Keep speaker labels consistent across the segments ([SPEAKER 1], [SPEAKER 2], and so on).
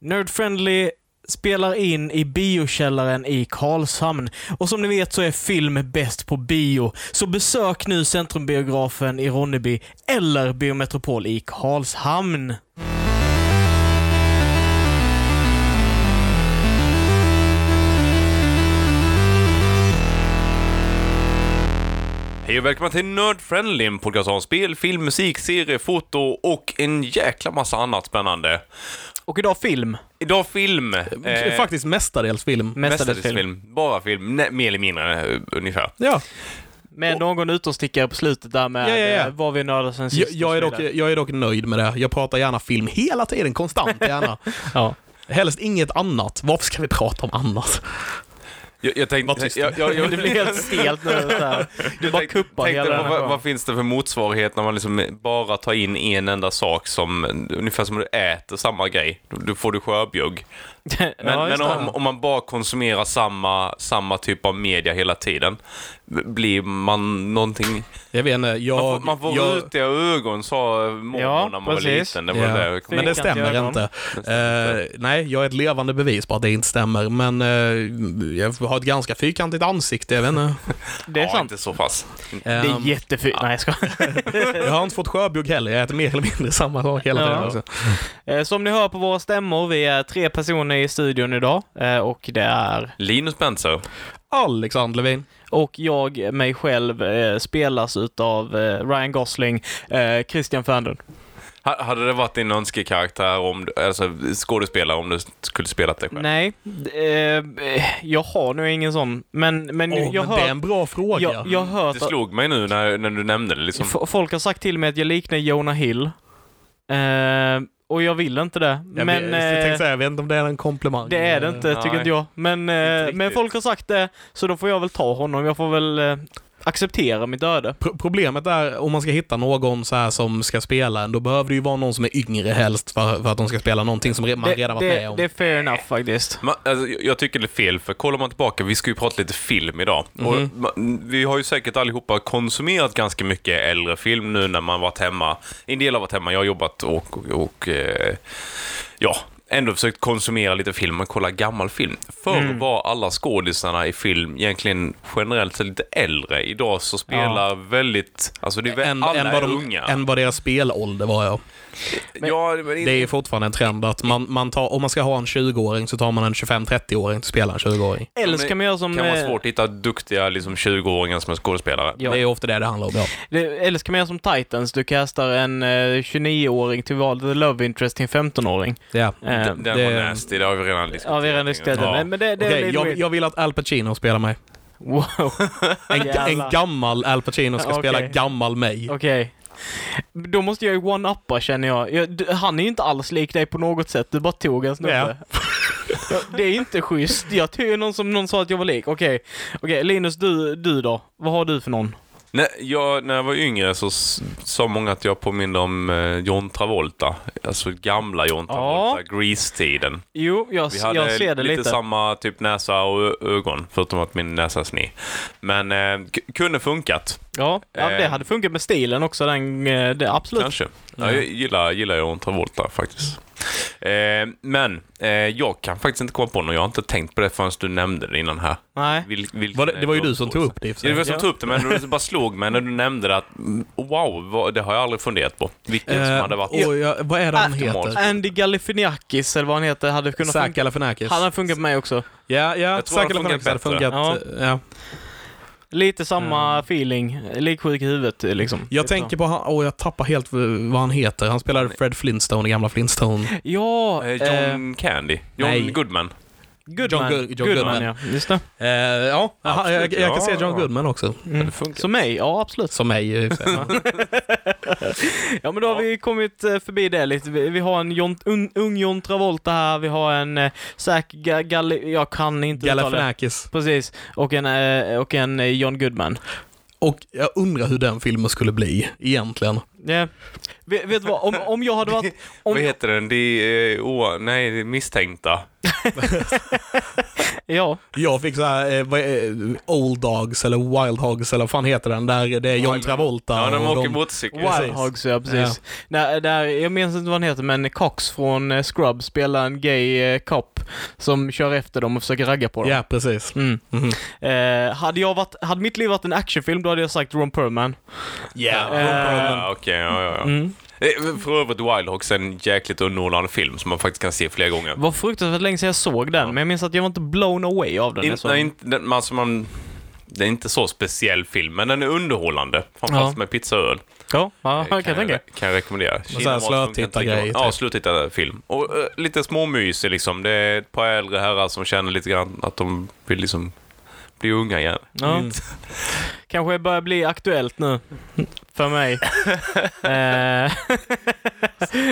[SPEAKER 1] Nerdfriendly spelar in i biokällaren i Karlshamn. Och som ni vet så är film bäst på bio. Så besök nu Centrumbiografen i Ronneby eller Biometropol i Karlshamn.
[SPEAKER 2] Hej och välkomna till Nerd Friendly, en podcast om spel, film, musik, serie, foto och en jäkla massa annat spännande.
[SPEAKER 1] Och idag film.
[SPEAKER 2] Idag film. eh,
[SPEAKER 3] Faktiskt mestadels film.
[SPEAKER 2] mestadels film. Bara film, nej, mer eller mindre eh, ungefär.
[SPEAKER 3] Ja.
[SPEAKER 1] Med någon utomstickare på slutet där med
[SPEAKER 3] Ja, ja, ja.
[SPEAKER 1] eh, vad vi nördar sen sist.
[SPEAKER 3] Jag, jag, är
[SPEAKER 1] och så
[SPEAKER 3] dock,
[SPEAKER 1] vidare.
[SPEAKER 3] jag är dock nöjd med det. Jag pratar gärna film hela tiden, konstant gärna.
[SPEAKER 1] Ja.
[SPEAKER 3] Helst inget annat. Varför ska vi prata om annat?
[SPEAKER 2] Jag, jag tänkte...
[SPEAKER 3] Var tyst.
[SPEAKER 2] Jag, jag, jag,
[SPEAKER 1] Det blir helt stelt nu. så här. Du bara kuppar
[SPEAKER 2] tänkte
[SPEAKER 1] hela den
[SPEAKER 2] på
[SPEAKER 1] här
[SPEAKER 2] vad,
[SPEAKER 1] showen.
[SPEAKER 2] vad finns det för motsvarighet när man liksom bara tar in en enda sak som, ungefär som du äter samma grej. Då, då får du skörbjugg. Men,
[SPEAKER 1] Ja, just
[SPEAKER 2] men
[SPEAKER 1] det.
[SPEAKER 2] om, om man bara konsumerar samma, samma typ av media hela tiden, b- blir man någonting...
[SPEAKER 3] Jag vet inte, jag...
[SPEAKER 2] Man får, man får
[SPEAKER 3] jag,
[SPEAKER 2] rutiga ögon sa mormor
[SPEAKER 1] Ja,
[SPEAKER 2] när man var
[SPEAKER 1] precis.
[SPEAKER 2] liten. Det var
[SPEAKER 3] Ja,
[SPEAKER 2] det där.
[SPEAKER 3] men det
[SPEAKER 1] Fyrkantiga ögon.
[SPEAKER 3] stämmer inte. Eh, nej, jag är ett levande bevis på att det inte stämmer, men eh, jag har ett ganska fyrkantigt ansikte, jag vet inte.
[SPEAKER 1] Det är
[SPEAKER 2] ja,
[SPEAKER 1] sant.
[SPEAKER 2] inte så pass.
[SPEAKER 1] Det är
[SPEAKER 3] Ehm,
[SPEAKER 1] jättefint. Nej, jag skojar.
[SPEAKER 3] jag har inte fått sjöbjugg heller, jag äter mer eller mindre samma sak hela
[SPEAKER 1] Ja.
[SPEAKER 3] tiden också.
[SPEAKER 1] Eh, Som ni hör på våra stämmor, vi är tre personer i studion idag eh, och det är...
[SPEAKER 2] Linus Benzo.
[SPEAKER 3] Alexander Levin.
[SPEAKER 1] Och jag, mig själv, eh, spelas utav eh, Ryan Gosling, eh, Christian Ferndon.
[SPEAKER 2] Ha- Hade det varit din önskekaraktär, om du, alltså skådespelare, om du skulle spelat dig själv?
[SPEAKER 1] Nej, d- eh, jag har nu ingen sån, men, men
[SPEAKER 3] Åh,
[SPEAKER 1] jag
[SPEAKER 3] men det är
[SPEAKER 1] har
[SPEAKER 3] en bra fråga.
[SPEAKER 1] jag, jag har hört
[SPEAKER 2] Det
[SPEAKER 1] att
[SPEAKER 2] slog mig nu när, när du nämnde det. Liksom.
[SPEAKER 1] f- folk har sagt till mig att jag liknar Jonah Hill. Eh, och jag vill inte det.
[SPEAKER 3] Jag
[SPEAKER 1] men
[SPEAKER 3] vet, jag
[SPEAKER 1] eh,
[SPEAKER 3] tänkte säga, jag vet inte om det är en komplimang. eh,
[SPEAKER 1] det är det inte, tycker
[SPEAKER 2] Nej.
[SPEAKER 1] inte jag. Men, eh,
[SPEAKER 2] Inte
[SPEAKER 1] men
[SPEAKER 2] riktigt.
[SPEAKER 1] folk har sagt det, så då får jag väl ta honom. Jag får väl eh, acceptera mitt öde.
[SPEAKER 3] Pro- Problemet är, om man ska hitta någon så här som ska spela en, då behöver det ju vara någon som är yngre helst för, för att de ska spela någonting som re- man redan varit
[SPEAKER 1] det,
[SPEAKER 3] med om.
[SPEAKER 1] det är fair enough faktiskt.
[SPEAKER 2] Man, alltså, jag jag tycker det är fel, för kollar man tillbaka, vi ska ju prata lite film idag.
[SPEAKER 3] Mhm.
[SPEAKER 2] Och man, vi har ju säkert allihopa konsumerat ganska mycket äldre film nu när man varit hemma. En del har varit hemma, jag har jobbat och, och, och eh, ja, ändå försökt konsumera lite film och kolla gammal film. Förr
[SPEAKER 3] Mm.
[SPEAKER 2] var alla skådisarna i film egentligen generellt sett lite äldre. Idag så spelar väldigt, alltså det är,
[SPEAKER 3] än,
[SPEAKER 2] en, alla
[SPEAKER 3] än,
[SPEAKER 2] är
[SPEAKER 3] vad de,
[SPEAKER 2] unga.
[SPEAKER 3] än vad deras spelålder var, ja.
[SPEAKER 2] ja, men
[SPEAKER 3] Det är fortfarande en trend att man, man tar, om man ska ha en 20-åring så tar man en 25-30-åring till spela en 20-åring.
[SPEAKER 1] Eller så kan man göra som...
[SPEAKER 2] kan vara
[SPEAKER 1] eh,
[SPEAKER 2] svårt att hitta duktiga liksom, 20-åringar som är skådespelare.
[SPEAKER 1] Ja.
[SPEAKER 3] Det är ofta det det handlar om, ja.
[SPEAKER 1] det- Eller så kan man göra som Titans, du kastar en eh, 29-åring till val, the love interest till en 15-åring.
[SPEAKER 3] ja.
[SPEAKER 1] Eh,
[SPEAKER 2] Den, den var
[SPEAKER 3] det-
[SPEAKER 2] nasty, det har vi redan diskuterat.
[SPEAKER 1] ja, vi har redan diskuterat det.
[SPEAKER 3] Ja.
[SPEAKER 1] Men, men det, det är
[SPEAKER 3] Okej,
[SPEAKER 1] lite
[SPEAKER 3] jag,
[SPEAKER 1] weird.
[SPEAKER 3] jag vill att Al Pacino spelar mig.
[SPEAKER 1] Wow.
[SPEAKER 3] En,
[SPEAKER 1] Jävlar.
[SPEAKER 3] en gammal Al Pacino ska
[SPEAKER 1] Okej.
[SPEAKER 3] spela gammal mig.
[SPEAKER 1] Okej. Då måste jag ju one-uppa känner jag. jag du, han är ju inte alls lik dig på något sätt, du bara tog en snubbe. Ja, det är inte schysst. Jag tog ju någon som någon sa att jag var lik. Okej, Okej, Linus, du, du då? Vad har du för någon?
[SPEAKER 2] Nej, jag, när jag var yngre så s- sa många att jag påminner om eh, John Travolta. Alltså gamla John Travolta, Grease-tiden.
[SPEAKER 1] Jo, jag,
[SPEAKER 2] Vi
[SPEAKER 1] jag
[SPEAKER 2] hade
[SPEAKER 1] ser det
[SPEAKER 2] lite,
[SPEAKER 1] lite.
[SPEAKER 2] samma typ näsa och ö- ögon, förutom att min näsa är sned. Men eh, k- kunde funkat,
[SPEAKER 1] Ja, ja det
[SPEAKER 2] Eh.
[SPEAKER 1] hade funkat med stilen också. Den, eh, det, absolut.
[SPEAKER 2] kanske. Ja, jag gillar, gillar John Travolta faktiskt. Eh, men eh, jag kan faktiskt inte komma på någon. Jag har inte tänkt på det förrän du nämnde det innan här.
[SPEAKER 1] Nej.
[SPEAKER 2] Vil, vilken
[SPEAKER 3] Var det, det var ju
[SPEAKER 2] är
[SPEAKER 3] du som tog upp det i och för
[SPEAKER 2] Ja, det
[SPEAKER 3] sig.
[SPEAKER 2] var jag som
[SPEAKER 1] Ja.
[SPEAKER 2] tog upp det, men det bara slog mig när du nämnde det att mm, wow, vad, det har jag aldrig funderat på. Vilket som
[SPEAKER 3] Eh,
[SPEAKER 2] hade varit
[SPEAKER 3] och jag, vad är det han
[SPEAKER 1] Ah,
[SPEAKER 3] heter?
[SPEAKER 1] Andy Galifinakis, eller vad han heter, hade kunnat
[SPEAKER 3] Zac
[SPEAKER 1] funka.
[SPEAKER 3] Galifianakis.
[SPEAKER 1] Han hade funkat med mig också.
[SPEAKER 3] Ja, ja,
[SPEAKER 2] Jag tror
[SPEAKER 3] Zac
[SPEAKER 2] det funkar
[SPEAKER 3] Galifianakis hade
[SPEAKER 2] bättre.
[SPEAKER 3] funkat. Ja.
[SPEAKER 1] Lite samma feeling. Liksjuk i huvudet liksom.
[SPEAKER 3] Jag tänker på han, åh jag tappar helt v- vad han heter. Han spelade Fred Flintstone i gamla Flintstone.
[SPEAKER 1] Ja,
[SPEAKER 2] Eh,
[SPEAKER 1] eh,
[SPEAKER 2] John Candy. John
[SPEAKER 3] nej.
[SPEAKER 2] Goodman.
[SPEAKER 1] Goodman.
[SPEAKER 3] John Good- John
[SPEAKER 1] Goodman,
[SPEAKER 3] Goodman.
[SPEAKER 1] ja. Just det.
[SPEAKER 3] Eh, ja, han, jag, jag kan
[SPEAKER 2] ja,
[SPEAKER 3] se
[SPEAKER 2] ja.
[SPEAKER 3] John Goodman också.
[SPEAKER 1] Mm. Som mig, ja absolut.
[SPEAKER 3] Som mig. i och för sig.
[SPEAKER 1] Ja men då har
[SPEAKER 2] Ja.
[SPEAKER 1] vi kommit eh, förbi det lite. Vi, vi har en John, un, ung John Travolta här, vi har en eh, Zac Ga- Galli... Jag kan inte uttala det.
[SPEAKER 3] Galifianakis.
[SPEAKER 1] Precis. Och en, eh, och en eh, John Goodman.
[SPEAKER 3] Och jag undrar hur den filmen skulle bli egentligen.
[SPEAKER 1] Ja. Vet, vet du vad, om, om jag hade varit... Om,
[SPEAKER 2] Vad heter den? De, eh, oh, nej, det är misstänkta.
[SPEAKER 1] Ja.
[SPEAKER 3] Jag fick så här, eh, vad är, Old Dogs eller Wild Hogs eller vad fan heter den? Där det är John
[SPEAKER 2] Wild-
[SPEAKER 3] Travolta
[SPEAKER 2] Ja, de
[SPEAKER 3] och
[SPEAKER 2] åker motorcykel.
[SPEAKER 3] Wow.
[SPEAKER 1] Wild Hogs, ja precis. Där, där, jag minns inte vad han heter, men Cox från eh, Scrubs spelar en gay eh, cop som kör efter dem och försöker ragga på dem.
[SPEAKER 3] Ja, precis.
[SPEAKER 1] Mm.
[SPEAKER 3] Mhm.
[SPEAKER 1] Eh, hade, jag varit, hade mitt liv varit en actionfilm, då hade jag sagt Ron Perlman.
[SPEAKER 2] Ja,
[SPEAKER 3] Eh,
[SPEAKER 2] ja, okej. ja, ja, ja.
[SPEAKER 1] Eh, Mm.
[SPEAKER 2] Eh, För övrigt, Wild Hogs är en jäkligt underhållande film som man faktiskt kan se flera gånger.
[SPEAKER 1] Det var fruktansvärt länge sedan jag såg den, men jag minns att jag var inte blown away av den.
[SPEAKER 2] In,
[SPEAKER 1] jag såg
[SPEAKER 2] nej,
[SPEAKER 1] den.
[SPEAKER 2] inte, den, alltså man, det är inte så speciell film, men den är underhållande. Framförallt
[SPEAKER 1] Ja.
[SPEAKER 2] med pizza och öl.
[SPEAKER 1] Ja, ja
[SPEAKER 2] Eh,
[SPEAKER 1] jag kan jag tänka.
[SPEAKER 2] Kan jag rekommendera.
[SPEAKER 3] här
[SPEAKER 2] Kinamat som kan
[SPEAKER 3] slötittargrej,
[SPEAKER 2] tänka- Ja,
[SPEAKER 3] typ.
[SPEAKER 2] slötittarfilm. Och eh, lite småmysig liksom. Det är ett par äldre herrar som känner lite grann att de vill liksom bli unga igen.
[SPEAKER 1] Ja.
[SPEAKER 3] mm.
[SPEAKER 1] Kanske börjar bli aktuellt nu. För mig. eh,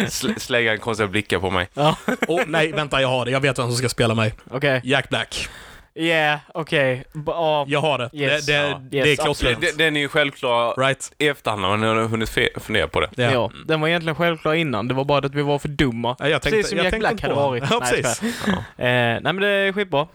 [SPEAKER 2] Sl- slänger en konstiga blickar på mig.
[SPEAKER 1] ja,
[SPEAKER 3] Åh, nej, vänta, jag har det. Jag vet vem som ska spela mig.
[SPEAKER 1] okej.
[SPEAKER 3] Jack Black.
[SPEAKER 1] Yeah, okej. B- ja.
[SPEAKER 3] Jag har det.
[SPEAKER 1] Yes.
[SPEAKER 3] det, det,
[SPEAKER 1] Ja.
[SPEAKER 3] det
[SPEAKER 1] Yes,
[SPEAKER 3] är klockrent.
[SPEAKER 2] Den, den är ju självklar
[SPEAKER 3] Right?
[SPEAKER 2] i efterhand när man har hunnit fe- fundera på det.
[SPEAKER 3] Ja.
[SPEAKER 1] Ja, den var egentligen självklar innan. Det var bara att vi var för dumma.
[SPEAKER 3] Ja, jag tänkte,
[SPEAKER 1] precis som
[SPEAKER 3] jag
[SPEAKER 1] Jack
[SPEAKER 3] tänkte
[SPEAKER 1] Black
[SPEAKER 3] på
[SPEAKER 1] hade
[SPEAKER 3] den.
[SPEAKER 1] varit.
[SPEAKER 3] Ja,
[SPEAKER 1] Nej,
[SPEAKER 3] precis.
[SPEAKER 1] Eh, nej men det är skitbra.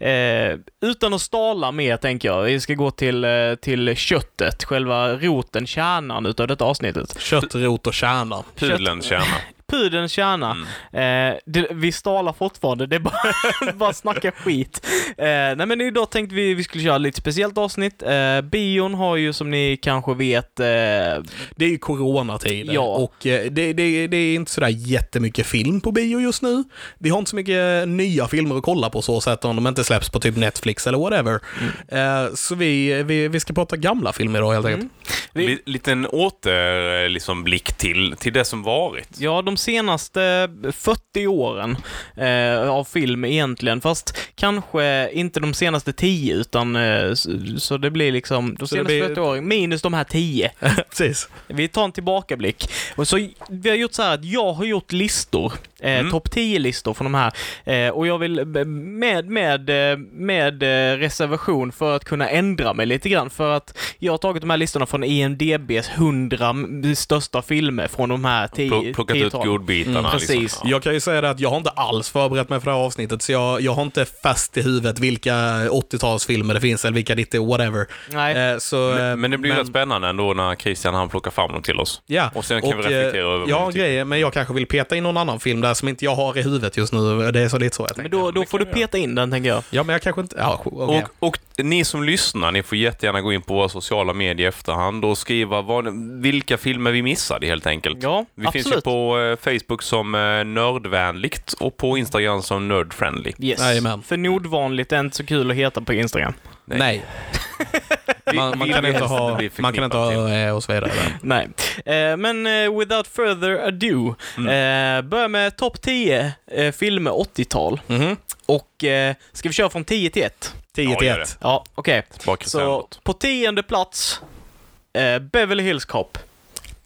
[SPEAKER 1] Eh, utan att stala mer tänker jag. Vi ska gå till, eh, till köttet, själva roten, kärnan utav detta avsnittet.
[SPEAKER 3] Kött, rot och kärna.
[SPEAKER 2] Pudelns kärna.
[SPEAKER 1] Pudelns kärna. Eh, det, vi stalar fortfarande, det är bara, bara snacka skit. Eh, nej men idag tänkte vi vi skulle köra lite speciellt avsnitt. Eh, bion har ju som ni kanske vet, eh,
[SPEAKER 3] Det är ju coronatider
[SPEAKER 1] Ja.
[SPEAKER 3] och eh, det, det, det är inte sådär jättemycket film på bio just nu. Vi har inte så mycket eh, nya filmer att kolla på så sätt om de inte släpps på typ Netflix eller whatever.
[SPEAKER 1] Mm.
[SPEAKER 3] Eh, Så vi, vi, vi ska prata gamla filmer idag helt enkelt.
[SPEAKER 1] Vi-
[SPEAKER 2] Li- liten återblick liksom, blick till, till det som varit.
[SPEAKER 1] ja de senaste 40 åren eh, av film egentligen. Fast kanske inte de senaste 10 utan eh, så, så det blir liksom de
[SPEAKER 3] Så det
[SPEAKER 1] senaste
[SPEAKER 3] blir-
[SPEAKER 1] 40 åren minus de här 10.
[SPEAKER 3] Precis.
[SPEAKER 1] Vi tar en tillbakablick. Och så, vi har gjort så här att jag har gjort listor, eh,
[SPEAKER 2] Mm.
[SPEAKER 1] topp 10-listor från de här. Eh, och jag vill b- med, med, eh, med eh, reservation för att kunna ändra mig lite grann. För att jag har tagit de här listorna från E IMDBs 100 m- största filmer från de här 10
[SPEAKER 2] Pl- plockat ut
[SPEAKER 1] tiotalen.
[SPEAKER 2] godbitarna.
[SPEAKER 1] Mm, precis.
[SPEAKER 2] Liksom. Ja.
[SPEAKER 3] Jag kan ju säga det att jag har inte alls förberett mig för det här avsnittet så jag, jag har inte fast i huvudet vilka 80-talsfilmer det finns eller vilka ditt är, whatever.
[SPEAKER 1] Nej.
[SPEAKER 3] Eh, Så, eh,
[SPEAKER 2] Men, men det blir
[SPEAKER 3] men-
[SPEAKER 2] rätt spännande ändå när Christian han plockar fram dem till oss.
[SPEAKER 3] Ja.
[SPEAKER 2] Och sen kan vi
[SPEAKER 3] eh,
[SPEAKER 2] reflektera över vad
[SPEAKER 3] Ja,
[SPEAKER 2] vi tycker.
[SPEAKER 3] grejer, men jag kanske vill peta in någon annan film där som inte jag har i huvudet just nu. Det är så lite så jag
[SPEAKER 1] Men
[SPEAKER 3] tänker.
[SPEAKER 1] då, då får du peta in den, tänker jag.
[SPEAKER 3] Ja, men jag kanske inte... Ja, okay.
[SPEAKER 2] Och, och ni som lyssnar, ni får jättegärna gå in på våra sociala medier i efterhand och skriva vad, vilka filmer vi missade helt enkelt.
[SPEAKER 1] Ja,
[SPEAKER 2] vi finns ju
[SPEAKER 1] absolut.
[SPEAKER 2] på eh, Facebook som eh, Nördvänligt och på Instagram som Nördfriendly.
[SPEAKER 1] Yes.
[SPEAKER 3] Jajamän.
[SPEAKER 1] För nordvanligt är inte så kul att heta på Instagram.
[SPEAKER 2] Nej.
[SPEAKER 3] Nej, man, man,
[SPEAKER 2] Vi-
[SPEAKER 3] kan
[SPEAKER 2] vi
[SPEAKER 3] inte
[SPEAKER 2] helst
[SPEAKER 3] ha,
[SPEAKER 2] bli
[SPEAKER 3] man kan inte
[SPEAKER 2] förknippade
[SPEAKER 3] ha eh, och så vidare.
[SPEAKER 1] Nej. Eh, men eh, without further ado,
[SPEAKER 3] Mm.
[SPEAKER 1] eh, börja med topp 10 eh, filmer 80-tal.
[SPEAKER 3] Mhm.
[SPEAKER 1] Och eh, ska vi köra från 10 till 1?
[SPEAKER 3] 10 till
[SPEAKER 2] Ja, gör
[SPEAKER 3] 1.
[SPEAKER 1] Ja, okej.
[SPEAKER 2] till. Bara Christian
[SPEAKER 1] Så
[SPEAKER 2] Lott.
[SPEAKER 1] på tionde plats, eh, Beverly Hills Cop.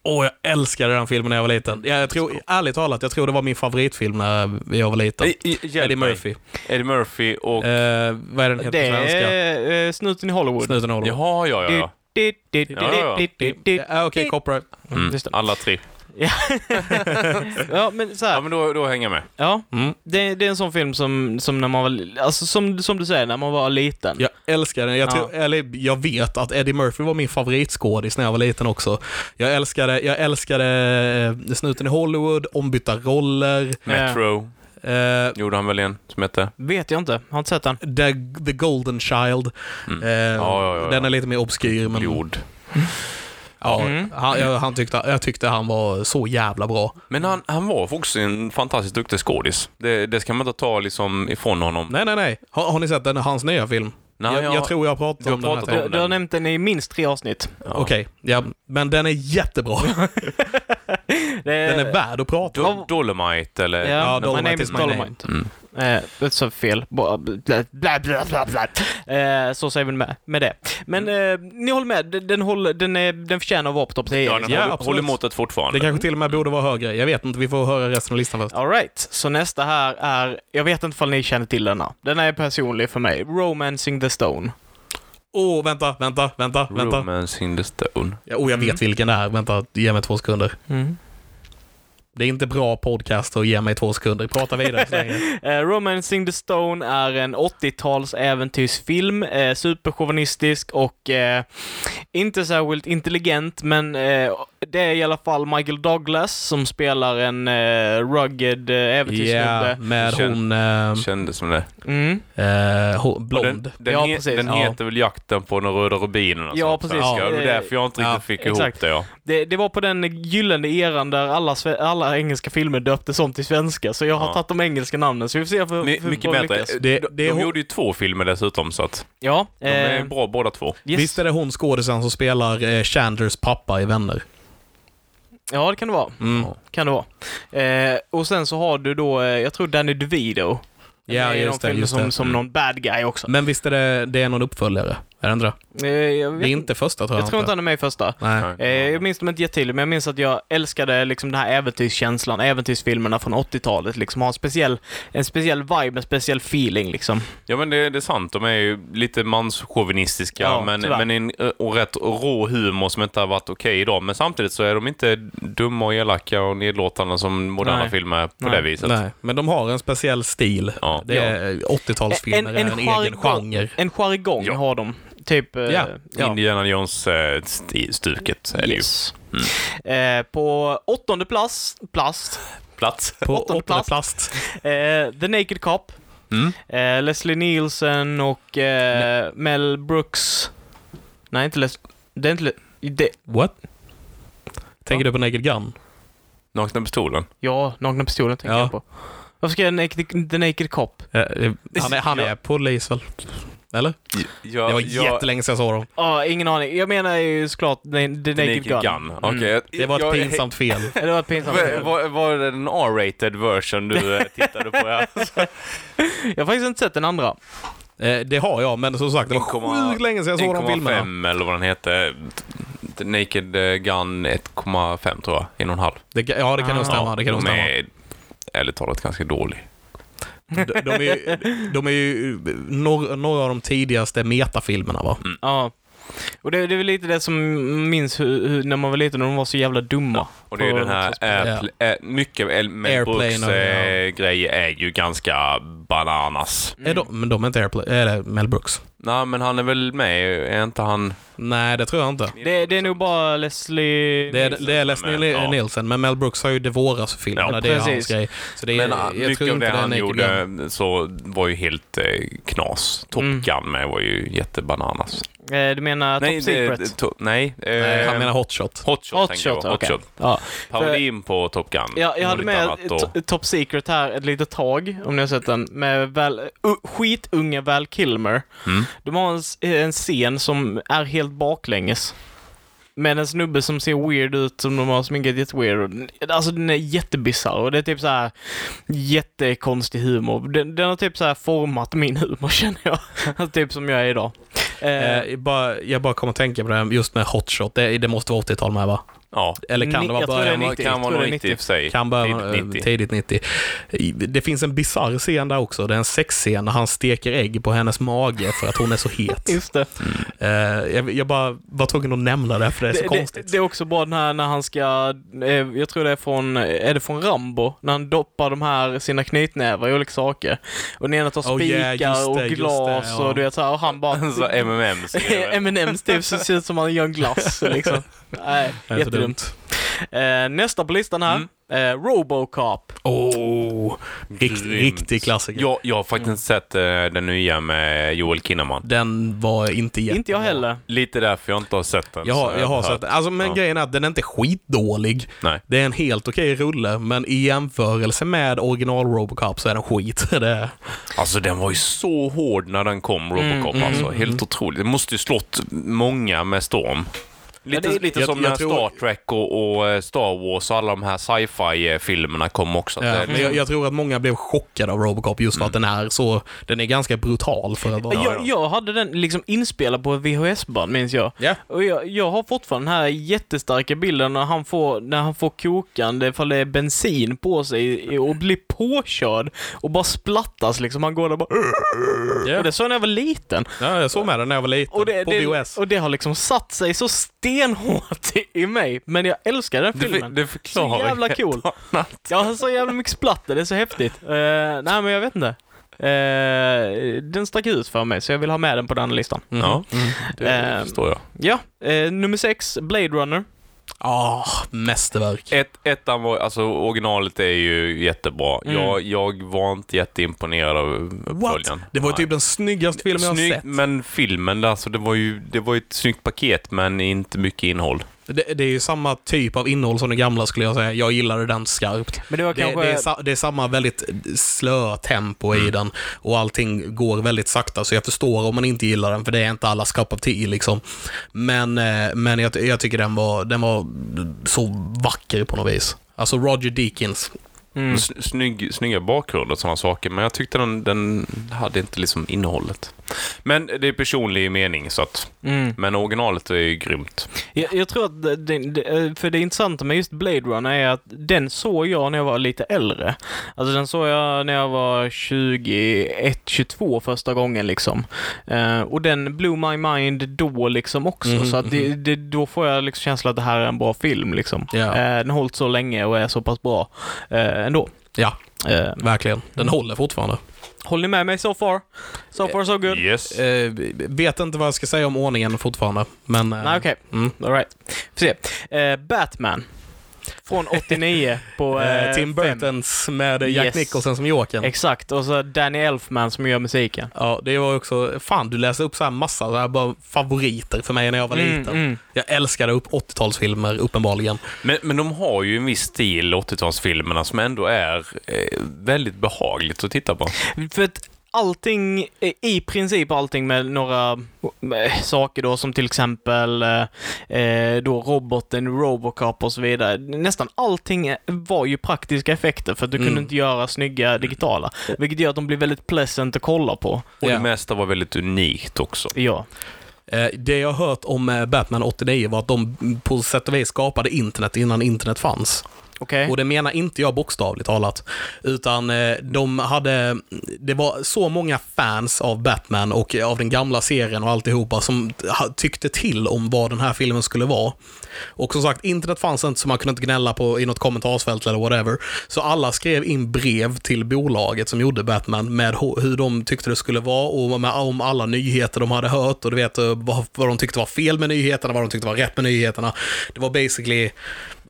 [SPEAKER 3] Åh, jag älskade den filmen när jag var liten. Jag, jag tror, ärligt talat, jag tror det var min favoritfilm när jag var liten.
[SPEAKER 2] Eh, I- i- hjälp
[SPEAKER 3] Eddie
[SPEAKER 2] mig.
[SPEAKER 3] Murphy.
[SPEAKER 2] Eddie Murphy och...
[SPEAKER 3] Eh, vad är den heter på
[SPEAKER 1] Det
[SPEAKER 3] svenska?
[SPEAKER 1] är eh, Snuten i Hollywood.
[SPEAKER 3] Snuten håller.
[SPEAKER 2] Jaha, ja, ja, ja.
[SPEAKER 1] Du, du, du,
[SPEAKER 2] Ja, ja.
[SPEAKER 1] du, du, du, du.
[SPEAKER 3] Ja, Okej, copyright.
[SPEAKER 2] Mm.
[SPEAKER 1] Just det.
[SPEAKER 2] Alla tre.
[SPEAKER 1] Ja, men så
[SPEAKER 2] Ja,
[SPEAKER 1] här.
[SPEAKER 2] men då, då hänger jag med.
[SPEAKER 1] Ja,
[SPEAKER 3] Mm.
[SPEAKER 1] det, det är en sån film som, som när man var, li- alltså som, som du säger, när man var liten.
[SPEAKER 3] Jag älskar den. Jag, tror, eller, jag vet att Eddie Murphy var min favoritskådis när jag var liten också. Jag älskade, jag älskade eh, Snuten i Hollywood, Ombytta roller,
[SPEAKER 2] Metro
[SPEAKER 3] eh,
[SPEAKER 2] gjorde han väl en som hette.
[SPEAKER 1] Vet jag inte, har inte sett den.
[SPEAKER 3] The, The Golden Child. Eh,
[SPEAKER 2] Mm. ja, ja, ja.
[SPEAKER 3] Den är lite mer obskyr, men
[SPEAKER 2] Blod.
[SPEAKER 3] ja,
[SPEAKER 1] Mm.
[SPEAKER 3] han, jag, han tyckte, jag tyckte han var så jävla bra.
[SPEAKER 2] Men han, han var också en fantastiskt duktig skådis. Det, det ska man inte ta liksom ifrån honom.
[SPEAKER 3] Nej, nej, nej. Har, har ni sett den, hans nya film?
[SPEAKER 2] Nej,
[SPEAKER 3] jag,
[SPEAKER 2] jag-
[SPEAKER 3] jag, tror jag har pratat
[SPEAKER 2] du har
[SPEAKER 3] om den. här
[SPEAKER 2] pratat
[SPEAKER 3] till-
[SPEAKER 2] om
[SPEAKER 1] Du, du har
[SPEAKER 2] den.
[SPEAKER 1] nämnt den i minst tre avsnitt.
[SPEAKER 2] Ja.
[SPEAKER 3] Okej, ja, men den är jättebra.
[SPEAKER 1] Det är-
[SPEAKER 3] Den är värd att prata om.
[SPEAKER 2] Do- Dolomite eller...
[SPEAKER 1] Eh, Ja,
[SPEAKER 3] Ja,
[SPEAKER 1] my
[SPEAKER 3] Dolomite
[SPEAKER 1] name
[SPEAKER 3] is
[SPEAKER 1] is
[SPEAKER 3] my name.
[SPEAKER 1] Dolomite.
[SPEAKER 2] Mm.
[SPEAKER 1] Eh, det sa fel. Bara Bla, bla, bla, bla, bla. Eh, så säger vi med, med det. Men eh, ni håller med, den, den, håller, den, är, den förtjänar att vara på topp 10.
[SPEAKER 2] Ja, den
[SPEAKER 3] Ja,
[SPEAKER 2] håller,
[SPEAKER 3] absolut.
[SPEAKER 2] håller emot det
[SPEAKER 3] Det
[SPEAKER 2] fortfarande.
[SPEAKER 3] kanske till och med borde vara högre. Jag vet inte, vi får höra resten av listan först.
[SPEAKER 1] Alright, så nästa här är, jag vet inte om ni känner till denna. Den är personlig för mig. Romancing the Stone.
[SPEAKER 3] Åh, oh, vänta, vänta, vänta, vänta.
[SPEAKER 2] Romance in the stone.
[SPEAKER 1] Mm.
[SPEAKER 3] Ja, oh, jag vet vilken det är. Vänta, ge mig två sekunder. Det är inte bra podcast att ge mig två sekunder. Prata vidare så länge.
[SPEAKER 1] Eh, Romancing the Stone är en 80-tals äventyrsfilm, eh, superchauvinistisk och eh, inte särskilt intelligent, men eh, det är i alla fall Michael Douglas som spelar en eh, rugged eh, äventyrssnubbe.
[SPEAKER 3] Ja, med
[SPEAKER 2] Känn-
[SPEAKER 3] hon... Eh,
[SPEAKER 2] Kändes som det.
[SPEAKER 1] Mm.
[SPEAKER 3] eh, hon-
[SPEAKER 2] Och
[SPEAKER 3] blond.
[SPEAKER 2] Den, den,
[SPEAKER 1] Ja,
[SPEAKER 2] he-
[SPEAKER 1] precis.
[SPEAKER 2] den
[SPEAKER 1] Ja.
[SPEAKER 2] heter väl Jakten på den röda rubinen? och
[SPEAKER 1] Ja,
[SPEAKER 2] sånt där.
[SPEAKER 1] precis.
[SPEAKER 2] Ja, det var
[SPEAKER 1] Ja.
[SPEAKER 2] därför jag inte riktigt
[SPEAKER 3] Ja,
[SPEAKER 2] fick
[SPEAKER 1] exakt.
[SPEAKER 2] ihop det. Ja.
[SPEAKER 1] Det, det var på den gyllene eran där alla, sve- alla engelska filmer döptes om till svenska, så jag har
[SPEAKER 2] Ja.
[SPEAKER 1] tagit de engelska namnen, så vi får se för,
[SPEAKER 2] My,
[SPEAKER 1] för
[SPEAKER 2] mycket
[SPEAKER 1] vad vi
[SPEAKER 2] bättre.
[SPEAKER 1] lyckas.
[SPEAKER 3] Det-
[SPEAKER 2] De,
[SPEAKER 3] det är
[SPEAKER 2] de
[SPEAKER 3] hon-
[SPEAKER 2] gjorde ju två filmer dessutom, så att
[SPEAKER 1] Ja.
[SPEAKER 2] de är
[SPEAKER 1] eh,
[SPEAKER 2] bra båda två.
[SPEAKER 1] yes.
[SPEAKER 3] Visst är det hon skådisen som spelar eh, Chanders pappa i Vänner?
[SPEAKER 1] Ja, det kan det vara.
[SPEAKER 3] Ja.
[SPEAKER 1] Kan det vara. Eh, och sen så har du då, eh, jag tror Danny DeVito.
[SPEAKER 3] Ja,
[SPEAKER 1] i
[SPEAKER 3] just det,
[SPEAKER 1] de filmer
[SPEAKER 3] just
[SPEAKER 1] som,
[SPEAKER 3] det.
[SPEAKER 1] som någon bad guy också.
[SPEAKER 3] Men visst är det, det är någon uppföljare? Är det inte det?
[SPEAKER 1] Eh, jag
[SPEAKER 3] Mm. Det
[SPEAKER 1] vet
[SPEAKER 3] är inte första tror jag,
[SPEAKER 1] jag tror inte han är med i första.
[SPEAKER 3] Nej.
[SPEAKER 1] Eh, jag minns dem inte jätte till, men jag minns att jag älskade liksom den här äventyrskänslan, äventyrsfilmerna från 80-talet. Liksom har en speciell, en speciell vibe, en speciell feeling liksom.
[SPEAKER 2] Ja, men det, det är sant. De är ju lite manschauvinistiska
[SPEAKER 1] Ja,
[SPEAKER 2] men,
[SPEAKER 1] tyvärr.
[SPEAKER 2] men en, och rätt rå humor som inte har varit okej idag. Men samtidigt så är de inte dumma och elaka och nedlåtande som moderna
[SPEAKER 1] Nej.
[SPEAKER 2] filmer är på
[SPEAKER 1] Nej.
[SPEAKER 2] det viset.
[SPEAKER 3] Nej, men de har en speciell stil.
[SPEAKER 2] Ja.
[SPEAKER 3] Det är 80-talsfilmer, är en, egen
[SPEAKER 1] jargong-
[SPEAKER 3] genre.
[SPEAKER 1] En jargong
[SPEAKER 2] Ja.
[SPEAKER 1] har de. Typ... eh,
[SPEAKER 3] Ja,
[SPEAKER 2] Ja. Indiana Jones-stuket är det ju.
[SPEAKER 1] Yes. Eh, på åttonde plats, plast,
[SPEAKER 2] Plats.
[SPEAKER 3] På
[SPEAKER 1] åttonde
[SPEAKER 3] åttonde
[SPEAKER 1] plats.
[SPEAKER 3] plast.
[SPEAKER 1] eh, The Naked Cop,
[SPEAKER 2] Mm.
[SPEAKER 1] eh, Leslie Nielsen och eh, Mel Brooks. Nej, inte Les... Det är inte Le- det,
[SPEAKER 3] What? Tänker du på Naked Gun?
[SPEAKER 2] Nakna pistolen.
[SPEAKER 1] Ja, Nakna Pistolen tänker
[SPEAKER 3] Ja.
[SPEAKER 1] jag på. Varför ska jag naked, The Naked Cop?
[SPEAKER 3] Eh, eh, Han är, han är polis väl? Eller?
[SPEAKER 2] Jag,
[SPEAKER 3] Det var
[SPEAKER 2] jag-
[SPEAKER 3] jättelänge sedan jag såg dem.
[SPEAKER 1] Ja, ingen aning. Jag menar ju såklart The, the, Naked,
[SPEAKER 2] The Naked Gun.
[SPEAKER 1] Gun.
[SPEAKER 2] Okej, jag-
[SPEAKER 3] Mm. Det var ett
[SPEAKER 2] jag-
[SPEAKER 3] pinsamt fel.
[SPEAKER 1] Det var ett pinsamt.
[SPEAKER 2] Var, var, var det en R-rated version du eh, tittade på? här?
[SPEAKER 1] Jag har faktiskt inte sett den andra.
[SPEAKER 3] Eh, Det har jag, men som sagt, det var
[SPEAKER 2] 1,5
[SPEAKER 3] sjukt länge sedan jag såg de filmerna.
[SPEAKER 2] 1,5 eller vad den hette. The Naked eh, Gun 1,5 tror jag. En och en halv.
[SPEAKER 3] Det, kan- ja, det
[SPEAKER 2] Ah,
[SPEAKER 3] kan nog stämma. Det kan nog
[SPEAKER 2] de
[SPEAKER 3] stämma.
[SPEAKER 2] är ärligt talat ganska dålig.
[SPEAKER 3] De, de är ju, de är ju några, några av de tidigaste metafilmerna, va?
[SPEAKER 1] Ja. Och det, det är väl lite det som minns hur, hur, när man var liten och de var så jävla dumma.
[SPEAKER 2] Och det är ju
[SPEAKER 1] På-
[SPEAKER 2] den här, Airpl- eh, mycket El- Mel
[SPEAKER 3] Airplane
[SPEAKER 2] Brooks
[SPEAKER 3] och-
[SPEAKER 2] eh, grej är ju ganska bananas.
[SPEAKER 3] Är de, men de är inte Airplay, eller Mel Brooks?
[SPEAKER 2] Nej, men han är väl med, är inte han...
[SPEAKER 3] Nej, det tror jag inte.
[SPEAKER 1] Det, det är nog bara Leslie...
[SPEAKER 3] Det är, det är Leslie
[SPEAKER 2] Men, ja.
[SPEAKER 3] Nielsen, men Mel Brooks har ju Devoras-filmerna.
[SPEAKER 2] Ja,
[SPEAKER 3] det är hans
[SPEAKER 1] precis.
[SPEAKER 3] grej. Så det är,
[SPEAKER 2] Men äh, ah,
[SPEAKER 3] jag
[SPEAKER 2] mycket
[SPEAKER 3] tror
[SPEAKER 2] av
[SPEAKER 3] inte
[SPEAKER 2] det
[SPEAKER 3] är
[SPEAKER 2] han
[SPEAKER 3] Naked
[SPEAKER 2] gjorde
[SPEAKER 3] Gun.
[SPEAKER 2] så var ju helt eh, knas. Top
[SPEAKER 1] Mm.
[SPEAKER 2] Gun med var ju jättebananas.
[SPEAKER 1] Eh, Du menar Top Secret?
[SPEAKER 2] det- to, nej, eh,
[SPEAKER 3] Nej, han menar Hot Shot.
[SPEAKER 2] Hot Shot,
[SPEAKER 1] Hot
[SPEAKER 2] tänker jag.
[SPEAKER 1] Shot,
[SPEAKER 2] Hot
[SPEAKER 1] okej.
[SPEAKER 2] Shot.
[SPEAKER 1] Ja.
[SPEAKER 2] Parodin på Top Gun.
[SPEAKER 1] Ja, jag
[SPEAKER 2] och
[SPEAKER 1] hade
[SPEAKER 2] lite
[SPEAKER 1] med
[SPEAKER 2] annat och-
[SPEAKER 1] to- Top Secret här ett litet tag, om ni har sett den, med väl, u- skitunge Val Kilmer.
[SPEAKER 2] Mm.
[SPEAKER 1] De har en, s- en scen som är helt baklänges. Med en snubbe som ser weird ut, som de har sminkat jätteweird. Alltså den är jättebisarr och det är typ så här jättekonstig humor. Den, den har typ så här format min humor känner jag. Alltså, typ som jag är idag. Eh,
[SPEAKER 3] Eh, bara, jag bara kom att tänka på det här just med Hot Shot. Det, det måste vara 80-tal med, va?
[SPEAKER 2] Ja.
[SPEAKER 3] Eller kan
[SPEAKER 1] Ni-
[SPEAKER 3] det vara
[SPEAKER 1] jag tror det är
[SPEAKER 3] början?
[SPEAKER 2] Kan, vara-
[SPEAKER 1] 90,
[SPEAKER 2] kan
[SPEAKER 1] tror
[SPEAKER 2] vara
[SPEAKER 1] det är
[SPEAKER 2] 90, 90 i och för sig.
[SPEAKER 3] Kan börja
[SPEAKER 2] Tidigt 90.
[SPEAKER 3] tidigt, tidigt 90. Det finns en bisarr scen där också. Det är en sexscen när han steker ägg på hennes mage för att hon är så het.
[SPEAKER 1] just det.
[SPEAKER 3] Eh, jag, jag bara var tvungen att nämna det för det är så konstigt.
[SPEAKER 1] Det, det är också bra den här när han ska, eh, jag tror det är från, är det från Rambo? När han doppar de här, sina knytnävar i olika saker. Och den ena tar
[SPEAKER 3] Oh, yeah,
[SPEAKER 1] spikar
[SPEAKER 3] just det,
[SPEAKER 1] och
[SPEAKER 3] just
[SPEAKER 1] glas
[SPEAKER 3] det, ja.
[SPEAKER 1] och du vet så här, och han bara...
[SPEAKER 2] Så MMM skriver.
[SPEAKER 1] M&M's typ, så ser ut som han gör en glass liksom. Nej,
[SPEAKER 3] Det är så Mm.
[SPEAKER 1] jättedumt. Eh, nästa på listan här, eh, Robocop.
[SPEAKER 3] Åh, rikt,
[SPEAKER 2] Grymt.
[SPEAKER 3] riktig klassiker.
[SPEAKER 2] Jag, jag har faktiskt inte sett eh, den nya med Joel Kinnaman.
[SPEAKER 3] Den var inte jättebra.
[SPEAKER 1] Inte jag heller.
[SPEAKER 2] Lite därför jag inte har sett den.
[SPEAKER 3] Jag har,
[SPEAKER 2] så
[SPEAKER 3] jag har
[SPEAKER 2] hört.
[SPEAKER 3] sett Alltså, men
[SPEAKER 2] Ja.
[SPEAKER 3] grejen är att den är inte skitdålig.
[SPEAKER 2] Nej.
[SPEAKER 3] Det är en helt okej rulle, men i jämförelse med original Robocop så är den skit. Det är,
[SPEAKER 2] Alltså den var ju så hård när den kom,
[SPEAKER 1] Mm,
[SPEAKER 2] Robocop. alltså. Helt otroligt. Det måste ju slått många med storm. Lite,
[SPEAKER 1] Ja, det-
[SPEAKER 2] lite
[SPEAKER 3] jag-
[SPEAKER 2] som
[SPEAKER 3] jag
[SPEAKER 2] när
[SPEAKER 3] tror-
[SPEAKER 2] Star Trek och, och eh, Star Wars och alla de här sci-fi-filmerna kom också. Att
[SPEAKER 3] ja,
[SPEAKER 2] det-
[SPEAKER 3] men
[SPEAKER 1] Mm.
[SPEAKER 3] jag, jag tror att många blev chockade av Robocop just för att den är så... Den är ganska brutal för att vara...
[SPEAKER 1] Jag, jag hade den liksom inspelad på VHS-band minns jag.
[SPEAKER 3] Ja.
[SPEAKER 1] Och jag, jag har fortfarande den här jättestarka bilden när han får, när han får kokande, ifall det är bensin på sig och blir påkörd och bara splattas liksom. Han går där och bara...
[SPEAKER 3] Ja.
[SPEAKER 1] Och det sa jag när jag var liten.
[SPEAKER 3] Ja, jag såg med den när jag var liten.
[SPEAKER 1] Och det,
[SPEAKER 3] på
[SPEAKER 1] det,
[SPEAKER 3] VHS.
[SPEAKER 1] och det har liksom satt sig så stenhårt i mig, men jag älskar den
[SPEAKER 2] Det, för,
[SPEAKER 1] filmen.
[SPEAKER 2] det förklarar
[SPEAKER 1] Så jävla
[SPEAKER 2] helt
[SPEAKER 1] cool.
[SPEAKER 2] annat.
[SPEAKER 1] Jag har så jävla mycket splatter, det är så häftigt. Eh, nej, men jag vet inte. Eh, den stack ut för mig, så jag vill ha med den på den listan.
[SPEAKER 2] Ja, det
[SPEAKER 1] Ehm.
[SPEAKER 2] förstår jag.
[SPEAKER 1] Ja, eh, nummer sex, Blade Runner.
[SPEAKER 3] Ah, mästerverk.
[SPEAKER 2] Ett, ettan var, alltså originalet är ju jättebra.
[SPEAKER 1] Mm.
[SPEAKER 2] Jag, jag var inte jätteimponerad av
[SPEAKER 3] What?
[SPEAKER 2] uppföljaren.
[SPEAKER 3] Det var ju
[SPEAKER 2] Nej.
[SPEAKER 3] typ den snyggaste filmen jag
[SPEAKER 2] Snygg,
[SPEAKER 3] har sett.
[SPEAKER 2] men filmen alltså, det var ju det var ju ett snyggt paket, men inte mycket innehåll.
[SPEAKER 3] Det, det är ju samma typ av innehåll som den gamla skulle jag säga. Jag gillade den skarpt.
[SPEAKER 1] Men det var
[SPEAKER 3] Det,
[SPEAKER 1] kanske... Mm.
[SPEAKER 3] det, är, sa- det är samma väldigt slöa tempo i den och allting går väldigt sakta så jag förstår om man inte gillar den för det är inte allas cup of tea liksom. Men, eh, men jag, ty- jag tycker den var, den var så vacker på något vis. Alltså Roger Deakins.
[SPEAKER 1] mm.
[SPEAKER 2] S- Snygg, snygga bakgrunder och sådana saker, men jag tyckte den, den hade inte liksom innehållet. Men det är personlig mening, så att,
[SPEAKER 1] Mm.
[SPEAKER 2] men originalet är ju grymt.
[SPEAKER 1] Jag, jag tror att, det, det- det, för det intressanta med just Blade Runner är att den såg jag när jag var lite äldre. Alltså den såg jag när jag var 21, 22 första gången liksom. Eh, och den blew my mind då liksom också.
[SPEAKER 3] Mhm,
[SPEAKER 1] så att det, det, då får jag liksom känslan att det här är en bra film liksom.
[SPEAKER 3] Ja.
[SPEAKER 1] Eh, den har hållit så länge och är så pass bra eh, ändå.
[SPEAKER 3] Ja,
[SPEAKER 1] Eh,
[SPEAKER 3] verkligen. Den håller fortfarande.
[SPEAKER 1] håller ni med mig so far? So far so good?
[SPEAKER 2] Yes.
[SPEAKER 3] Eh, vet inte vad jag ska säga om ordningen fortfarande, men... eh,
[SPEAKER 1] Nej okej,
[SPEAKER 3] mm.
[SPEAKER 1] alright. Får se. Eh, Batman. Från 89 på
[SPEAKER 3] Eh,
[SPEAKER 1] eh, fem.
[SPEAKER 3] Tim Burtons med eh, Jack
[SPEAKER 1] Yes.
[SPEAKER 3] Nicholson som Jokern.
[SPEAKER 1] Exakt, och så Danny Elfman som gör musiken.
[SPEAKER 3] Ja, det var också... Fan, du läste upp så här massa så här bara favoriter för mig när jag var
[SPEAKER 1] Mm,
[SPEAKER 3] liten. Jag älskade upp 80-talsfilmer, uppenbarligen.
[SPEAKER 2] Men, men de har ju en viss stil, 80-talsfilmerna, som ändå är eh, väldigt behagligt att titta på.
[SPEAKER 1] För att allting, eh, i princip allting med några eh, saker då som till exempel eh, eh, då roboten, i Robocop och så vidare. Nästan allting var ju praktiska effekter för att du kunde
[SPEAKER 3] Mm.
[SPEAKER 1] inte göra snygga digitala. Vilket gör att de blir väldigt pleasant att kolla på.
[SPEAKER 2] Och
[SPEAKER 3] Ja.
[SPEAKER 2] det mesta var väldigt unikt också.
[SPEAKER 1] Ja.
[SPEAKER 3] Eh, Det jag har hört om eh, Batman 89 var att de mm, på sätt och vis skapade internet innan internet fanns.
[SPEAKER 1] Okej?
[SPEAKER 3] Och det menar inte jag bokstavligt talat. Utan eh, de hade, det var så många fans av Batman och eh, av den gamla serien och alltihopa som t- ha- tyckte till om vad den här filmen skulle vara. Och som sagt, internet fanns inte så man kunde inte gnälla på i något kommentarsfält eller whatever. Så alla skrev in brev till bolaget som gjorde Batman med ho- hur de tyckte det skulle vara och med, om alla nyheter de hade hört och du vet eh, vad, vad de tyckte var fel med nyheterna, vad de tyckte var rätt med nyheterna. Det var basically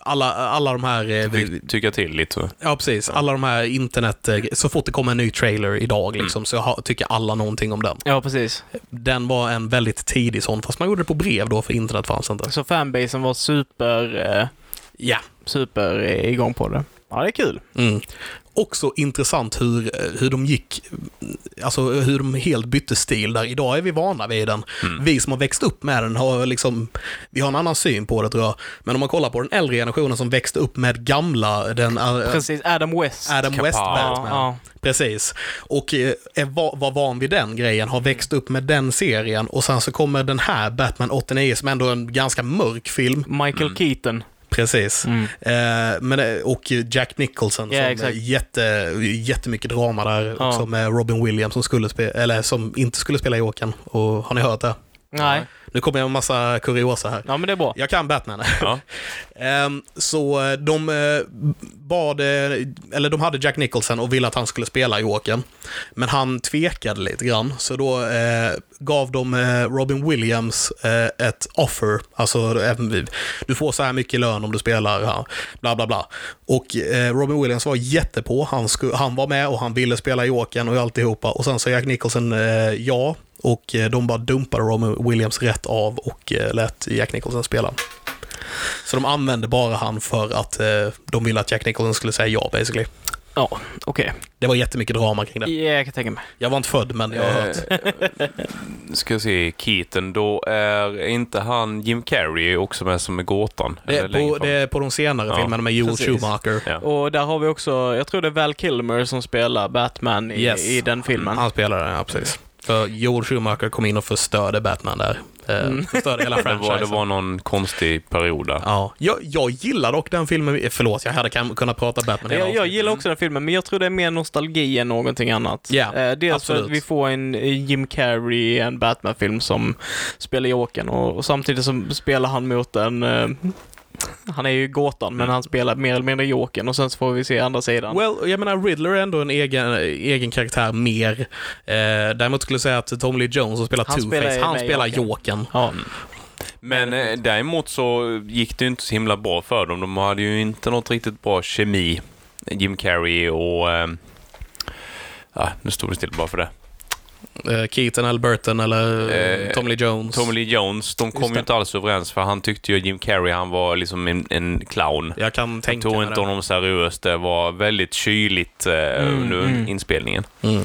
[SPEAKER 3] alla, alla de här... eh,
[SPEAKER 2] Ty, tycka till lite.
[SPEAKER 3] Ja, precis. Alla de här internet... eh, Så fort det kommer en ny trailer idag liksom, så ha- tycker alla någonting om den.
[SPEAKER 1] Ja, precis.
[SPEAKER 3] Den var en väldigt tidig sån, fast man gjorde det på brev då, för internet fanns inte.
[SPEAKER 1] Så fanbasen var super, eh,
[SPEAKER 3] Ja.
[SPEAKER 1] super eh, igång på det. Ja, det är kul.
[SPEAKER 3] Mm. Också intressant hur, eh, hur de gick, mm, alltså hur de helt bytte stil där. Idag är vi vana vid den. Vi som har växt upp med den har liksom, vi har en annan syn på det tror jag. Men om man kollar på den äldre generationen som växte upp med gamla, den eh,
[SPEAKER 1] Precis, Adam West.
[SPEAKER 3] Adam
[SPEAKER 2] Kappa.
[SPEAKER 3] West
[SPEAKER 1] Ja,
[SPEAKER 3] Batman.
[SPEAKER 1] ja.
[SPEAKER 3] Precis. Och eh, är va- var van vid den grejen, har växt upp med den serien och sen så kommer den här Batman 89 som ändå är en ganska mörk film.
[SPEAKER 1] Michael Keaton.
[SPEAKER 3] Precis. Eh, men, eh, och Jack Nicholson
[SPEAKER 1] Mm. Ja,
[SPEAKER 3] som
[SPEAKER 1] exakt.
[SPEAKER 3] är jätte, jättemycket drama där
[SPEAKER 1] Ja.
[SPEAKER 3] också med Robin Williams som, skulle spe- eller som inte skulle spela Jokern. Och Har ni hört det?
[SPEAKER 1] Nej.
[SPEAKER 3] Nu kommer jag med en massa kuriosa här.
[SPEAKER 1] Ja, men det är bra.
[SPEAKER 3] Jag kan Batman.
[SPEAKER 2] Ja.
[SPEAKER 3] Ehm, Så eh, de eh, bad, eh, eller de hade Jack Nicholson och ville att han skulle spela Jokern. Men han tvekade lite grann, så då eh, gav de eh, Robin Williams eh, ett offer. Alltså, eh, du får så här mycket i lön om du spelar, ja, bla bla bla. Och eh, Robin Williams var jättepå, han, sku, han var med och han ville spela Jokern och alltihopa. Och sen sa Jack Nicholson eh, ja, och eh, de bara dumpade Robin Williams rätt av och eh, lät Jack Nicholson spela. Så de använde bara han för att eh, de ville att Jack Nicholson skulle säga ja basically.
[SPEAKER 1] Ja, okej.
[SPEAKER 3] Det var jättemycket drama kring det.
[SPEAKER 1] Ja, Jag kan tänka mig.
[SPEAKER 3] Jag var inte född men jag har
[SPEAKER 1] Eh,
[SPEAKER 3] hört.
[SPEAKER 2] Eh, Ska jag se, Keaton, då är inte han Jim Carrey också med som är gåtan?
[SPEAKER 3] Det
[SPEAKER 2] Eller
[SPEAKER 3] är,
[SPEAKER 2] längre
[SPEAKER 3] Eh, på,
[SPEAKER 2] fram?
[SPEAKER 3] det är på de senare
[SPEAKER 2] Ja,
[SPEAKER 3] filmerna med Joel
[SPEAKER 1] precis.
[SPEAKER 3] Schumacher.
[SPEAKER 2] Ja.
[SPEAKER 1] Och där har vi också, jag tror det är Val Kilmer som spelar Batman i,
[SPEAKER 3] Yes.
[SPEAKER 1] i den filmen.
[SPEAKER 3] Han spelar den, ja precis. För Joel Schumacher kom in och förstörde Batman där. Eh,
[SPEAKER 1] Mm.
[SPEAKER 3] Förstörde hela
[SPEAKER 2] Det var, det
[SPEAKER 3] franchisen.
[SPEAKER 2] var någon konstig period där.
[SPEAKER 3] Ja, jag, jag gillar dock den filmen. Eh, Förlåt, jag hade kan, kunnat prata Batman hela
[SPEAKER 1] Jag, jag
[SPEAKER 3] avsnittet.
[SPEAKER 1] gillar också den filmen, men jag tror det är mer nostalgi än någonting annat.
[SPEAKER 3] Ja,
[SPEAKER 1] Eh, dels för att
[SPEAKER 3] absolut.
[SPEAKER 1] vi får en eh, Jim Carrey, en Batman-film som spelar Jokern och, och samtidigt som spelar han mot en... eh, han är ju gåtan, men han spelar mer eller mindre Jokern och sen så får vi se andra sidan.
[SPEAKER 3] Mm. Well, jag menar Riddler är ändå en egen, egen karaktär mer. Eh, däremot skulle jag säga att Tom Lee Jones som spelar
[SPEAKER 1] Han
[SPEAKER 3] Two-Face,
[SPEAKER 1] spelar ju
[SPEAKER 3] han
[SPEAKER 1] med
[SPEAKER 3] spelar
[SPEAKER 1] Jokern.
[SPEAKER 3] Jokern.
[SPEAKER 1] ja.
[SPEAKER 2] Men eh, däremot så gick det ju inte så himla bra för dem. De hade ju inte något riktigt bra kemi. Jim Carrey och... Eh, ah, nu stod det still bara för det.
[SPEAKER 3] Eh, Keaton eller Burton eller eh,
[SPEAKER 2] Eh,
[SPEAKER 3] Tom Lee Jones.
[SPEAKER 2] Tommy Lee Jones, de kom ju
[SPEAKER 3] det.
[SPEAKER 2] inte alls överens för han tyckte ju Jim Carrey, han var liksom en, en clown.
[SPEAKER 3] jag kan
[SPEAKER 2] Jag
[SPEAKER 3] tänka
[SPEAKER 2] tog
[SPEAKER 3] mig
[SPEAKER 2] inte
[SPEAKER 3] det.
[SPEAKER 2] honom seriöst. Det var väldigt kyligt eh,
[SPEAKER 1] Mm,
[SPEAKER 2] under inspelningen.
[SPEAKER 3] Mm.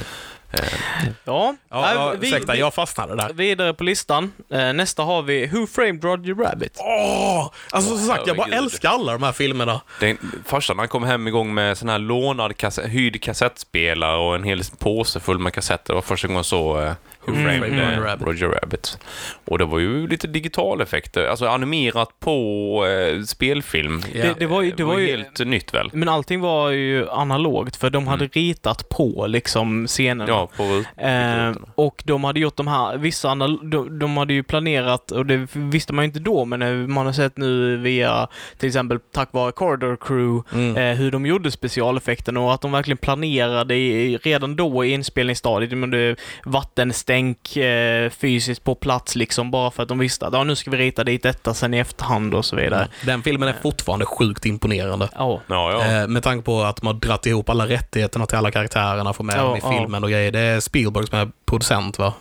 [SPEAKER 1] Ja,
[SPEAKER 3] Ja, ja,
[SPEAKER 1] eh,
[SPEAKER 3] ursäkta, jag fastnade där.
[SPEAKER 1] Vidare på listan. Eh, Nästa har vi Who Framed Roger Rabbit?
[SPEAKER 3] Åh! Alltså som sagt, jag bara
[SPEAKER 2] herregud.
[SPEAKER 3] älskar alla de här filmerna.
[SPEAKER 2] Den, farsan han kom hem igång med sån här lånad kass, hyrd kassettspelare och en hel påse full med kassetter. Det var första gången jag såg eh, Who
[SPEAKER 3] Mm.
[SPEAKER 2] Framed
[SPEAKER 3] Framed
[SPEAKER 2] eh,
[SPEAKER 3] Roger Rabbit.
[SPEAKER 2] Roger Rabbit. Och det var ju lite digitaleffekter, alltså animerat på eh, spelfilm. Eh,
[SPEAKER 3] Ja.
[SPEAKER 1] Det, det var ju... Det var ju Mm.
[SPEAKER 2] helt nytt väl?
[SPEAKER 1] men allting var ju analogt för de hade ritat på liksom scenerna.
[SPEAKER 2] Ja, på rut-
[SPEAKER 1] Eh,
[SPEAKER 2] rutorna.
[SPEAKER 1] och de hade gjort de här, vissa anal- de, de hade ju planerat, och det visste man ju inte då, men eh, man har sett nu via till exempel tack vare Corridor Crew
[SPEAKER 3] Mm.
[SPEAKER 1] eh, hur de gjorde specialeffekterna och att de verkligen planerade i, redan då i inspelningsstadiet, men det, vattenstänk eh, fysiskt på plats liksom bara för att de visste att ja, nu ska vi rita dit detta sen i efterhand och så vidare.
[SPEAKER 3] Den filmen är fortfarande sjukt imponerande.
[SPEAKER 1] Ja.
[SPEAKER 2] Ja, ja.
[SPEAKER 3] Eh, Med tanke på att de har dratt ihop alla rättigheterna till alla karaktärerna, får med
[SPEAKER 1] Ja,
[SPEAKER 3] dem i
[SPEAKER 1] ja.
[SPEAKER 3] filmen och grejer. Det är Spielberg som är producent va?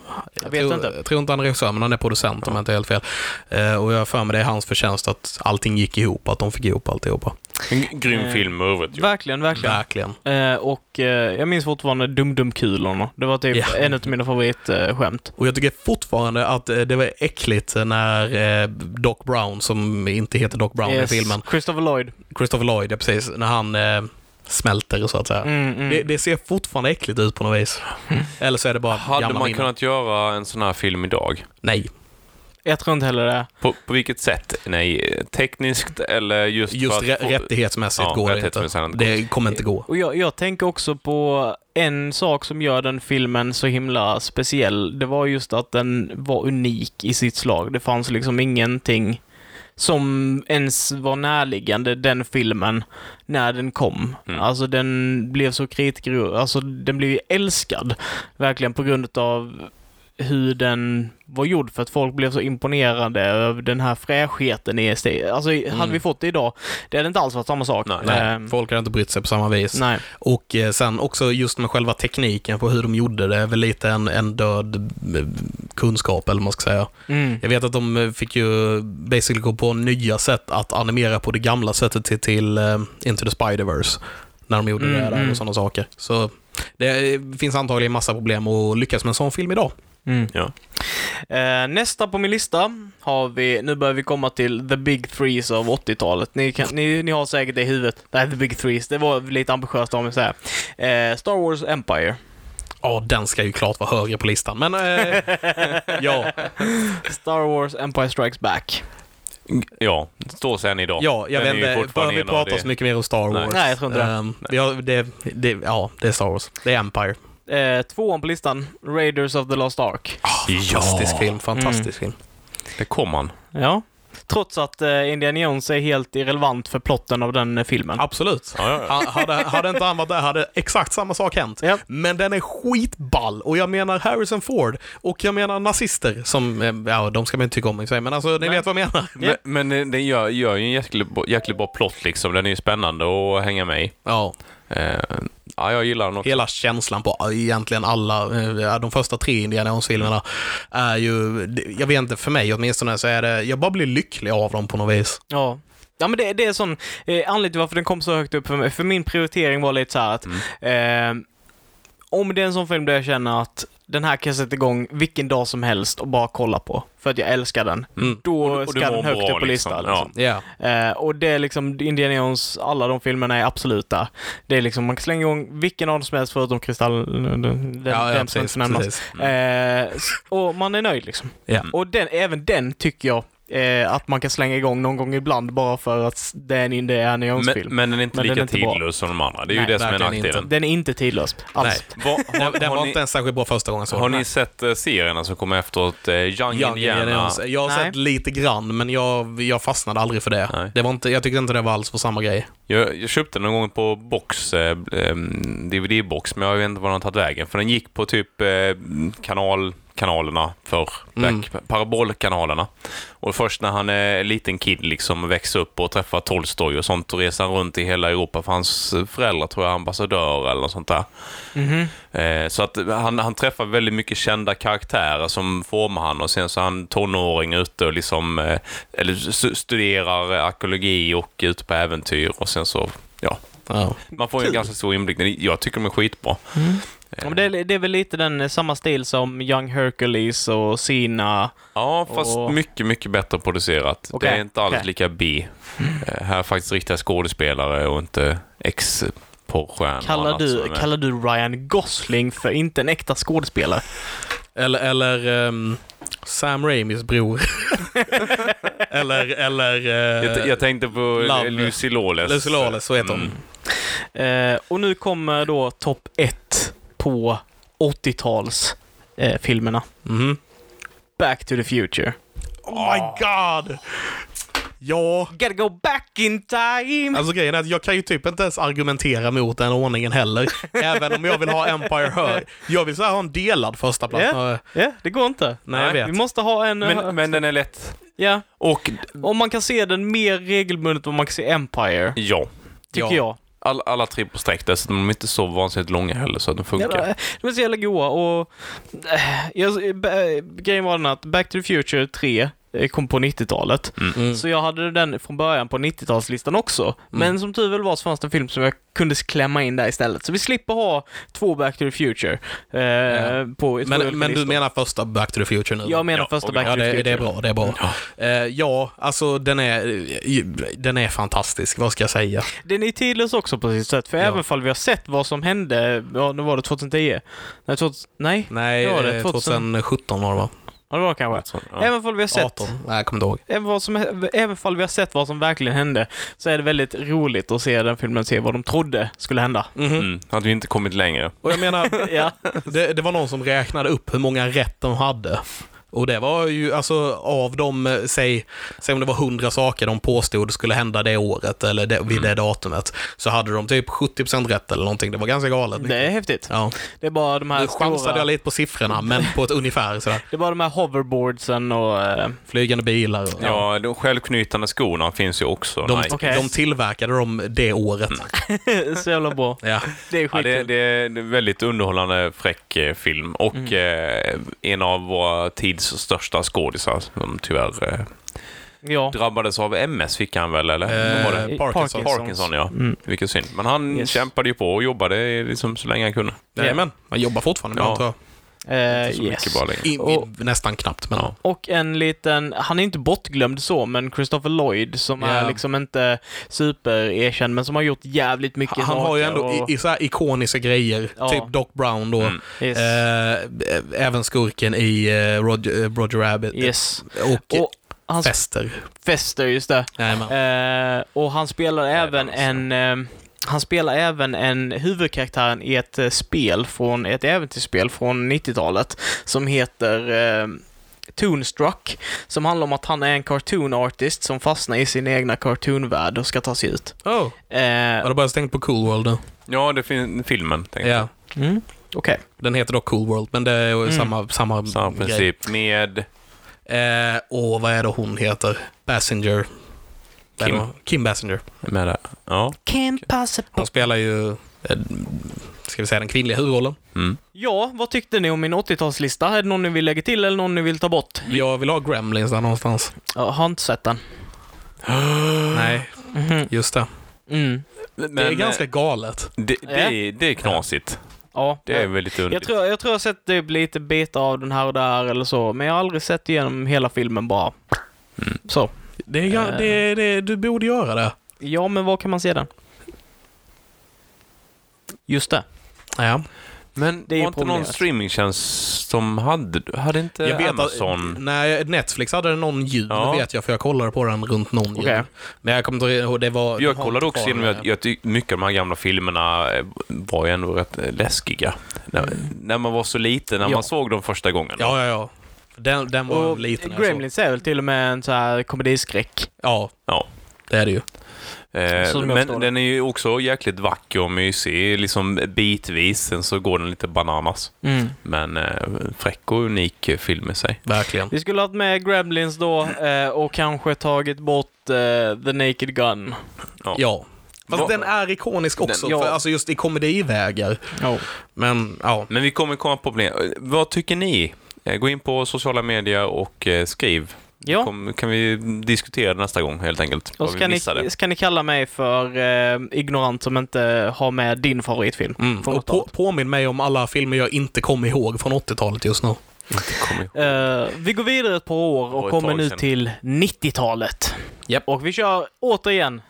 [SPEAKER 1] Jag vet
[SPEAKER 3] tror,
[SPEAKER 1] inte.
[SPEAKER 3] Jag tror inte han är regissör, men han är producent om jag inte är helt fel. Eh, Och jag har för mig det är hans förtjänst att allting gick ihop, att de fick ihop alltihopa.
[SPEAKER 2] En grym
[SPEAKER 1] eh,
[SPEAKER 2] film i övrigt. ju.
[SPEAKER 1] Verkligen, verkligen.
[SPEAKER 3] Verkligen.
[SPEAKER 1] Eh, och eh, jag minns fortfarande Dum-Dum-kulorna. Det var typ
[SPEAKER 3] Ja.
[SPEAKER 1] en av mina favoritskämt.
[SPEAKER 3] Och jag tycker fortfarande att eh, det var äckligt när eh, Doc Brown, som inte heter Doc Brown i filmen,
[SPEAKER 1] Christopher Lloyd.
[SPEAKER 3] Christopher Lloyd, ja precis, när han eh, smälter så att säga.
[SPEAKER 1] Mm, mm.
[SPEAKER 3] Det, det ser fortfarande äckligt ut på något vis. Eller så är det bara
[SPEAKER 2] Mm. Hade
[SPEAKER 3] gamla
[SPEAKER 2] man
[SPEAKER 3] minnen.
[SPEAKER 2] kunnat göra en sån här film idag?
[SPEAKER 3] Nej,
[SPEAKER 1] Jag tror inte heller det.
[SPEAKER 2] På, på vilket sätt? Nej, eh, tekniskt eller just,
[SPEAKER 3] just
[SPEAKER 2] för att...
[SPEAKER 3] rä-
[SPEAKER 2] få-
[SPEAKER 3] rättighetsmässigt
[SPEAKER 2] Ja,
[SPEAKER 3] går det
[SPEAKER 2] rättighetsmässigt hade
[SPEAKER 3] inte.
[SPEAKER 2] det
[SPEAKER 3] Det kommer inte gå.
[SPEAKER 1] Och jag, jag tänker också på en sak som gör den filmen så himla speciell. Det var just att den var unik i sitt slag. Det fanns liksom ingenting som ens var närliggande den filmen när den kom.
[SPEAKER 2] Mm.
[SPEAKER 1] Alltså den blev så kritiker... Alltså den blev ju älskad. Verkligen på grund av hur den var gjord för att folk blev så imponerade över den här fräschheten i estetiken. Alltså hade vi fått det idag, det hade inte alls varit samma sak.
[SPEAKER 2] Mm. Nej.
[SPEAKER 1] Eh,
[SPEAKER 3] Nej, folk har inte brytt sig på samma vis.
[SPEAKER 1] nej.
[SPEAKER 3] Och eh, sen också just med själva tekniken på hur de gjorde det, är väl lite en, en död eh, kunskap eller vad man ska säga.
[SPEAKER 1] Mm.
[SPEAKER 3] Jag vet att de eh, fick ju basically gå på nya sätt att animera på det gamla sättet till, till eh, Into the Spider-Verse när de gjorde
[SPEAKER 1] Mm,
[SPEAKER 3] det där
[SPEAKER 1] mm.
[SPEAKER 3] och sådana saker. Så det eh, finns antagligen massa problem att lyckas med en sån film idag.
[SPEAKER 1] Mm.
[SPEAKER 2] Ja.
[SPEAKER 1] Eh, nästa på min lista har vi, nu börjar vi komma till the big threes av 80-talet. Ni, kan, ni, ni har säkert det i huvudet. Nej, the big threes, det var lite ambitiöst om vi säger. Eh, Star Wars Empire.
[SPEAKER 3] Ja, den ska ju klart vara högre på listan, men eh, ja,
[SPEAKER 1] Star Wars Empire Strikes Back.
[SPEAKER 2] Ja, står sen idag.
[SPEAKER 3] ja, jag
[SPEAKER 2] Den
[SPEAKER 3] vet
[SPEAKER 2] är ju
[SPEAKER 3] inte. Bör
[SPEAKER 2] fortfarande
[SPEAKER 3] vi
[SPEAKER 2] en av
[SPEAKER 3] prata
[SPEAKER 2] det.
[SPEAKER 3] så mycket mer om Star
[SPEAKER 2] Nej.
[SPEAKER 3] Wars?
[SPEAKER 1] Nej, jag tror inte det.
[SPEAKER 3] Ehm, vi har, det, det. Ja, det är Star Wars. Det är Empire.
[SPEAKER 1] Eh, tvåan på listan, Raiders of the Lost Ark.
[SPEAKER 3] Fantastisk film, fantastisk film.
[SPEAKER 2] Det kom han.
[SPEAKER 1] Ja. Trots att eh, Indiana Jones är helt irrelevant för plotten av den eh, filmen.
[SPEAKER 3] Absolut.
[SPEAKER 2] Ja, ja, ja.
[SPEAKER 3] Ha- Hade, hade inte han varit där hade exakt samma sak hänt.
[SPEAKER 1] Ja.
[SPEAKER 3] Men den är skitball och jag menar Harrison Ford och jag menar nazister som, eh, ja de ska man inte tycka om i och för sig, men alltså ni vet vad jag menar.
[SPEAKER 1] Ja.
[SPEAKER 2] Men, men den gör, gör ju en jäkligt, bra- jäkligt bra plott liksom. Den är ju spännande att hänga med i.
[SPEAKER 3] Ja,
[SPEAKER 2] Eh, ja, jag gillar den också.
[SPEAKER 3] hela känslan på eh, egentligen alla, eh, ja, de första tre Indiana Jones-filmerna är ju, det- jag vet inte, för mig åtminstone så är det, jag bara blir lycklig av dem på något vis.
[SPEAKER 1] Ja. Ja men det, det är sån, eh, anledningen till varför den kom så högt upp för mig, för min prioritering var lite så här att eh, om det är en sån film där jag känner att den här kan jag sätta igång vilken dag som helst och bara kolla på, för att jag älskar den. Då
[SPEAKER 2] Och du- och du
[SPEAKER 1] ska
[SPEAKER 2] mår
[SPEAKER 1] den högt
[SPEAKER 2] bra,
[SPEAKER 1] upp på listan.
[SPEAKER 2] liksom.
[SPEAKER 1] Liksom.
[SPEAKER 2] Mm. Ja.
[SPEAKER 3] Mm. Ja.
[SPEAKER 1] Eh, och det är liksom, Indiana Jones, alla de filmerna är absoluta. Det är liksom, man kan slänga igång vilken av dem som helst förutom Kristall, den, den,
[SPEAKER 3] Ja, ja,
[SPEAKER 1] den som
[SPEAKER 3] precis,
[SPEAKER 1] inte nämns.
[SPEAKER 3] precis.
[SPEAKER 2] Mm.
[SPEAKER 1] Eh, s- och man är nöjd liksom.
[SPEAKER 3] Ja.
[SPEAKER 1] Och den, även den tycker jag eh, att man kan slänga igång någon gång ibland bara för att s- det är en Indiana
[SPEAKER 2] Men,
[SPEAKER 1] Jones-film.
[SPEAKER 2] men den är inte
[SPEAKER 1] Men
[SPEAKER 2] lika
[SPEAKER 1] den är inte bra.
[SPEAKER 2] tidlös som de andra. Det är
[SPEAKER 1] Nej,
[SPEAKER 2] ju det som är
[SPEAKER 3] verkligen
[SPEAKER 2] nackdelen.
[SPEAKER 1] Den är inte tidlös alls.
[SPEAKER 2] Va, har,
[SPEAKER 3] Den
[SPEAKER 2] har,
[SPEAKER 3] var
[SPEAKER 2] ni,
[SPEAKER 3] inte ens särskilt bra första gången jag såg
[SPEAKER 2] har
[SPEAKER 3] den.
[SPEAKER 2] ni sett eh, serierna som kommer efteråt? Eh, Young,
[SPEAKER 3] Young
[SPEAKER 2] Indiana.
[SPEAKER 3] Indiana Jones. Jag har
[SPEAKER 1] Nej.
[SPEAKER 3] sett lite grann, men jag, jag fastnade aldrig för det.
[SPEAKER 2] Nej.
[SPEAKER 3] det var inte, jag tyckte inte det var alls var samma grej.
[SPEAKER 2] Jag, jag köpte den någon gång på box, eh, ehm, DVD-box, men jag vet inte var den har tagit vägen. För den gick på typ eh, kanal, kanalerna för
[SPEAKER 3] Mm.
[SPEAKER 2] back, parabolkanalerna. Och först när han är liten kid liksom och växer upp och träffar Tolstoj och sånt och reser runt i hela Europa för hans eh, föräldrar tror jag är ambassadörer eller något sånt där. Eh, Så att han, han träffar väldigt mycket kända karaktärer som formar han och sen så är han tonåring ute och liksom, eh, eller stu- studerar arkeologi och är ute på äventyr och sen så, ja.
[SPEAKER 3] Ja.
[SPEAKER 2] Man får ju en ganska stor inblick. Jag tycker de är skitbra.
[SPEAKER 1] Ja, men det, är- det är väl lite den eh, samma stil som Young Hercules och Sina.
[SPEAKER 2] Ja, fast
[SPEAKER 1] Och-
[SPEAKER 2] mycket, mycket bättre producerat.
[SPEAKER 1] Okej,
[SPEAKER 2] Det är inte alls
[SPEAKER 1] okej.
[SPEAKER 2] lika B. Eh, Här är faktiskt riktiga skådespelare och inte ex porrstjärnor och
[SPEAKER 1] Kallar
[SPEAKER 2] annat som är
[SPEAKER 1] du,
[SPEAKER 2] med.
[SPEAKER 1] kallar du Ryan Gosling för inte en äkta skådespelare?
[SPEAKER 3] Eller, eller ehm, Sam Raimis bror. eller, eller... eh,
[SPEAKER 2] jag, t- jag tänkte på
[SPEAKER 3] Love.
[SPEAKER 2] Lucy Lawless.
[SPEAKER 3] Lucy Lawless, så heter hon.
[SPEAKER 1] Eh, och nu kommer då topp 1 på 80-tals eh, filmerna.
[SPEAKER 3] Mhm.
[SPEAKER 1] Back to the future.
[SPEAKER 3] Oh my god! Ja.
[SPEAKER 1] Gotta go back in time!
[SPEAKER 3] Alltså grejen är att jag kan ju typ inte ens argumentera mot den ordningen heller. Även om jag vill ha Empire hög. Jag vill så här ha en delad första plats.
[SPEAKER 1] Ja. Ja, det går inte.
[SPEAKER 3] Nej, jag vet.
[SPEAKER 1] Vi måste ha en... eh,
[SPEAKER 2] Men, men den är lätt.
[SPEAKER 1] ja.
[SPEAKER 2] Och
[SPEAKER 1] Om man kan se den mer regelbundet än vad man kan se Empire,
[SPEAKER 2] ja.
[SPEAKER 1] tycker
[SPEAKER 3] Ja.
[SPEAKER 1] jag.
[SPEAKER 2] All, alla tre på sträck dessutom. De är inte så vansinnigt långa heller så att de
[SPEAKER 1] Ja,
[SPEAKER 2] funkar.
[SPEAKER 1] de de är så jävla goa och... eh, Jag, b- eh, grejen var den att Back to the Future 3 eh, kom på 90-talet.
[SPEAKER 3] Mm.
[SPEAKER 1] Så jag hade den från början på 90-talslistan också. Men som tur väl var så fanns det en film som jag kunde klämma in där istället. Så vi slipper ha två Back to the Future. Eh,
[SPEAKER 3] Ja.
[SPEAKER 1] på, jag tror jag
[SPEAKER 3] Men,
[SPEAKER 1] kan
[SPEAKER 3] men du
[SPEAKER 1] lista.
[SPEAKER 3] menar första Back to the Future nu?
[SPEAKER 1] Jag menar
[SPEAKER 2] Ja,
[SPEAKER 1] första
[SPEAKER 2] och-
[SPEAKER 1] Back
[SPEAKER 3] ja,
[SPEAKER 1] to the
[SPEAKER 3] det,
[SPEAKER 1] Future.
[SPEAKER 3] det är bra. Det är bra. Eh, ja, alltså den är, den är fantastisk. Vad ska jag säga?
[SPEAKER 1] Den är tidlös också på sitt sätt, för
[SPEAKER 3] Ja.
[SPEAKER 1] även fall vi har sett vad som hände, ja nu var det 2010? Nej, 2000, nej,
[SPEAKER 3] Nej,
[SPEAKER 1] Ja, det är
[SPEAKER 3] eh,
[SPEAKER 1] 2000.
[SPEAKER 3] 2017 var det va?
[SPEAKER 1] ja, det var det kanske.
[SPEAKER 2] Så, ja.
[SPEAKER 1] Även fall vi har sett
[SPEAKER 3] 18? Nej, jag kommer inte ihåg.
[SPEAKER 1] Även, vad som, även fall vi har sett vad som verkligen hände så är det väldigt roligt att se den filmen och se vad de trodde skulle hända.
[SPEAKER 2] Mm. Hade vi inte kommit längre.
[SPEAKER 3] Mhm. Och jag menar,
[SPEAKER 1] Ja.
[SPEAKER 3] det, det var någon som räknade upp hur många rätt de hade. Och det var ju, alltså av de, eh, säg, säg om det var 100 saker de påstod skulle hända det året eller det,
[SPEAKER 1] Mm.
[SPEAKER 3] vid det datumet, så hade de typ 70% rätt eller någonting. Det var ganska galet.
[SPEAKER 1] Det är häftigt.
[SPEAKER 3] Ja.
[SPEAKER 1] Det är bara de här
[SPEAKER 3] Nu chansade jag
[SPEAKER 1] stora...
[SPEAKER 3] lite på siffrorna, men på ett ungefär sådär.
[SPEAKER 1] Det är bara de här hoverboardsen och... eh,
[SPEAKER 3] Flygande bilar och...
[SPEAKER 2] Ja, de självknytande skorna finns ju också.
[SPEAKER 3] De,
[SPEAKER 2] Nej.
[SPEAKER 1] Okej. Mm.
[SPEAKER 3] de tillverkade dem det året.
[SPEAKER 1] så jävla bra.
[SPEAKER 3] Ja.
[SPEAKER 1] Det är
[SPEAKER 2] Ja, det,
[SPEAKER 1] skitkul.
[SPEAKER 2] det är en väldigt underhållande fräck eh, film och
[SPEAKER 3] Mm.
[SPEAKER 2] eh, en av våra tids största skådisar som tyvärr eh,
[SPEAKER 1] Ja.
[SPEAKER 2] drabbades av MS fick han väl, eller?
[SPEAKER 3] Eh,
[SPEAKER 2] Var det?
[SPEAKER 3] Parkinson.
[SPEAKER 2] Parkinson, ja. Vilken synd. Men han
[SPEAKER 1] Yes.
[SPEAKER 2] kämpade ju på och jobbade liksom så länge han kunde.
[SPEAKER 3] Jajamän, man jobbar fortfarande med
[SPEAKER 2] Ja.
[SPEAKER 3] dem, tror jag.
[SPEAKER 1] Eh,
[SPEAKER 2] Inte så mycket
[SPEAKER 1] yes.
[SPEAKER 2] bra längre.
[SPEAKER 3] I, i, nästan knappt, men ja.
[SPEAKER 1] Och en liten, han är inte bortglömd så, men Christopher Lloyd som
[SPEAKER 3] Ja.
[SPEAKER 1] är liksom inte supererkänd men som har gjort jävligt mycket
[SPEAKER 3] Han har ju
[SPEAKER 1] saker
[SPEAKER 3] ändå
[SPEAKER 1] och,
[SPEAKER 3] i, i så här ikoniska grejer,
[SPEAKER 1] Ja.
[SPEAKER 3] typ Doc Brown då.
[SPEAKER 2] Mm.
[SPEAKER 1] yes.
[SPEAKER 3] Eh, b- även skurken i eh, Roger, eh, Roger Rabbit.
[SPEAKER 1] yes.
[SPEAKER 3] Och,
[SPEAKER 1] Och hans
[SPEAKER 3] Fester.
[SPEAKER 1] fester, just det.
[SPEAKER 3] Jajamän.
[SPEAKER 1] Eh, och han spelar även
[SPEAKER 2] alltså.
[SPEAKER 1] en... ehm, han spelar även en huvudkaraktären i ett eh, spel från, ett äventyrsspel från 90-talet som heter eh, Toonstruck, som handlar om att han är en cartoon artist som fastnar i sin egna cartoonvärld och ska ta sig ut.
[SPEAKER 3] Oh.
[SPEAKER 1] Eh,
[SPEAKER 3] Jag hade bara tänkt på Cool World nu.
[SPEAKER 2] Ja, det fin- filmen, tänkte jag.
[SPEAKER 3] Ja.
[SPEAKER 1] mm, Okej.
[SPEAKER 3] Den heter dock Cool World, men det är ju
[SPEAKER 1] Mm.
[SPEAKER 3] samma, samma,
[SPEAKER 2] Samma princip med...
[SPEAKER 3] grej. Eh, och vad är det hon heter? Basinger. Vad är det
[SPEAKER 2] Kim.
[SPEAKER 3] hon- Kim Basinger.
[SPEAKER 2] med det. Ja.
[SPEAKER 1] Can't pass it.
[SPEAKER 3] Hon spelar ju, eh, ska vi säga den kvinnliga huvudrollen.
[SPEAKER 2] Mm.
[SPEAKER 1] Ja, vad tyckte ni om min 80-talslista? Är det någon ni vill lägga till eller någon ni vill ta bort?
[SPEAKER 3] Jag vill ha Gremlins där någonstans.
[SPEAKER 1] Jag har inte sett den.
[SPEAKER 3] Nej,
[SPEAKER 1] Mhm.
[SPEAKER 3] just det.
[SPEAKER 1] Mm.
[SPEAKER 2] Men, eh,
[SPEAKER 1] eh,
[SPEAKER 3] det är ganska galet.
[SPEAKER 2] det, det, är- det är knasigt.
[SPEAKER 1] Ja,
[SPEAKER 2] Det är väl lite
[SPEAKER 1] jag
[SPEAKER 2] underligt.
[SPEAKER 1] tror, jag tror jag har sett typ lite bitar av den här och där eller så, men jag har aldrig sett igenom hela filmen bara. Så.
[SPEAKER 3] Det är, ga-
[SPEAKER 1] Eh.
[SPEAKER 3] det, det, du borde göra det.
[SPEAKER 1] Ja, men var kan man se den? Just det.
[SPEAKER 3] Ja.
[SPEAKER 2] Men
[SPEAKER 1] det är
[SPEAKER 2] var
[SPEAKER 1] ju
[SPEAKER 2] inte någon
[SPEAKER 1] problemet.
[SPEAKER 2] streamingtjänst som hade... Hade inte
[SPEAKER 3] Jag vet
[SPEAKER 2] Amazon...
[SPEAKER 3] Att, nej, Netflix hade någon jul,
[SPEAKER 2] Ja.
[SPEAKER 3] vet jag, för jag kollade på den runt någon jul.
[SPEAKER 1] Okej.
[SPEAKER 3] Men jag kommer inte ihåg, det
[SPEAKER 2] Jag
[SPEAKER 3] var... det var
[SPEAKER 2] kollade
[SPEAKER 3] inte
[SPEAKER 2] också
[SPEAKER 3] kvar.
[SPEAKER 2] igenom, jag, jag tyck- mycket av de här gamla filmerna eh, var ju ändå rätt eh, läskiga. När, när man var så liten, när
[SPEAKER 1] Mm. Ja.
[SPEAKER 2] man såg dem första gången.
[SPEAKER 3] Ja, ja, ja. Den, den var
[SPEAKER 1] Och
[SPEAKER 3] liten. när jag såg.
[SPEAKER 1] Gremlins är väl till och med en så här komediskräck.
[SPEAKER 3] Ja,
[SPEAKER 2] Ja.
[SPEAKER 3] det är det ju.
[SPEAKER 2] Eh,
[SPEAKER 1] Som jag förstår
[SPEAKER 2] men
[SPEAKER 1] det.
[SPEAKER 2] den är ju också jäkligt vacker och mysig, liksom bitvis. Sen så går den lite bananas. Men eh, fräck och unik eh, film i sig.
[SPEAKER 3] Verkligen.
[SPEAKER 1] Vi skulle ha haft med Gremlins då eh, och kanske tagit bort eh, The Naked Gun.
[SPEAKER 3] Ja. Fast
[SPEAKER 2] Va-
[SPEAKER 3] den är ikonisk också,
[SPEAKER 1] ja.
[SPEAKER 3] för, alltså just i komedivägar. Men ja,
[SPEAKER 2] Men vi kommer komma på problem. Eh, Vad tycker ni? Eh, Gå in på sociala medier och eh, skriv.
[SPEAKER 1] Ja.
[SPEAKER 2] Kom, kan vi diskutera det nästa gång helt enkelt?
[SPEAKER 1] Och
[SPEAKER 2] Vad
[SPEAKER 1] så
[SPEAKER 2] vi
[SPEAKER 1] kan ni,
[SPEAKER 2] missade.
[SPEAKER 1] så kan ni kalla mig för eh, ignorant som inte har med din favoritfilm.
[SPEAKER 3] mm.
[SPEAKER 1] Från
[SPEAKER 3] och
[SPEAKER 1] något
[SPEAKER 3] på, påminn mig om alla filmer jag inte kommer ihåg från 80-talet just nu.
[SPEAKER 2] Kom ihåg.
[SPEAKER 1] Eh, vi går vidare ett par år
[SPEAKER 2] Och
[SPEAKER 1] och
[SPEAKER 2] ett
[SPEAKER 1] kommer
[SPEAKER 2] tag
[SPEAKER 1] nu
[SPEAKER 2] sen.
[SPEAKER 1] till 90-talet.
[SPEAKER 3] Japp.
[SPEAKER 1] Och vi kör återigen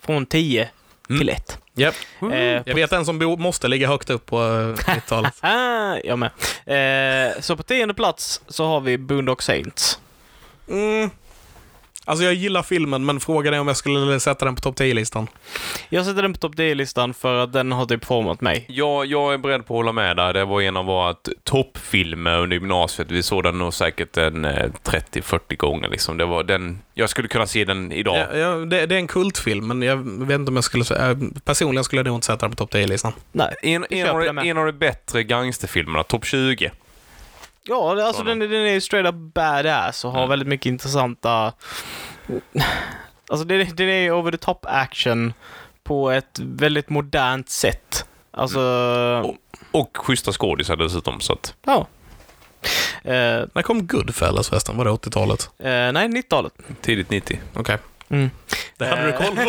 [SPEAKER 1] från 10
[SPEAKER 2] Mm.
[SPEAKER 1] till 1.
[SPEAKER 3] Yep.
[SPEAKER 1] Eh,
[SPEAKER 3] Jag vet en som bo, måste ligga högt upp på eh, 90-talet.
[SPEAKER 1] ah, jag med. Eh, så på tionde plats så har vi Boondock Saints.
[SPEAKER 3] Mm. Alltså jag gillar filmen, men frågan är om jag skulle sätta den på topp 10-listan.
[SPEAKER 1] Jag sätter den på topp 10-listan för att den har typ format mig.
[SPEAKER 2] Ja, jag är beredd på att hålla med där. Det var en av våra t- toppfilmer under gymnasiet. Vi såg den nog säkert en eh, 30-40 gånger. Liksom. Det var den... Jag skulle kunna se den idag.
[SPEAKER 3] Ja. ja, det, det är en kultfilm, men jag vet inte om jag skulle... sä- eh, Personligen skulle jag nog inte sätta den på topp 10-listan.
[SPEAKER 1] Nej.
[SPEAKER 2] En, en,
[SPEAKER 1] köper
[SPEAKER 2] av
[SPEAKER 1] den med.
[SPEAKER 2] de, en av de bättre gangsterfilmerna, topp 20.
[SPEAKER 1] Ja, det- alltså den, den är ju straight up badass och har väldigt mycket intressanta... Alltså det, det är over the top action på ett väldigt modernt sätt. Alltså...
[SPEAKER 2] Och schyssta skådisar dessutom. Så att,
[SPEAKER 1] Ja. Eh,
[SPEAKER 3] När kom Goodfellas förresten? Var det 80-talet?
[SPEAKER 1] eh, nej, 90-talet.
[SPEAKER 2] tidigt 90.
[SPEAKER 3] Okej.
[SPEAKER 1] Mm.
[SPEAKER 3] Det hade du
[SPEAKER 1] Eh.
[SPEAKER 3] koll på.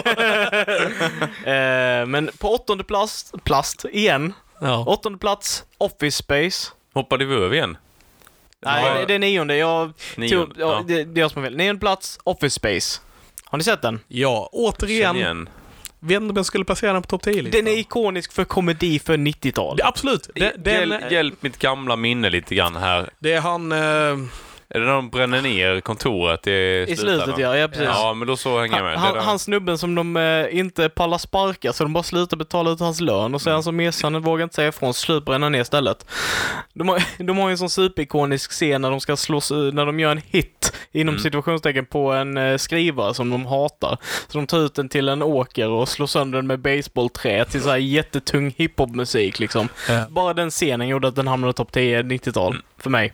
[SPEAKER 1] Eh, men på åttonde plats, plast igen.
[SPEAKER 3] ja.
[SPEAKER 1] Åttonde plats, Office Space.
[SPEAKER 2] Hoppade vi över igen?
[SPEAKER 1] Nej,
[SPEAKER 2] Ja.
[SPEAKER 1] det, det är nionde. Jag
[SPEAKER 2] Nionde,
[SPEAKER 1] tog, ja,
[SPEAKER 2] ja.
[SPEAKER 1] det, det är jag som har fel. Nionde plats, Office Space. Har ni sett den?
[SPEAKER 3] ja, återigen.
[SPEAKER 2] Känn igen.
[SPEAKER 3] Vet inte om jag skulle placera den på topp 10-listan.
[SPEAKER 1] Den är ikonisk för komedi för 90-tal.
[SPEAKER 3] Det- Absolut. Det, den,
[SPEAKER 2] Hjäl, hjälp mitt gamla minne lite grann här.
[SPEAKER 3] det är han... eh,
[SPEAKER 2] Är det när de bränner ner kontoret i
[SPEAKER 1] I slutet ja, ja precis.
[SPEAKER 2] Ja, men då så hänger jag med.
[SPEAKER 1] Han,
[SPEAKER 2] Det
[SPEAKER 1] han,
[SPEAKER 2] där-
[SPEAKER 1] han snubben som de eh, inte pallar sparka så de bara slutar betala ut hans lön och så är han så mesig han vågar inte säga ifrån så slutar bränna ner stället. De har, de har ju en sån superikonisk scen när de ska slås när de gör en hit inom
[SPEAKER 2] Mm.
[SPEAKER 1] situationstecken på en eh, skrivare som de hatar. Så de tar ut den till en åker och slår sönder den med baseballträ till så här jättetung hiphopmusik liksom.
[SPEAKER 3] Ja.
[SPEAKER 1] Bara den scenen gjorde att den hamnade i topp 10 90-tal
[SPEAKER 2] Mm.
[SPEAKER 1] för mig.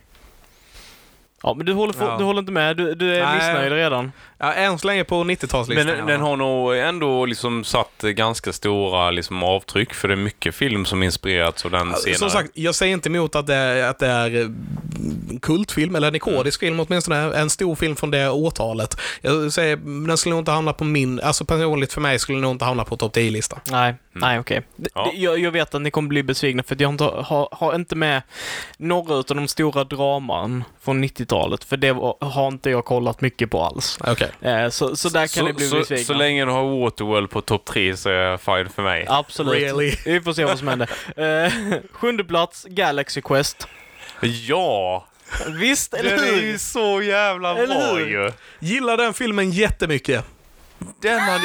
[SPEAKER 1] Ja, men du håller, for,
[SPEAKER 3] Ja.
[SPEAKER 1] du håller inte med. Du, du är
[SPEAKER 3] Nej.
[SPEAKER 1] missnöjd redan.
[SPEAKER 3] ja, än så länge på 90-talslistan.
[SPEAKER 2] Men den, den har nog ändå liksom satt eh, ganska stora liksom avtryck för det är mycket film som inspirerats av den senare.
[SPEAKER 3] Som sagt, jag säger inte emot att det är, att det är eh, kultfilm, eller en ikonisk film åtminstone, en stor film från det årtalet. Jag säger, den skulle nog inte hamna på min, alltså personligt för mig skulle den nog inte hamna på topp 10-listan.
[SPEAKER 1] Nej, nej okej. D-
[SPEAKER 2] Mm. Ja.
[SPEAKER 1] d- Jag, jag vet att ni kommer bli besvikna för att jag inte har, har, har inte med några av de stora draman från 90-talet, för det var, har inte jag kollat mycket på alls.
[SPEAKER 3] Okej.
[SPEAKER 1] Eh, så, så där kan
[SPEAKER 2] så,
[SPEAKER 1] ni bli
[SPEAKER 2] så,
[SPEAKER 1] besvikna.
[SPEAKER 2] så länge du har Waterworld på topp tre så är jag fine för mig.
[SPEAKER 1] Absolut.
[SPEAKER 3] Really?
[SPEAKER 1] Vi får se vad som händer. Eh, sjunde plats, Galaxy Quest.
[SPEAKER 2] Ja!
[SPEAKER 1] Visst, eller
[SPEAKER 2] Den är
[SPEAKER 1] hur?
[SPEAKER 2] ju så jävla
[SPEAKER 1] Eller
[SPEAKER 2] bra
[SPEAKER 1] hur?
[SPEAKER 2] ju!
[SPEAKER 3] Gillar den filmen jättemycket.
[SPEAKER 2] Den hade...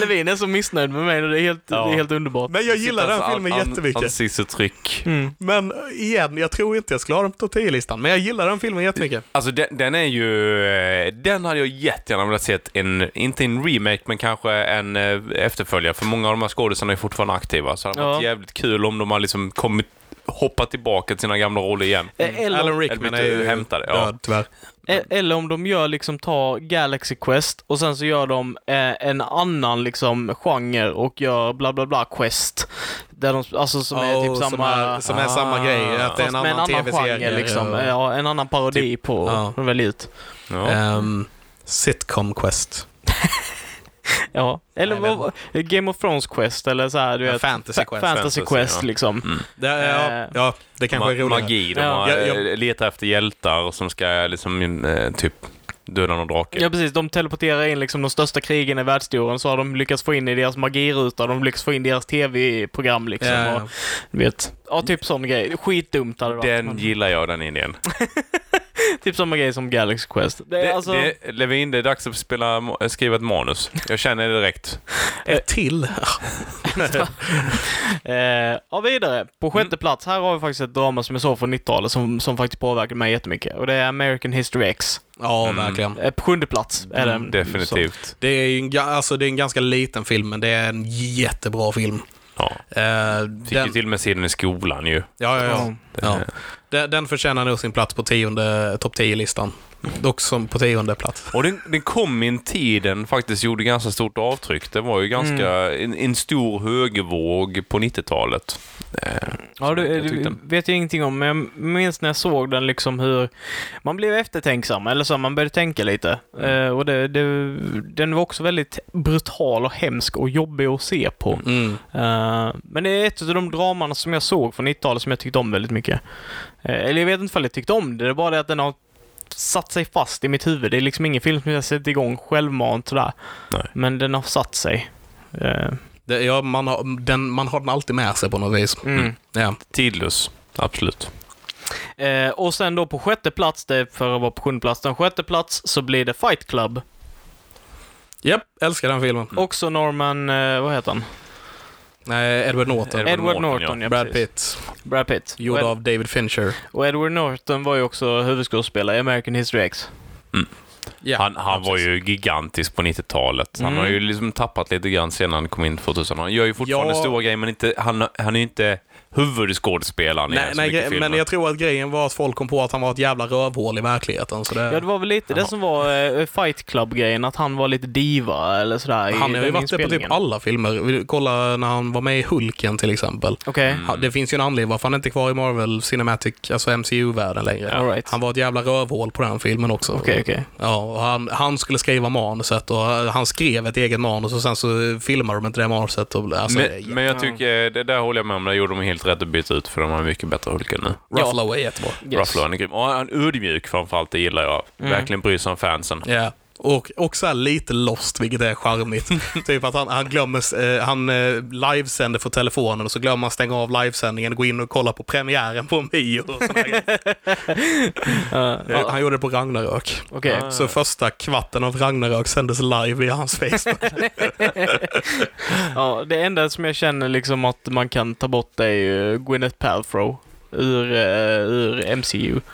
[SPEAKER 1] Levin är så missnöjd med mig, det är helt,
[SPEAKER 2] Ja.
[SPEAKER 1] det är helt underbart. Mm.
[SPEAKER 3] Men jag gillar
[SPEAKER 2] alltså
[SPEAKER 3] den filmen jättemycket.
[SPEAKER 2] Ansiktsuttryck.
[SPEAKER 3] Men eh, igen, jag tror inte jag skulle ha den på topp 10-listan, men jag gillar den filmen jättemycket.
[SPEAKER 2] Alltså den, den är ju... eh, Den hade jag jättegärna velat se en, inte en remake, men kanske en eh, efterföljare. För många av de här skådisarna är fortfarande aktiva. Så det hade varit
[SPEAKER 1] Ja.
[SPEAKER 2] jävligt kul om de har liksom kommit, hoppat tillbaka till sina gamla roller igen.
[SPEAKER 1] Eh, Eller,
[SPEAKER 3] Alan Rickman
[SPEAKER 2] Eller
[SPEAKER 3] är ju
[SPEAKER 2] hämtade, ja.
[SPEAKER 3] död tyvärr.
[SPEAKER 1] E- Eller om de gör liksom, tar Galaxy Quest och sen så gör de eh, en annan liksom genre och gör bla bla bla Quest. Där de, alltså som är
[SPEAKER 3] Ja,
[SPEAKER 1] typ
[SPEAKER 3] och
[SPEAKER 1] samma...
[SPEAKER 3] Oh, Som är, som är samma
[SPEAKER 2] Ah.
[SPEAKER 3] grej, att det är en
[SPEAKER 1] fast med
[SPEAKER 3] annan, tv-serie.
[SPEAKER 1] liksom.
[SPEAKER 3] Ja. Typ,
[SPEAKER 1] Ja, en annan parodi på
[SPEAKER 3] ja.
[SPEAKER 1] ja. välj ut.
[SPEAKER 2] Ja.
[SPEAKER 3] Ehm, sitcom Quest.
[SPEAKER 1] Ja. Eller
[SPEAKER 3] Nej,
[SPEAKER 1] vad, Game of Thrones Quest eller så här, du
[SPEAKER 3] Ja,
[SPEAKER 1] vet.
[SPEAKER 3] Fantasy Mm,
[SPEAKER 1] Fa-
[SPEAKER 3] Quest.
[SPEAKER 2] Fantasy,
[SPEAKER 1] Fantasy Quest
[SPEAKER 2] ja.
[SPEAKER 1] liksom.
[SPEAKER 3] Det, ja,
[SPEAKER 1] Eh,
[SPEAKER 3] ja, det kanske är
[SPEAKER 2] Ma-
[SPEAKER 3] roligare.
[SPEAKER 2] magi. De
[SPEAKER 1] Ja.
[SPEAKER 2] har,
[SPEAKER 3] Ja, ja.
[SPEAKER 2] eh, letar efter hjältar som ska liksom, eh, typ döda någon drake.
[SPEAKER 1] Ja precis, de teleporterar in liksom de största krigen i världshistorien så har de lyckats få in i deras magiruta, de lyckats få in i deras tv-program liksom.
[SPEAKER 3] Ja, ja.
[SPEAKER 1] Och, du vet, ja, typ sån grej. Skitdumt hade det varit.
[SPEAKER 2] Den
[SPEAKER 1] men
[SPEAKER 2] gillar jag, den idén.
[SPEAKER 1] Eh, Typ samma grej som Galaxy Quest. Det, är
[SPEAKER 2] Det,
[SPEAKER 1] alltså,
[SPEAKER 2] det, Levin, det är dags att spela, mo- skriva ett manus. Jag känner det direkt.
[SPEAKER 3] Ett till.
[SPEAKER 1] Eh, ja, vidare. På sjätte plats, här har vi faktiskt ett drama som jag såg från 90-talet som, som faktiskt påverkade mig jättemycket. Och det är American History X.
[SPEAKER 3] Ja,
[SPEAKER 2] Mm.
[SPEAKER 3] verkligen.
[SPEAKER 1] Eh, på sjunde plats är den. Så.
[SPEAKER 2] Definitivt.
[SPEAKER 3] Det är, ju en, ga- alltså, det är en ganska liten film, men det är en jättebra film.
[SPEAKER 2] Ja.
[SPEAKER 3] Eh,
[SPEAKER 2] Fick ju till Mm. och med se den i skolan ju.
[SPEAKER 3] Ja, ja, ja.
[SPEAKER 1] Ja.
[SPEAKER 3] ja. Den, den förtjänar nog sin plats på tionde, topp 10-listan. Dock som på tionde plats.
[SPEAKER 2] Och den, den kom i en tid den faktiskt gjorde ganska stort avtryck. Det var ju ganska en, en stor högervåg på 90-talet. Eh,
[SPEAKER 1] Ja, du,
[SPEAKER 2] Jag tyckte-
[SPEAKER 1] du vet jag ingenting om, men jag minns när jag såg den liksom hur man blev eftertänksam, eller så, man började tänka lite. Eh, och det, det, den var också väldigt brutal och hemsk och jobbig att se på.
[SPEAKER 3] Mm.
[SPEAKER 1] Eh, men det är ett av de draman som jag såg från 90-talet som jag tyckte om väldigt mycket. Eh, eller jag vet inte om jag tyckte om det, det är bara det att den har satt sig fast i mitt huvud. Det är liksom ingen film som jag sett igång självmant sådär.
[SPEAKER 2] Nej.
[SPEAKER 1] Men den har satt sig. Eh,
[SPEAKER 3] Det, ja, man, har, den, man har den alltid med sig på något vis.
[SPEAKER 1] mm.
[SPEAKER 3] Ja.
[SPEAKER 2] tidlös, absolut.
[SPEAKER 1] Eh, och sen då på sjätte plats, det är för att vara på sjunde plats, den sjätte plats så blir det Fight Club.
[SPEAKER 3] Japp, älskar den filmen.
[SPEAKER 1] Också Norman, eh, vad heter han?
[SPEAKER 3] Nej, Eh, Edward Norton.
[SPEAKER 2] Edward
[SPEAKER 1] Edward,
[SPEAKER 2] Norton,
[SPEAKER 1] Norton,
[SPEAKER 2] ja.
[SPEAKER 1] ja.
[SPEAKER 3] Brad
[SPEAKER 1] precis.
[SPEAKER 3] Pitt,
[SPEAKER 1] Brad Pitt.
[SPEAKER 3] gjord
[SPEAKER 1] och, Ed-
[SPEAKER 3] av David Fincher.
[SPEAKER 1] och Edward Norton var ju också huvudskådespelare i American History X.
[SPEAKER 3] Ja,
[SPEAKER 2] Han, han var ju gigantisk på 90-talet. Han
[SPEAKER 1] Mm.
[SPEAKER 2] har ju liksom tappat lite grann sedan han kom in 2000. Han gör ju fortfarande
[SPEAKER 3] Ja.
[SPEAKER 2] stora grejer, men inte, han, han är ju inte huvudskådespelaren i
[SPEAKER 3] Nej,
[SPEAKER 2] så
[SPEAKER 3] nej
[SPEAKER 2] mycket
[SPEAKER 3] gre-
[SPEAKER 2] filmer.
[SPEAKER 3] men jag tror att grejen var att folk kom på att han var ett jävla rövhål i verkligheten. Så det,
[SPEAKER 1] Ja, det var väl lite det som var eh, Fight Club-grejen, att han var lite diva eller sådär
[SPEAKER 3] han
[SPEAKER 1] i
[SPEAKER 3] har ju
[SPEAKER 1] den
[SPEAKER 3] varit det på typ
[SPEAKER 1] inspelningen.
[SPEAKER 3] alla filmer. Vi- Kolla när han var med i Hulken till exempel.
[SPEAKER 1] Okej.
[SPEAKER 2] Mm.
[SPEAKER 3] Han- Det finns ju en anledning varför han inte är kvar i Marvel Cinematic, alltså MCU-världen längre.
[SPEAKER 1] All right.
[SPEAKER 3] Han var ett jävla rövhål på den filmen också.
[SPEAKER 1] Okej, okej.
[SPEAKER 3] Ja, och han, han skulle skriva manuset och eh, han skrev ett eget manus och sen så filmade de inte det manuset. Och, alltså, det är
[SPEAKER 2] men, men jag tycker, det där håller jag med om, där gjorde de helt rätt att byta ut för de har mycket bättre Hulken nu.
[SPEAKER 3] Ruffalo är jättebra.
[SPEAKER 1] Yes.
[SPEAKER 2] Ruffalo, han är grym. Och han är ödmjuk framförallt, det gillar jag. Verkligen bryr sig om fansen.
[SPEAKER 3] Ja. Och, och så här lite lost, vilket är charmigt. typ att han, han glömmer, eh, han eh, livesänder för telefonen och så glömmer han stänga av livesändningen och gå in och kolla på premiären på en bio. och såna här grejer. Eh, Han gjorde det på Ragnarök.
[SPEAKER 1] Okej.
[SPEAKER 3] Så första kvarten av Ragnarök sändes live via hans Facebook.
[SPEAKER 1] Ja, det enda som jag känner liksom att man kan ta bort är ju eh, Gwyneth Paltrow ur, eh, ur MCU.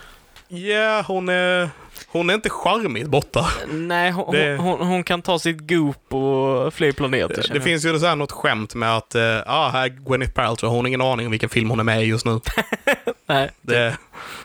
[SPEAKER 3] Ja, hon är... Hon är inte charmigt borta.
[SPEAKER 1] Nej, hon,
[SPEAKER 3] Det-
[SPEAKER 1] hon, hon, hon kan ta sitt goop och fler planeter.
[SPEAKER 3] Det,
[SPEAKER 1] känner jag.
[SPEAKER 3] finns ju så här något skämt med att, eh, ah, här är Gwyneth Paltrow, hon har ingen aning om vilken film hon är med i just nu.
[SPEAKER 1] Nej,
[SPEAKER 3] Det,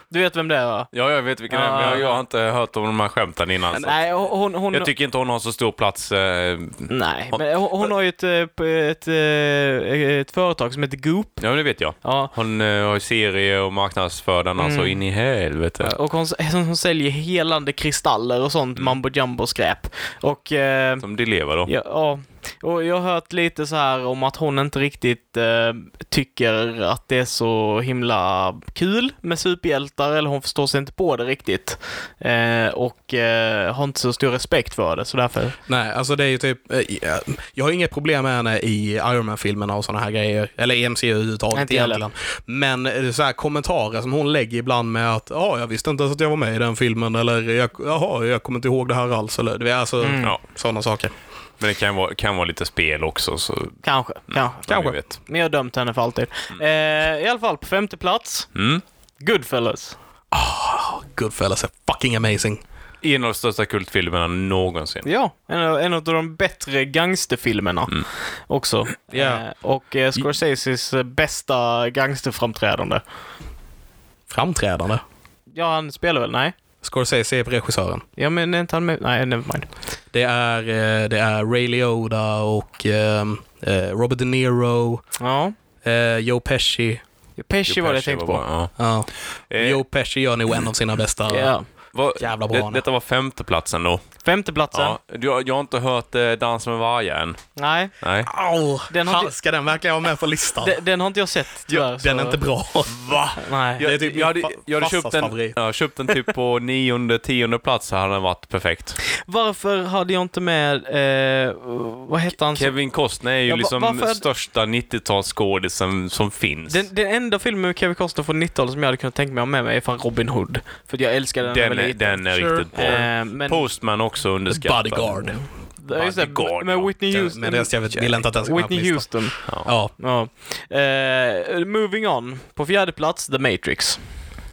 [SPEAKER 1] du vet vem det är va?
[SPEAKER 2] Ja, jag vet vilken det är, men
[SPEAKER 3] Ah.
[SPEAKER 2] jag, jag har inte hört om de här skämten innan. Så.
[SPEAKER 1] Nej, hon, hon,
[SPEAKER 2] Jag tycker inte hon har så stor plats. Eh,
[SPEAKER 1] nej. Men hon, hon har ju ett, eh, ett, eh, ett företag som heter Goop.
[SPEAKER 2] ja, men det vet jag.
[SPEAKER 1] Ja.
[SPEAKER 2] Hon eh, har ju serie och marknadsför
[SPEAKER 3] Mm.
[SPEAKER 2] den alltså in i helvete.
[SPEAKER 1] Och hon, hon säljer helande kristaller och sånt mambo jumbo skräp. Och eh,
[SPEAKER 2] Som de lever då.
[SPEAKER 1] Ja, ja. Och jag har hört lite så här om att hon inte riktigt eh, tycker att det är så himla kul med superhjältar, eller hon förstår sig inte på det riktigt. Eh, och eh, har inte så stor respekt för det, så därför...
[SPEAKER 3] nej, alltså det är ju typ, eh, ja, jag har inget problem med henne i Iron Man-filmerna och sådana här grejer, eller i MCU överhuvudtaget
[SPEAKER 1] Inte heller.
[SPEAKER 3] egentligen. Men eh, det är så här kommentarer som hon lägger ibland med att, ja, jag visste inte ens att jag var med i den filmen, eller jag, jaha, jag kommer inte ihåg det här alls, eller det är alltså
[SPEAKER 1] Mm.
[SPEAKER 2] Ja,
[SPEAKER 3] sådana saker.
[SPEAKER 2] men det kan vara, kan vara lite spel också. Så vem
[SPEAKER 1] Kanske, kanske.
[SPEAKER 3] Kanske.
[SPEAKER 2] Vet.
[SPEAKER 1] Men jag har dömt henne för alltid. Eh, I alla fall, på femte plats,
[SPEAKER 2] Mm.
[SPEAKER 1] Goodfellas.
[SPEAKER 3] Goodfellas är fucking amazing.
[SPEAKER 2] En av de största kultfilmerna någonsin.
[SPEAKER 1] Ja, en av, en av de bättre gangsterfilmerna också.
[SPEAKER 3] Ja.
[SPEAKER 1] Eh, och eh, Scorseses eh, bästa gangsterframträdande.
[SPEAKER 3] Framträdande.
[SPEAKER 1] Ja, han spelar väl? Nej?
[SPEAKER 3] Scorsese är regissören.
[SPEAKER 1] Ja, men är inte han med? Nej, nevermind.
[SPEAKER 3] Det är, eh, det är Ray Liotta och ehm, eh, Robert De Niro,
[SPEAKER 1] Ja.
[SPEAKER 3] eh, Joe Pesci.
[SPEAKER 1] Pesci var det jag tänkte
[SPEAKER 2] var
[SPEAKER 1] på.
[SPEAKER 2] bra,
[SPEAKER 3] Ja.
[SPEAKER 2] Eh.
[SPEAKER 3] Joe Pesci gör nog en av sina bästa...
[SPEAKER 1] Ja.
[SPEAKER 2] Ja. Vad-
[SPEAKER 3] Jävla bra,
[SPEAKER 2] det,
[SPEAKER 3] Anna.
[SPEAKER 2] detta var femteplatsen då.
[SPEAKER 1] Femteplatsen.
[SPEAKER 2] Ja, jag, jag har inte hört eh, Dansa med vargar än.
[SPEAKER 1] Nej,
[SPEAKER 2] Nej.
[SPEAKER 3] Ah, Au!
[SPEAKER 1] Den
[SPEAKER 3] Den
[SPEAKER 1] har
[SPEAKER 3] har
[SPEAKER 1] inte-
[SPEAKER 3] ska den verkligen vara med på listan?
[SPEAKER 1] den, den har inte jag sett tyvärr.
[SPEAKER 3] den
[SPEAKER 1] så-
[SPEAKER 3] är inte bra.
[SPEAKER 2] Va?
[SPEAKER 1] Nej.
[SPEAKER 3] Det
[SPEAKER 2] Jag,
[SPEAKER 3] är typ min
[SPEAKER 2] jag hade,
[SPEAKER 3] fa-
[SPEAKER 2] jag hade
[SPEAKER 3] farsas
[SPEAKER 2] köpt, den,
[SPEAKER 3] favorit.
[SPEAKER 2] ja, köpt den typ på nionde, tionde plats så hade den varit perfekt.
[SPEAKER 1] Varför hade jag inte med, eh, vad hette han? som-
[SPEAKER 2] Kevin Costner är ju
[SPEAKER 1] Alltså- Ja, va-
[SPEAKER 2] liksom
[SPEAKER 1] varför-
[SPEAKER 2] största 90-talsskådisen som finns.
[SPEAKER 1] Den, den enda filmen med Kevin Costner från 90-talet som jag hade kunnat tänka mig att ha med mig är fan Robin Hood. För jag älskar den när jag
[SPEAKER 2] den,
[SPEAKER 1] var
[SPEAKER 2] är,
[SPEAKER 1] liten.
[SPEAKER 2] den är
[SPEAKER 3] Sure.
[SPEAKER 2] riktigt bra.
[SPEAKER 1] Eh, men,
[SPEAKER 2] Postman också underskattad.
[SPEAKER 3] Bodyguard.
[SPEAKER 1] Ja, just det,
[SPEAKER 2] Bodyguard,
[SPEAKER 1] med
[SPEAKER 2] ja.
[SPEAKER 1] Whitney Houston.
[SPEAKER 3] Men det, jag vet, vill inte att den ska vara på
[SPEAKER 1] Whitney
[SPEAKER 3] listan.
[SPEAKER 1] Houston.
[SPEAKER 3] Ja.
[SPEAKER 1] Ja. Eh, moving on. På fjärde plats, The Matrix.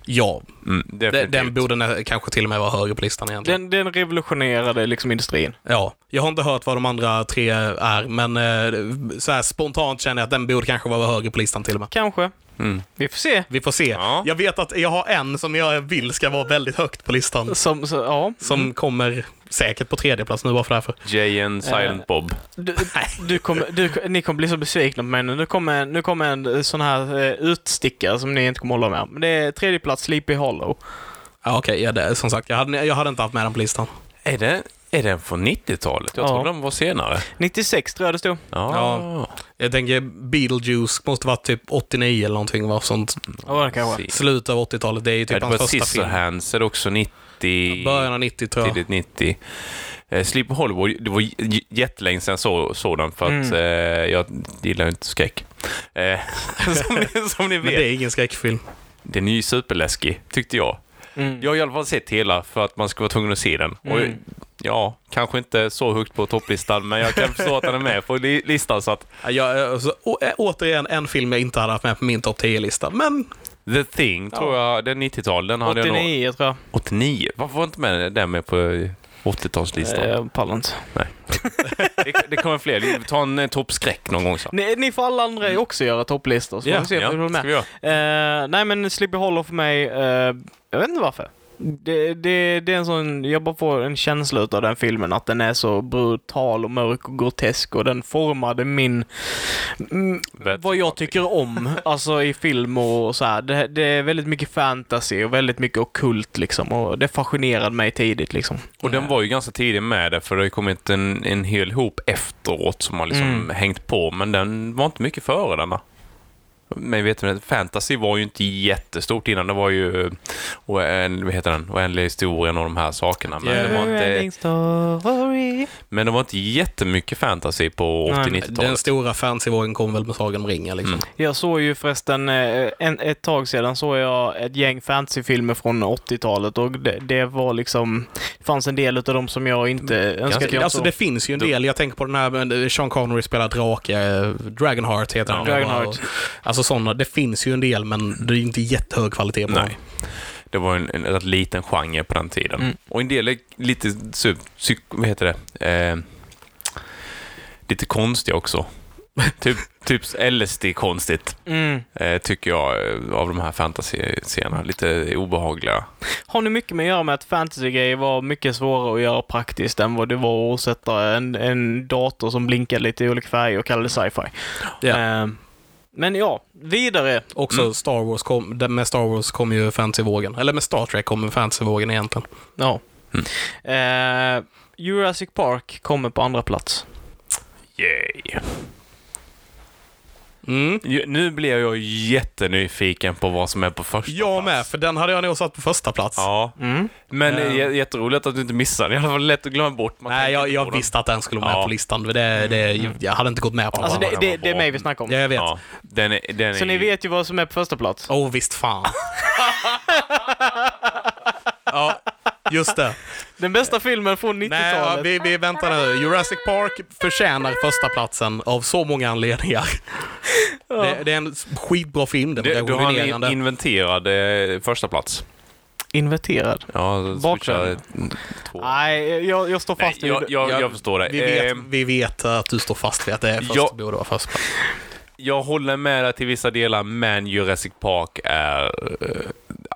[SPEAKER 3] ja.
[SPEAKER 2] Mm,
[SPEAKER 3] Den,
[SPEAKER 2] definitivt.
[SPEAKER 3] den borde nä- kanske till och med vara högre på listan egentligen.
[SPEAKER 1] Den, den revolutionerade liksom industrin.
[SPEAKER 3] Ja. Jag har inte hört vad de andra tre är, men eh, så här, spontant känner jag att den borde kanske vara högre på listan till och med.
[SPEAKER 1] Kanske.
[SPEAKER 2] Mm.
[SPEAKER 1] Vi får se.
[SPEAKER 3] Vi får se.
[SPEAKER 2] Ja.
[SPEAKER 3] Jag vet att jag har en som jag vill ska vara väldigt högt på listan.
[SPEAKER 1] Som, så, ja.
[SPEAKER 3] Som kommer säkert på tredje plats nu bara för därför.
[SPEAKER 2] Jay and Silent
[SPEAKER 1] Eh,
[SPEAKER 2] Bob.
[SPEAKER 1] Du, du kommer- du, ni kommer bli så besvikna på mig nu. Nu kommer, en- nu kommer en sån här eh, utstickare som ni inte kommer hålla med om. Men det är tredje plats, Sleepy Hollow.
[SPEAKER 3] Ja, okej. ja, det- som sagt, jag hade, jag hade inte haft med den på listan.
[SPEAKER 2] Är, det, är den från 90-talet? Jag
[SPEAKER 1] Ja.
[SPEAKER 2] trodde den var senare.
[SPEAKER 1] 96 tror jag det stod.
[SPEAKER 2] Ja.
[SPEAKER 3] Ja. Jag tänker Beetlejuice måste vara typ 89 eller någonting. Var sånt.
[SPEAKER 1] Ja, det kanske.
[SPEAKER 2] Precis.
[SPEAKER 3] Slutet av 80-talet. Det är ju typ
[SPEAKER 2] det
[SPEAKER 3] hans
[SPEAKER 2] var
[SPEAKER 3] första film.
[SPEAKER 2] Scissorhands är det också 90...
[SPEAKER 3] Början av 90 tror jag.
[SPEAKER 2] tidigt 90. Eh, Sleep Hollywood, det var j- j- jättelänge sedan så, sådan för att
[SPEAKER 1] Mm.
[SPEAKER 2] eh, jag gillar ju inte skräck. Eh, som, ni, som ni
[SPEAKER 3] Men det
[SPEAKER 2] vet.
[SPEAKER 3] är ingen skräckfilm.
[SPEAKER 2] Den är ju superläskig, tyckte jag.
[SPEAKER 1] Mm.
[SPEAKER 2] Jag har i alla fall sett hela för att man ska vara tvungen att se den. Och,
[SPEAKER 1] Mm.
[SPEAKER 2] ja, kanske inte så högt på topplistan, men jag kan förstå att den är med på li- listan. Så att
[SPEAKER 3] Ja, Jag, alltså, å, ä- återigen en film jag inte hade haft med på min topp 10-lista. Men
[SPEAKER 2] The Thing, tror jag, den 90-tal, den hade jag nog...
[SPEAKER 1] 89 tror jag.
[SPEAKER 2] 89? Varför var inte med den med på eh, 80-talslistan?
[SPEAKER 1] Eh, Jag pallar inte.
[SPEAKER 2] Det, det kommer fler. Ta en eh, toppskräck någon gång. Så.
[SPEAKER 1] Ni, ni får alla andra också göra topplistor, så får vi se om vi håller med.
[SPEAKER 2] ska vi göra.
[SPEAKER 1] Eh, nej, men Sleepy Hollow för mig, eh, jag vet inte varför. Det, det, det är en sån, jag bara får en känsla av den filmen, att den är så brutal och mörk och grotesk och den formade min, mm,
[SPEAKER 2] Vet
[SPEAKER 1] vad jag tycker om, alltså i film och så här. Det, det är väldigt mycket fantasy och väldigt mycket ockult liksom och det fascinerade mig tidigt liksom.
[SPEAKER 2] Och den var ju ganska tidig med det, för det har ju kommit en, en hel hop efteråt som har liksom
[SPEAKER 1] Mm.
[SPEAKER 2] hängt på, men den var inte mycket före denna. Men vet du, fantasy var ju inte jättestort innan. Det var ju eh, oänd, vad heter den? oändliga historien och de här sakerna. Men, det, var inte,
[SPEAKER 1] Ending story.
[SPEAKER 2] men det var inte jättemycket fantasy på
[SPEAKER 1] Nej,
[SPEAKER 3] den
[SPEAKER 2] 80-90-talet.
[SPEAKER 3] stora fantasyvågen kom väl med Sagan om ringen. Liksom.
[SPEAKER 1] Jag såg ju förresten, eh, en, ett tag sedan såg jag ett gäng fantasyfilmer från 80-talet och det, det var liksom, det fanns en del av dem som jag inte önskade att jag
[SPEAKER 3] Alltså
[SPEAKER 1] såg.
[SPEAKER 3] det finns ju en del. Jag tänker på den här med Sean Connery spelar drake, eh, Dragonheart heter han.
[SPEAKER 1] Dragonheart.
[SPEAKER 3] Alltså sådana. Det finns ju en del, men det är ju inte jättehög kvalitet på dem.
[SPEAKER 2] Nej. Det var en, en rätt liten genre på den tiden.
[SPEAKER 1] Mm.
[SPEAKER 2] Och en del är lite, psy- psyk, vad heter det, eh, lite konstiga också. typ typ LSD-konstigt,
[SPEAKER 1] Mm.
[SPEAKER 2] eh, tycker jag, eh, av de här fantasy-scenerna. Lite obehagliga.
[SPEAKER 1] Har nu mycket med att göra med att fantasygrejer var mycket svårare att göra praktiskt än vad det var att sätta en, en dator som blinkade lite i olika färger och kallade det sci-fi.
[SPEAKER 3] Ja.
[SPEAKER 1] Eh, men ja, vidare.
[SPEAKER 3] Också
[SPEAKER 2] Mm.
[SPEAKER 3] Star Wars kom, det- med Star Wars kom ju fantasyvågen. Eller med Star Trek kom fantasyvågen egentligen.
[SPEAKER 1] Ja. Mm. Eh, Jurassic Park kommer på andra plats.
[SPEAKER 2] Yay.
[SPEAKER 3] Mm.
[SPEAKER 2] Ju- Nu blir jag jättenyfiken på vad som är på första
[SPEAKER 3] Jag med,
[SPEAKER 2] plats.
[SPEAKER 3] för den hade jag nog satt på första plats.
[SPEAKER 2] Ja,
[SPEAKER 1] Mm.
[SPEAKER 2] men
[SPEAKER 3] Ja.
[SPEAKER 2] ja. jätteroligt att du inte missar den. Det var lätt att glömma bort. Man
[SPEAKER 3] Eh. Nej,
[SPEAKER 2] tänker
[SPEAKER 3] jag,
[SPEAKER 2] inte
[SPEAKER 3] jag
[SPEAKER 2] på den.
[SPEAKER 3] visste att den skulle vara med
[SPEAKER 2] Ja. Mm.
[SPEAKER 3] på listan. Det, det, jag hade inte gått med på
[SPEAKER 1] Alltså
[SPEAKER 3] den.
[SPEAKER 1] det, det, det är mig vi snackar om.
[SPEAKER 3] Ja, jag vet.
[SPEAKER 2] Ja, den är, den
[SPEAKER 1] Så
[SPEAKER 2] är
[SPEAKER 1] ni vet ju vad som är på första plats.
[SPEAKER 3] Åh, oh, visst fan. ja, just det.
[SPEAKER 1] Den bästa filmen från
[SPEAKER 3] Nej, ja,
[SPEAKER 1] 90-talet.
[SPEAKER 3] vi, vi väntar nu. Jurassic Park förtjänar första platsen av så många anledningar. Det, det är en skitbra film. Den
[SPEAKER 2] Du,
[SPEAKER 3] är
[SPEAKER 2] du har en
[SPEAKER 3] revolutionerande.
[SPEAKER 2] in- inventerad eh, första plats.
[SPEAKER 1] Inverterad.
[SPEAKER 2] Ja,
[SPEAKER 1] Bakvänd.
[SPEAKER 2] switcha, eh, två.
[SPEAKER 1] Nej, jag, jag står
[SPEAKER 2] Nej,
[SPEAKER 1] fast
[SPEAKER 2] jag,
[SPEAKER 1] vid...
[SPEAKER 2] jag, jag
[SPEAKER 3] Ah, jag-
[SPEAKER 2] förstår det.
[SPEAKER 3] vi, vet,
[SPEAKER 2] Eh,
[SPEAKER 3] vi vet att du står fast vid att det är först
[SPEAKER 2] Ja.
[SPEAKER 3] borde vara först.
[SPEAKER 2] jag håller med dig till vissa delar, men Jurassic Park är... eh,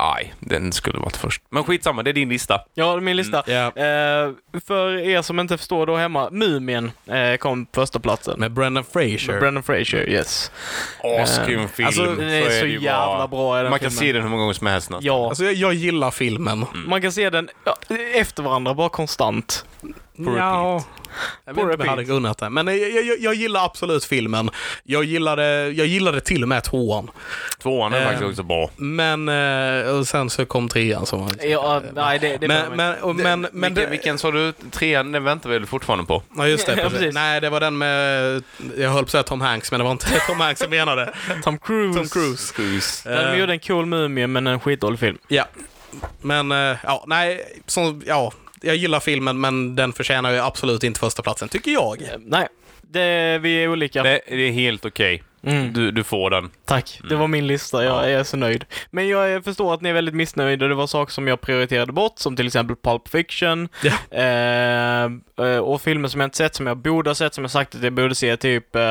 [SPEAKER 2] Aj, den skulle varit först. Men skitsamma, det är din lista.
[SPEAKER 1] Ja, det är min lista.
[SPEAKER 3] Mm, Ja.
[SPEAKER 1] Eh, för er som inte förstår då hemma, Mumien eh, kom på första platsen.
[SPEAKER 3] Med Brendan Fraser.
[SPEAKER 1] Brendan Fraser, yes.
[SPEAKER 2] Asgrym film.
[SPEAKER 3] alltså,
[SPEAKER 2] så
[SPEAKER 1] den Eh, är så
[SPEAKER 2] ju
[SPEAKER 1] jävla bra i den
[SPEAKER 2] Man kan
[SPEAKER 1] filmen.
[SPEAKER 2] se den hur många gånger som helst nästan.
[SPEAKER 1] Ja,
[SPEAKER 3] Alltså jag, jag gillar filmen.
[SPEAKER 1] man kan se den ja, efter varandra, bara konstant.
[SPEAKER 2] På repeat.
[SPEAKER 3] Jag vet inte om jag hade unnat det. Men jag, jag, jag gillar absolut filmen. Jag gillade, jag gillade till och med tvåan.
[SPEAKER 2] Tvåan är
[SPEAKER 3] Ehm.
[SPEAKER 1] Eh,
[SPEAKER 2] faktiskt också bra.
[SPEAKER 3] Men eh, och sen så kom trean som var...
[SPEAKER 1] Ja, nej, det, det
[SPEAKER 3] Men, men, och, men, men
[SPEAKER 2] vilken,
[SPEAKER 3] det-
[SPEAKER 2] vilken sa du? Trean, den väntar vi fortfarande på.
[SPEAKER 3] Ja just det,
[SPEAKER 1] Ja,
[SPEAKER 3] precis.
[SPEAKER 1] precis.
[SPEAKER 3] Nej det var den med, jag höll på att säga Tom Hanks men det var inte Tom Hanks jag menade.
[SPEAKER 1] Tom Cruise.
[SPEAKER 3] Tom Cruise.
[SPEAKER 1] Den
[SPEAKER 3] Eh.
[SPEAKER 1] gjorde en cool mumie, men en skitdålig film.
[SPEAKER 3] Ja. Men eh, ja, nej, som, ja, jag gillar filmen men den förtjänar ju absolut inte första platsen tycker jag.
[SPEAKER 1] Eh, Nej, det, vi är olika.
[SPEAKER 2] Det, det är helt okej.
[SPEAKER 1] Mm.
[SPEAKER 2] Du, du får den.
[SPEAKER 1] Tack, det var
[SPEAKER 3] Mm.
[SPEAKER 1] min lista. Jag är så nöjd. Men jag förstår att ni är väldigt missnöjda. Det var saker som jag prioriterade bort, som till exempel Pulp Fiction.
[SPEAKER 3] Ja.
[SPEAKER 1] Eh, eh, och filmer som jag inte sett, som jag borde ha sett, som jag sagt att jag borde se, typ... Eh,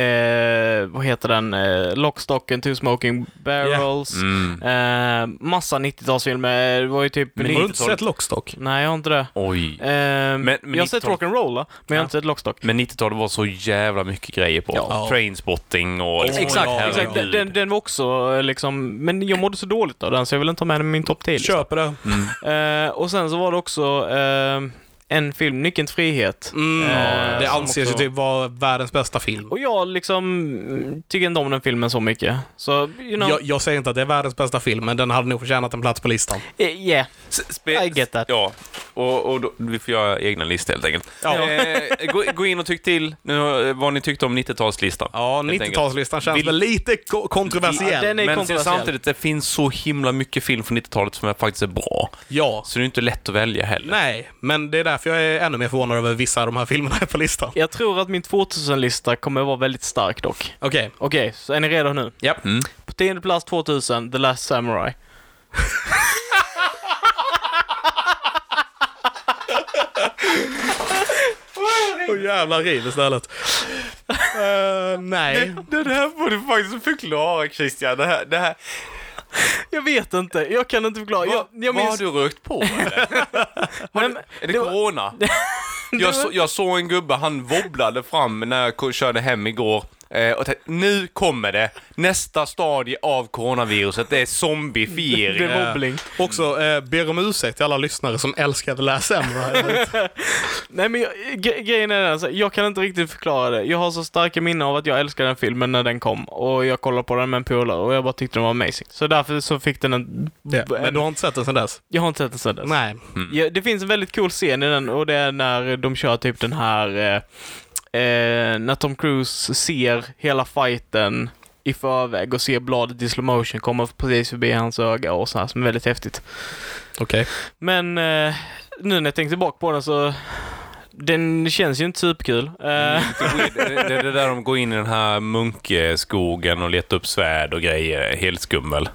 [SPEAKER 1] eh, vad heter den? Eh, Lockstock and two smoking barrels.
[SPEAKER 2] Mm.
[SPEAKER 1] Eh, massa 90-talsfilmer. Det var ju typ...
[SPEAKER 3] Har du
[SPEAKER 1] ni-
[SPEAKER 3] inte sett Lockstock?
[SPEAKER 1] Nej, jag har inte det.
[SPEAKER 2] Oj.
[SPEAKER 1] Eh,
[SPEAKER 2] men
[SPEAKER 1] jag har sett
[SPEAKER 2] 90-tal
[SPEAKER 1] Rock'n'Roll, men jag har inte sett Lockstock.
[SPEAKER 2] Men 90-talet var så jävla mycket grejer på.
[SPEAKER 1] Ja.
[SPEAKER 2] Trainspotting och...
[SPEAKER 3] Åh,
[SPEAKER 1] Exakt,
[SPEAKER 3] ja,
[SPEAKER 1] exakt.
[SPEAKER 3] ja.
[SPEAKER 1] Den, den var också eh, liksom, men jag mådde så dåligt av den så jag vill inte ha med den i min topp 10. liksom.
[SPEAKER 3] Köper det.
[SPEAKER 2] Mm.
[SPEAKER 1] Eh, och sen så var det också eh, en film, Nyckeln till frihet.
[SPEAKER 3] Mm.
[SPEAKER 1] Eh,
[SPEAKER 3] det
[SPEAKER 1] som
[SPEAKER 3] anses ju
[SPEAKER 1] också-
[SPEAKER 3] typ vara världens bästa film.
[SPEAKER 1] Och jag liksom mm, tycker inte om den filmen så mycket. Så, you know,
[SPEAKER 3] Jag, jag säger inte att det är världens bästa film, men den hade nog förtjänat en plats på listan.
[SPEAKER 1] eh, yeah.
[SPEAKER 2] S- spe-
[SPEAKER 1] I get that.
[SPEAKER 2] Ja, och, och då, vi får göra egna listor helt enkelt.
[SPEAKER 3] Ja.
[SPEAKER 2] Eh, gå, gå in och tyck till nu, har- vad ni tyckte om 90-talslistan.
[SPEAKER 3] Ja,
[SPEAKER 2] Helt enkelt.
[SPEAKER 3] 90-talslistan känns
[SPEAKER 2] Vill-
[SPEAKER 3] väl lite ko-
[SPEAKER 1] Ja,
[SPEAKER 3] kontroversiell.
[SPEAKER 1] den är
[SPEAKER 2] Men sen
[SPEAKER 1] kontroversiell.
[SPEAKER 2] samtidigt, det finns så himla mycket film från 90-talet som är faktiskt är bra.
[SPEAKER 3] Ja.
[SPEAKER 2] Så det är inte lätt att välja heller.
[SPEAKER 3] Nej, men det är därför jag är ännu mer förvånad över vissa av de här filmerna här på listan.
[SPEAKER 1] Jag tror att min 2000-lista kommer att vara väldigt stark dock.
[SPEAKER 3] Okej.
[SPEAKER 1] Okej, så är ni redo nu?
[SPEAKER 3] Ja.
[SPEAKER 2] Mm.
[SPEAKER 1] På tionde plats 2000, The Last Samurai.
[SPEAKER 3] Åh jävlar, riv istället. Eh, nej.
[SPEAKER 2] Det här får du faktiskt förklara Christian. Det här, det här.
[SPEAKER 1] Jag vet inte, jag kan inte förklara. Jag, jag
[SPEAKER 2] Vad
[SPEAKER 1] minns...
[SPEAKER 2] har du rökt på eller?
[SPEAKER 1] Nej, men-
[SPEAKER 2] Är det
[SPEAKER 1] det var-
[SPEAKER 2] corona? Jag, så, jag såg en gubbe, han wobblade fram när jag ko- körde hem igår. Eh, och tänkte, nu kommer det. Nästa stadie av coronaviruset, det är
[SPEAKER 1] Det
[SPEAKER 2] zombifiering.
[SPEAKER 1] är wobbling.
[SPEAKER 3] Också, eh, ber om ursäkt till alla lyssnare som älskar The Last Samurai.
[SPEAKER 1] Nej men jag, gre- grejen är den, alltså, jag kan inte riktigt förklara det. Jag har så starka minnen av att jag älskade den filmen när den kom och jag kollade på den med en polare och jag bara tyckte den var amazing. Så därför så fick den en...
[SPEAKER 3] Ja, Men du har inte sett den sedan dess?
[SPEAKER 1] Jag har inte sett den sedan dess.
[SPEAKER 3] Nej.
[SPEAKER 1] Ja, det finns en väldigt cool scen i den och det är när de kör typ den här... Eh, eh, när Tom Cruise ser hela fighten i förväg och ser bladet i slow motion komma precis förbi hans öga och så här som är väldigt häftigt.
[SPEAKER 3] Okej.
[SPEAKER 1] Men eh, nu när jag tänker tillbaka på den så... Den känns ju inte superkul. Eh,
[SPEAKER 2] Det det är det där de går in i den här munkskogen och letar upp svärd och grejer. Helt skum väl?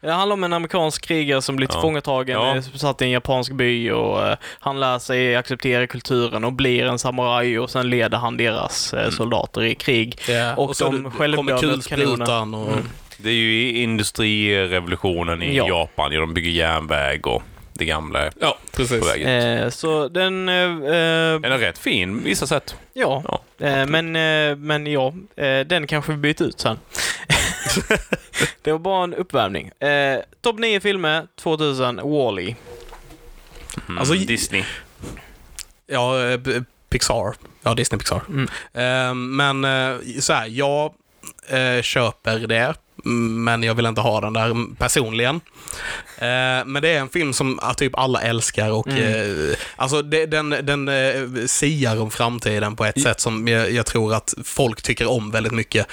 [SPEAKER 1] Det handlar om en amerikansk krigare som blir
[SPEAKER 2] Ja.
[SPEAKER 1] tillfångatagen,
[SPEAKER 2] Ja.
[SPEAKER 1] eh, satt i en japansk by och eh, han lär sig acceptera kulturen och blir en samuraj och sen leder han deras eh, soldater i krig.
[SPEAKER 3] Ja,
[SPEAKER 1] Och
[SPEAKER 3] så
[SPEAKER 1] de
[SPEAKER 3] det
[SPEAKER 1] självdödande
[SPEAKER 3] kommer kulsprutan och...
[SPEAKER 2] Det är ju i industrirevolutionen i
[SPEAKER 1] Ja.
[SPEAKER 2] Japan. Ja, de bygger järnväg och det gamla är
[SPEAKER 3] Ja, precis.
[SPEAKER 2] på vägen.
[SPEAKER 1] Eh, så den, eh, eh,
[SPEAKER 2] Den är rätt fin vissa sätt.
[SPEAKER 1] ja, eh, men, eh, men ja, eh, den kanske vi byter ut sen. det var bara en uppvärmning. Eh, Topp 9 filmer 2000, Wall-E.
[SPEAKER 2] Mm.
[SPEAKER 3] Alltså,
[SPEAKER 2] Disney.
[SPEAKER 3] Ja, eh, P- Pixar. Ja, Disney Pixar.
[SPEAKER 1] Mm.
[SPEAKER 3] Eh, men eh, så här, jag eh, köper det, mm, men jag vill inte ha den där mm, personligen. Eh, men det är en film som ah, typ alla älskar och eh, alltså det, den, den eh, siar om framtiden på ett sätt som jag, jag tror att folk tycker om väldigt mycket.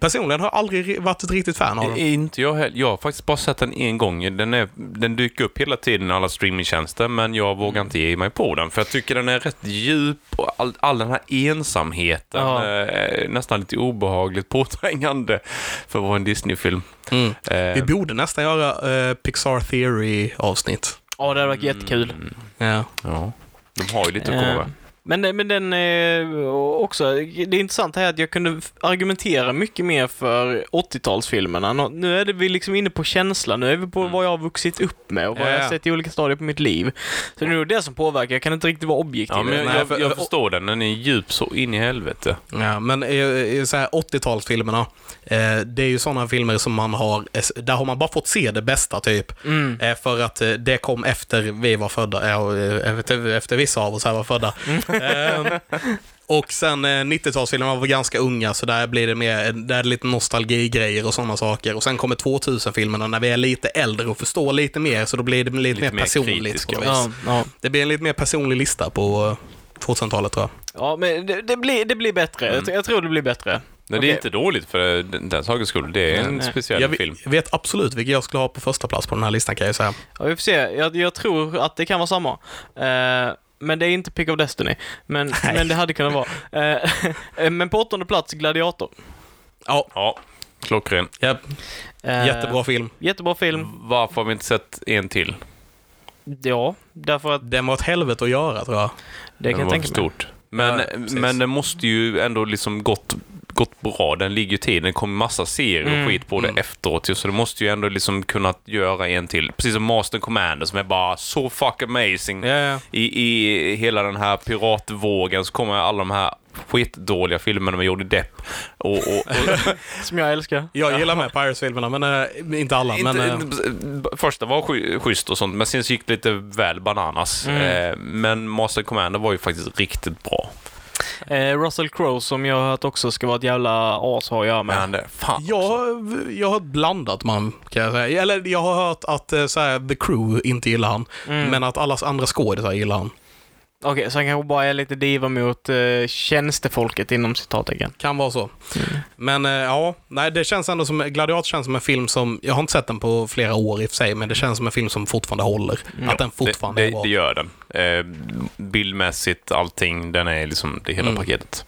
[SPEAKER 3] Personligen har jag aldrig ri- varit ett riktigt fan av den.
[SPEAKER 2] Eh, Inte jag heller. Jag har faktiskt bara sett den en gång. Den, är, den dyker upp hela tiden i alla streamingtjänster, men jag vågar inte ge mig på den. För jag tycker den är rätt djup och all, all den här ensamheten
[SPEAKER 1] Ja.
[SPEAKER 2] eh, är nästan lite obehagligt påträngande för att vara en Disney-film.
[SPEAKER 3] Mm.
[SPEAKER 2] Eh,
[SPEAKER 3] Vi borde nästan göra eh, Pixar Theory-avsnitt.
[SPEAKER 1] Ja, det hade varit jättekul.
[SPEAKER 3] Ja.
[SPEAKER 2] ja. De har ju lite att komma med.
[SPEAKER 1] Eh, Men, men den eh, också, det intressanta är att jag kunde f- argumentera mycket mer för 80-talsfilmerna. Nå- Nu är det, vi liksom inne på känslan, nu är vi på vad jag har vuxit upp med och vad jag
[SPEAKER 3] Ja.
[SPEAKER 1] har sett i olika stadier på mitt liv. Så det är nog det som påverkar, jag kan inte riktigt vara objektiv.
[SPEAKER 2] Ja, men jag,
[SPEAKER 3] Nej,
[SPEAKER 2] jag,
[SPEAKER 3] för-
[SPEAKER 2] jag förstår den. Den är djup så in i helvete.
[SPEAKER 3] Ja, men eh, eh, så här 80-talsfilmerna, eh, det är ju sådana filmer som man har, eh, där har man bara fått se det bästa typ.
[SPEAKER 1] Mm.
[SPEAKER 3] Eh, För att eh, det kom efter vi var födda, eh, och, eh, efter- efter vissa av oss här var födda. Eh, Och sen eh, 90-talsfilmerna var ganska unga, så där blir det mer, eh, där är det lite nostalgigrejer och sådana saker. Och sen kommer 2000-filmerna när vi är lite äldre och förstår lite mer, så då blir det lite, mer,
[SPEAKER 2] mer
[SPEAKER 3] personligt.
[SPEAKER 2] kritiska.
[SPEAKER 3] På något vis.
[SPEAKER 1] ja, ja.
[SPEAKER 3] Det blir en lite mer personlig lista på eh, 2000-talet tror jag.
[SPEAKER 1] ja, men det, det, blir, det blir bättre. Jag, tror- jag tror det blir bättre.
[SPEAKER 2] Nej, Det
[SPEAKER 1] Okej.
[SPEAKER 2] är inte dåligt för den, den sakens skull. Det är en
[SPEAKER 1] nej.
[SPEAKER 2] speciell
[SPEAKER 3] jag vet-
[SPEAKER 2] film.
[SPEAKER 3] vet absolut vilken jag skulle ha på första plats på den här listan kan jag ju säga.
[SPEAKER 1] Ja, vi får se. Jag, jag tror att det kan vara samma. Eh, men det är inte Pick of Destiny. Men, men det hade kunnat vara. Eh, men på åttonde plats, Gladiator.
[SPEAKER 3] Ja,
[SPEAKER 2] Ja, klockren.
[SPEAKER 3] japp.
[SPEAKER 1] Eh,
[SPEAKER 3] jättebra film.
[SPEAKER 1] Jättebra film.
[SPEAKER 2] Varför har vi inte sett en till?
[SPEAKER 1] Ja, därför att
[SPEAKER 3] Den var ett helvete att göra tror jag.
[SPEAKER 1] det kan jag
[SPEAKER 2] Den var för
[SPEAKER 1] tänka mig.
[SPEAKER 2] stort. Men,
[SPEAKER 3] Ja, precis.
[SPEAKER 2] men den måste ju ändå liksom gått, gått bra. Den ligger ju tid. Den kom massa serier och
[SPEAKER 1] Mm,
[SPEAKER 2] skit på det efteråt. ju, Så du måste ju ändå liksom kunna göra en till. Precis som Master Commander som är bara så fuck amazing.
[SPEAKER 3] ja.
[SPEAKER 2] I, I hela den här piratvågen så kommer alla de här skitdåliga filmerna med Johnny Depp. Och, och, och,
[SPEAKER 1] Som jag älskar.
[SPEAKER 3] Jag gillar med Pirates-filmerna, men eh, inte alla.
[SPEAKER 2] Inte-
[SPEAKER 3] men, eh,
[SPEAKER 2] inte- första var sky- schysst och sånt, men sen så gick det lite väl bananas.
[SPEAKER 1] Mm.
[SPEAKER 2] Eh, men Master Commander var ju faktiskt riktigt bra.
[SPEAKER 1] Eh, Russell Crowe som jag har hört också ska vara ett jävla as har att göra med.
[SPEAKER 2] Men det, fan
[SPEAKER 3] jag, har- jag har blandat man kan jag säga. Eller jag har hört att eh, så här, The Crew inte gillar han,
[SPEAKER 2] Mm.
[SPEAKER 3] men att alla andra skådisar gillar han.
[SPEAKER 1] Okej, så han kanske bara är lite diva mot eh, tjänstefolket inom citattecken.
[SPEAKER 3] Kan vara så.
[SPEAKER 1] Mm.
[SPEAKER 3] Men eh, ja, nej, det känns ändå som, Gladiator känns som en film som, jag har inte sett den på flera år i och för sig, men det känns som en film som fortfarande håller. Att den fortfarande
[SPEAKER 2] Mm. det,
[SPEAKER 3] är bra.
[SPEAKER 2] det, det gör den. Eh, bildmässigt, allting, den är liksom det hela paketet.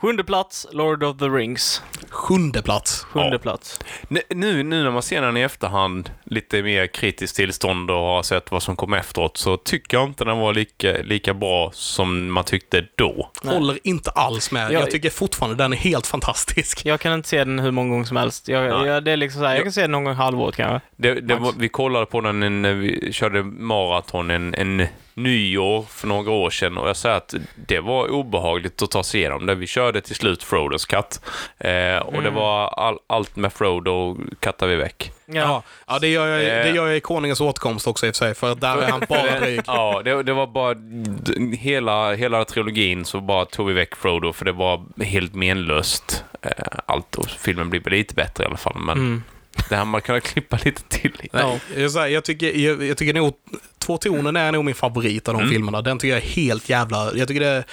[SPEAKER 1] Sjunde plats, Lord of the Rings.
[SPEAKER 3] Sjunde plats.
[SPEAKER 1] Sjunde
[SPEAKER 2] Ja.
[SPEAKER 1] plats.
[SPEAKER 2] Nu- Nu, nu när man ser den i efterhand lite mer kritiskt tillstånd och har sett vad som kom efteråt så tycker jag inte den var lika, lika bra som man tyckte då.
[SPEAKER 1] Nej.
[SPEAKER 3] Håller inte alls med.
[SPEAKER 1] Jag-
[SPEAKER 3] Jag tycker fortfarande den är helt fantastisk.
[SPEAKER 1] Jag kan inte se den hur många gånger som helst. Jag,
[SPEAKER 2] Nej.
[SPEAKER 1] jag, det är liksom så här, jag kan se den någon gång halvåret kanske.
[SPEAKER 2] Det, det var, vi kollade på den när vi körde maraton en, en nyår för några år sedan och jag säger att det var obehagligt att ta sig igenom det. Vi körde till slut Frodos katt eh, och det var all, allt med Frodo kattade vi väck.
[SPEAKER 3] Ja, ja det, gör jag, det
[SPEAKER 2] Eh.
[SPEAKER 3] gör jag i Konungens återkomst också i och för sig, för att där är han bara
[SPEAKER 2] Det,
[SPEAKER 3] dryg.
[SPEAKER 2] ja, det, det var bara d- hela, hela trilogin så bara tog vi väck Frodo för det var helt menlöst eh, allt och filmen blev lite bättre i alla fall men
[SPEAKER 1] Mm.
[SPEAKER 2] det här man kunde klippa lite till.
[SPEAKER 3] Mm. Nej, jag, så här, jag, tycker, jag, jag tycker nog Två tonen är nog min favorit av de filmerna. Den tycker jag är helt jävla... Jag tycker det,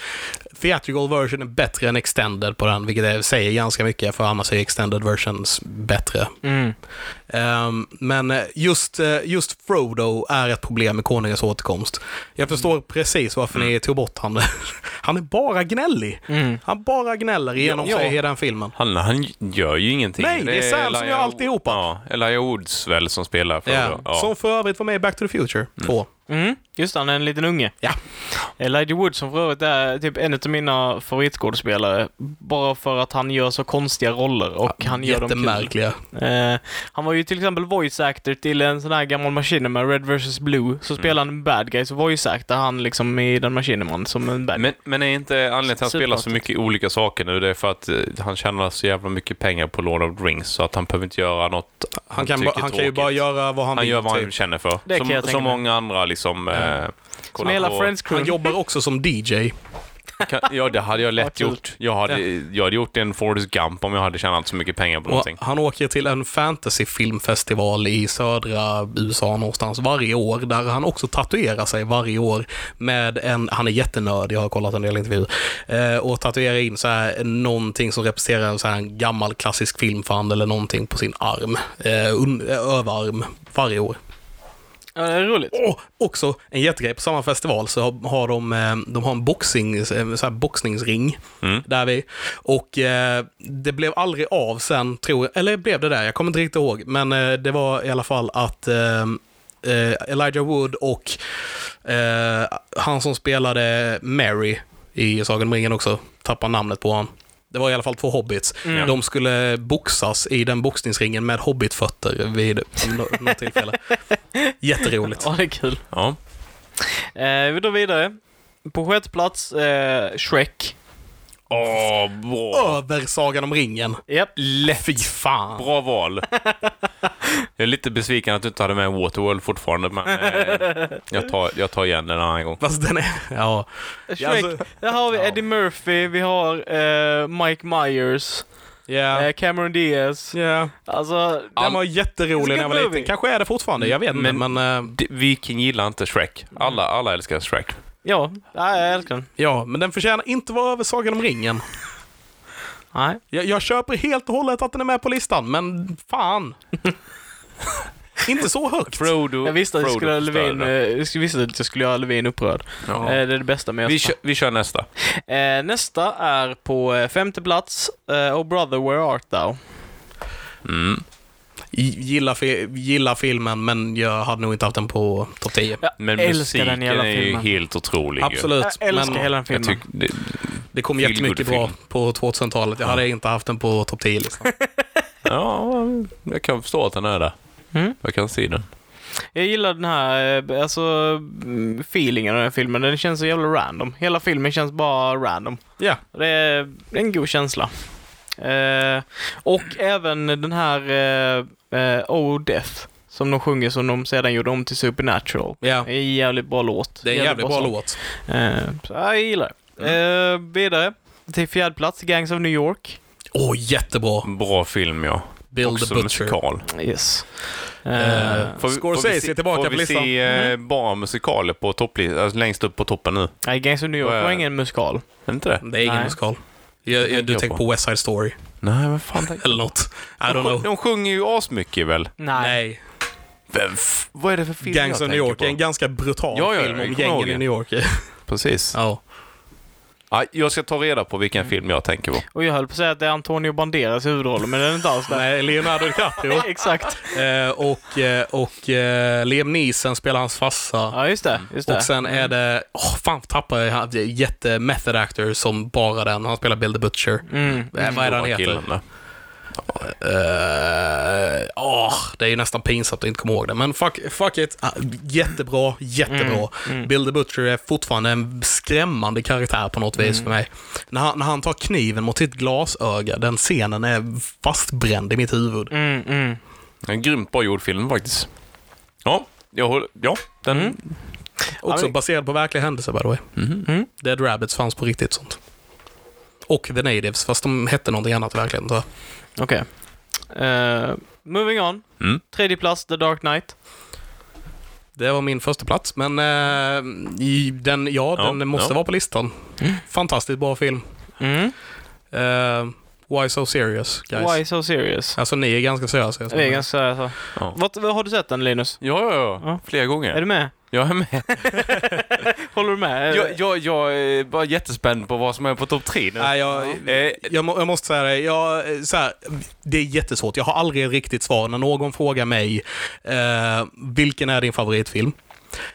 [SPEAKER 3] theatrical version är bättre än extended på den, vilket det säger ganska mycket, för annars är extended versions bättre.
[SPEAKER 1] Mm.
[SPEAKER 3] Ehm, men eh, just, eh, just Frodo är ett problem med Konungens återkomst. Jag förstår precis varför ni tog bort han. Han är bara gnällig.
[SPEAKER 1] Mm.
[SPEAKER 3] Han bara gnäller igenom
[SPEAKER 1] Ja.
[SPEAKER 3] sig i den filmen.
[SPEAKER 2] Han, han gör ju ingenting.
[SPEAKER 3] Nej, det är Sam som gör alltihopa.
[SPEAKER 2] Ja, Elijah Woods väl som spelar för
[SPEAKER 3] Ja.
[SPEAKER 2] ja.
[SPEAKER 3] Som för övrigt var med i Back to the Future 2.
[SPEAKER 1] Mm, just det, han är en liten unge.
[SPEAKER 3] Ja.
[SPEAKER 1] Elijah Wood som för övrigt är typ en av mina favoritskådespelare. Bara för att han gör så konstiga roller och han gör dem kul.
[SPEAKER 3] Jättemärkliga.
[SPEAKER 1] Eh, han var ju till exempel voice actor till en sån här gammal Machinima, Red vs Blue. Så spelar han en bad guy, så voice actar han liksom i den Machiniman som en bad guy.
[SPEAKER 2] Men, men är inte anledningen till att han spelar så mycket olika saker nu, det är för att eh, han tjänar så jävla mycket pengar på Lord of the Rings så att han behöver inte göra något
[SPEAKER 3] Han, kan,
[SPEAKER 2] tycker
[SPEAKER 3] ba,
[SPEAKER 2] är
[SPEAKER 3] han kan ju
[SPEAKER 2] tråkigt.
[SPEAKER 3] bara göra vad han,
[SPEAKER 2] Han
[SPEAKER 3] vill.
[SPEAKER 2] gör vad han
[SPEAKER 3] typ.
[SPEAKER 2] känner för.
[SPEAKER 1] Det kan
[SPEAKER 2] som
[SPEAKER 1] jag tänka
[SPEAKER 2] som
[SPEAKER 1] mig.
[SPEAKER 2] många andra liksom... Eh,
[SPEAKER 1] Som
[SPEAKER 2] kolla
[SPEAKER 1] hela
[SPEAKER 2] på-
[SPEAKER 1] Friends
[SPEAKER 3] han
[SPEAKER 1] crew.
[SPEAKER 3] jobbar också som DJ.
[SPEAKER 2] Kan, ja, det hade jag lätt
[SPEAKER 1] Ja, kul.
[SPEAKER 2] gjort. Jag hade, jag hade gjort en Forrest Gump om jag hade tjänat så mycket pengar på
[SPEAKER 3] Och
[SPEAKER 2] någonting.
[SPEAKER 3] han åker till en fantasyfilmfestival i södra USA någonstans varje år, där han också tatuerar sig varje år med en, han är jättenörd, jag har kollat en del intervjuer, eh, och tatuerar in så här, någonting som representerar en, så här, en gammal klassisk filmfan eller någonting på sin arm, eh, un, överarm, varje år.
[SPEAKER 1] Ja, det är roligt.
[SPEAKER 3] Och också en jättegrej, på samma festival så har, har de, eh, de har en boxing, eh, så här boxningsring där vi. Och eh, det blev aldrig av sen, tror jag. Eller blev det där? Jag kommer inte riktigt ihåg. Men eh, det var i alla fall att eh, eh, Elijah Wood och eh, han som spelade Mary i Sagan om ringen också, tappar namnet på honom. Det var i alla fall två hobbits. De skulle boxas i den boxningsringen med hobbitfötter vid nå- något tillfälle. Jätteroligt.
[SPEAKER 1] Ja, det är kul.
[SPEAKER 2] Ja.
[SPEAKER 1] Eh, vi går vidare. På sjätte plats, eh, Shrek.
[SPEAKER 2] Åh, bra.
[SPEAKER 3] Över Sagan om ringen.
[SPEAKER 1] Japp.
[SPEAKER 3] Fy fan.
[SPEAKER 2] Bra val. Jag är lite besviken att du inte hade med Waterworld fortfarande, men eh, jag, tar, jag tar igen den en annan gång.
[SPEAKER 3] Fast den är... Ja.
[SPEAKER 1] Shrek.
[SPEAKER 3] alltså-
[SPEAKER 1] Där har vi
[SPEAKER 3] Ja.
[SPEAKER 1] Eddie Murphy, vi har eh, Mike Myers, eh,
[SPEAKER 3] Ja.
[SPEAKER 1] Cameron Diaz.
[SPEAKER 3] Ja.
[SPEAKER 1] Alltså,
[SPEAKER 3] Den
[SPEAKER 1] den,
[SPEAKER 3] var jätterolig när jag var
[SPEAKER 1] Movie.
[SPEAKER 3] liten. Kanske är det fortfarande, jag vet inte. Men,
[SPEAKER 2] Men-
[SPEAKER 3] eh,
[SPEAKER 2] D- Viking gillar inte Shrek. Alla, alla älskar Shrek.
[SPEAKER 1] ja, nej, jag älskar den.
[SPEAKER 3] ja, men den förtjänar inte vara över Sagan om ringen.
[SPEAKER 1] Nej.
[SPEAKER 3] Jag, jag köper helt och hållet att den är med på listan, men fan. inte så högt.
[SPEAKER 2] Frodo,
[SPEAKER 1] Jag visste att jag
[SPEAKER 2] Frodo
[SPEAKER 1] skulle, göra
[SPEAKER 2] förstörde
[SPEAKER 1] Levin, eh,
[SPEAKER 2] den.
[SPEAKER 1] jag visste att jag skulle göra Levin upprörd.
[SPEAKER 2] Ja.
[SPEAKER 1] Eh, det är det bästa med
[SPEAKER 2] Vi, kör, vi kör nästa.
[SPEAKER 1] Eh, nästa är på eh, femte plats, eh, Oh brother where art thou?
[SPEAKER 2] Mm.
[SPEAKER 3] Gillar, fi- gillar filmen, men jag hade nog inte haft den på topp 10.
[SPEAKER 2] Men
[SPEAKER 1] Jag älskar
[SPEAKER 2] musiken
[SPEAKER 1] den jävla
[SPEAKER 2] är ju
[SPEAKER 1] filmen.
[SPEAKER 2] helt otrolig. ju.
[SPEAKER 3] Absolut,
[SPEAKER 1] Jag älskar
[SPEAKER 3] men
[SPEAKER 1] hela den
[SPEAKER 2] Jag
[SPEAKER 1] filmen.
[SPEAKER 2] tycker... det-
[SPEAKER 3] det kom
[SPEAKER 2] Feel
[SPEAKER 3] jättemycket
[SPEAKER 2] good
[SPEAKER 3] bra
[SPEAKER 2] film.
[SPEAKER 3] på 2000-talet. Jag hade inte haft den på topp liksom. 10-listan.
[SPEAKER 2] Ja, jag kan förstå att den är där.
[SPEAKER 1] Mm.
[SPEAKER 2] Jag kan se den.
[SPEAKER 1] Jag gillar den här eh, alltså, mm, feelingen av den här filmen. Den känns så jävla random. Hela filmen känns bara random.
[SPEAKER 3] Ja,
[SPEAKER 1] Det är en god känsla. Eh, och även den här eh, eh, Oh Death som de sjunger som de sedan gjorde om till Supernatural.
[SPEAKER 3] ja.
[SPEAKER 1] Det är en jävligt bra låt.
[SPEAKER 3] Det är en jävligt bra
[SPEAKER 1] sång.
[SPEAKER 3] låt. Mm.
[SPEAKER 1] Eh, så jag gillar det. Eh, vidare till fjärde plats, Gangs of New York.
[SPEAKER 3] Åh, jättebra.
[SPEAKER 2] Bra film, ja.
[SPEAKER 3] Bill
[SPEAKER 2] Också
[SPEAKER 3] the Butcher.
[SPEAKER 2] musikal.
[SPEAKER 1] Yes.
[SPEAKER 3] Eh,
[SPEAKER 1] Eh,
[SPEAKER 2] Får vi-
[SPEAKER 3] Scorsese
[SPEAKER 2] får vi se-
[SPEAKER 3] är tillbaka
[SPEAKER 2] får
[SPEAKER 3] på
[SPEAKER 2] vi
[SPEAKER 3] listan. Mm.
[SPEAKER 2] se eh, bara musikaler på topplistan? Alltså, längst upp på toppen nu?
[SPEAKER 1] nej, Gangs of New York var
[SPEAKER 2] Eh.
[SPEAKER 1] ingen musikal.
[SPEAKER 2] Är det inte det?
[SPEAKER 3] Det är ingen
[SPEAKER 1] Nej.
[SPEAKER 3] musikal. Jag, jag,
[SPEAKER 2] tänker
[SPEAKER 3] du
[SPEAKER 2] jag
[SPEAKER 3] tänker
[SPEAKER 2] på.
[SPEAKER 3] på West Side Story
[SPEAKER 2] Nej, men fan. det-
[SPEAKER 3] eller något. I
[SPEAKER 2] De,
[SPEAKER 3] don't
[SPEAKER 2] sj-
[SPEAKER 3] know.
[SPEAKER 2] de sjunger ju asmycket väl?
[SPEAKER 3] Nej.
[SPEAKER 2] Vem f- Vad är det för film
[SPEAKER 3] Gangs
[SPEAKER 2] jag
[SPEAKER 3] of New
[SPEAKER 2] tänker
[SPEAKER 3] York är en
[SPEAKER 2] På?
[SPEAKER 3] ganska brutal
[SPEAKER 2] Ja, ja,
[SPEAKER 3] film
[SPEAKER 2] jag
[SPEAKER 3] om
[SPEAKER 2] kommer ihåg
[SPEAKER 3] gängen i
[SPEAKER 2] det.
[SPEAKER 3] New York.
[SPEAKER 2] Precis.
[SPEAKER 3] ja. Mm.
[SPEAKER 2] Ja, jag ska ta reda på vilken film jag tänker på.
[SPEAKER 1] Och jag höll på att säga att det är Antonio Banderas huvudroll, men det är inte alls det.
[SPEAKER 3] Nej, Leonardo DiCaprio
[SPEAKER 1] Exakt.
[SPEAKER 3] eh, och, eh, och eh, Liam Neeson spelar hans farsa.
[SPEAKER 1] Ja, just det. Just det.
[SPEAKER 3] Och sen
[SPEAKER 2] Mm.
[SPEAKER 3] är det, åh fan tappar jag, han- jätte-method actor som bara den. Han spelar Bill the Butcher.
[SPEAKER 1] Mm.
[SPEAKER 3] Eh, vad är det han
[SPEAKER 2] Stora
[SPEAKER 3] heter?
[SPEAKER 2] killen där.
[SPEAKER 3] Eh, åh, det är ju nästan pinsamt att inte komma ihåg det, men fuck, fuck it. Ah, Jättebra, jättebra.
[SPEAKER 1] Mm,
[SPEAKER 3] Bill the Butcher är fortfarande en skrämmande karaktär på något
[SPEAKER 1] Mm.
[SPEAKER 3] vis för mig. När han, när han tar kniven mot sitt glasöga, den scenen är fastbränd i mitt huvud.
[SPEAKER 1] Mm, mm.
[SPEAKER 2] En grymt bra gjord film faktiskt. Ja, jag håller... Ja, den...
[SPEAKER 1] Ja,
[SPEAKER 3] Också
[SPEAKER 1] men-
[SPEAKER 3] baserad på verkliga händelser, by the way.
[SPEAKER 1] Mm.
[SPEAKER 3] Dead Rabbits fanns på riktigt sånt. Och The Natives, fast de hette någonting annat i verkligheten tror jag.
[SPEAKER 1] Okej. Eh, moving on.
[SPEAKER 2] Mm.
[SPEAKER 1] Tredje plats, The Dark Knight.
[SPEAKER 3] Det var min första plats men eh, i den, ja,
[SPEAKER 2] Ja,
[SPEAKER 3] den måste
[SPEAKER 2] ja.
[SPEAKER 3] vara på listan. Fantastiskt bra film.
[SPEAKER 1] Mm.
[SPEAKER 3] Eh, why so serious, guys?
[SPEAKER 1] Why so serious?
[SPEAKER 3] Alltså ni är ganska seriösa. jag ska
[SPEAKER 1] Det är
[SPEAKER 3] säga.
[SPEAKER 1] ganska alltså.
[SPEAKER 2] Ja.
[SPEAKER 1] Vad, vad Har du sett den Linus?
[SPEAKER 2] Ja, ja, ja.
[SPEAKER 1] Ja.
[SPEAKER 2] Flera gånger.
[SPEAKER 1] Är du med?
[SPEAKER 2] Jag är med.
[SPEAKER 1] Håller du med? Eh,
[SPEAKER 2] Jag, jag, jag är bara jättespänd på vad som är på topp tre nu.
[SPEAKER 3] Nej, jag,
[SPEAKER 2] Eh,
[SPEAKER 3] jag, må, jag måste säga det. Jag, eh, så här, det är jättesvårt. Jag har aldrig ett riktigt svar när någon frågar mig eh, vilken är din favoritfilm?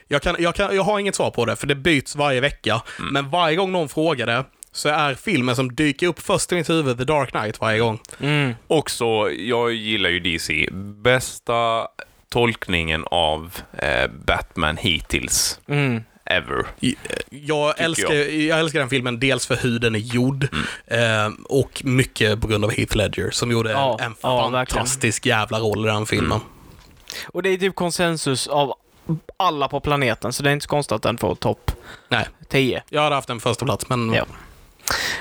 [SPEAKER 3] Jag, kan, jag, kan, jag har inget svar på det, för det byts varje vecka.
[SPEAKER 1] Mm.
[SPEAKER 3] Men varje gång någon frågar det så är filmen som dyker upp först i mitt huvud The Dark Knight varje gång.
[SPEAKER 1] Mm.
[SPEAKER 2] Också, jag gillar ju DC. Bästa tolkningen av eh, Batman hittills.
[SPEAKER 1] Mm.
[SPEAKER 2] Ever.
[SPEAKER 3] I- eh, Jag älskar, jag. älskar den filmen dels för hur den är gjord eh, och mycket på grund av Heath Ledger som gjorde
[SPEAKER 1] Ja,
[SPEAKER 3] en
[SPEAKER 1] ja, verkligen.
[SPEAKER 3] fantastisk jävla roll i den filmen.
[SPEAKER 1] Och det är typ konsensus av alla på planeten, så det är inte så konstigt att den får topp
[SPEAKER 3] Nej,
[SPEAKER 1] 10.
[SPEAKER 3] jag hade haft en första plats men...
[SPEAKER 1] Ja.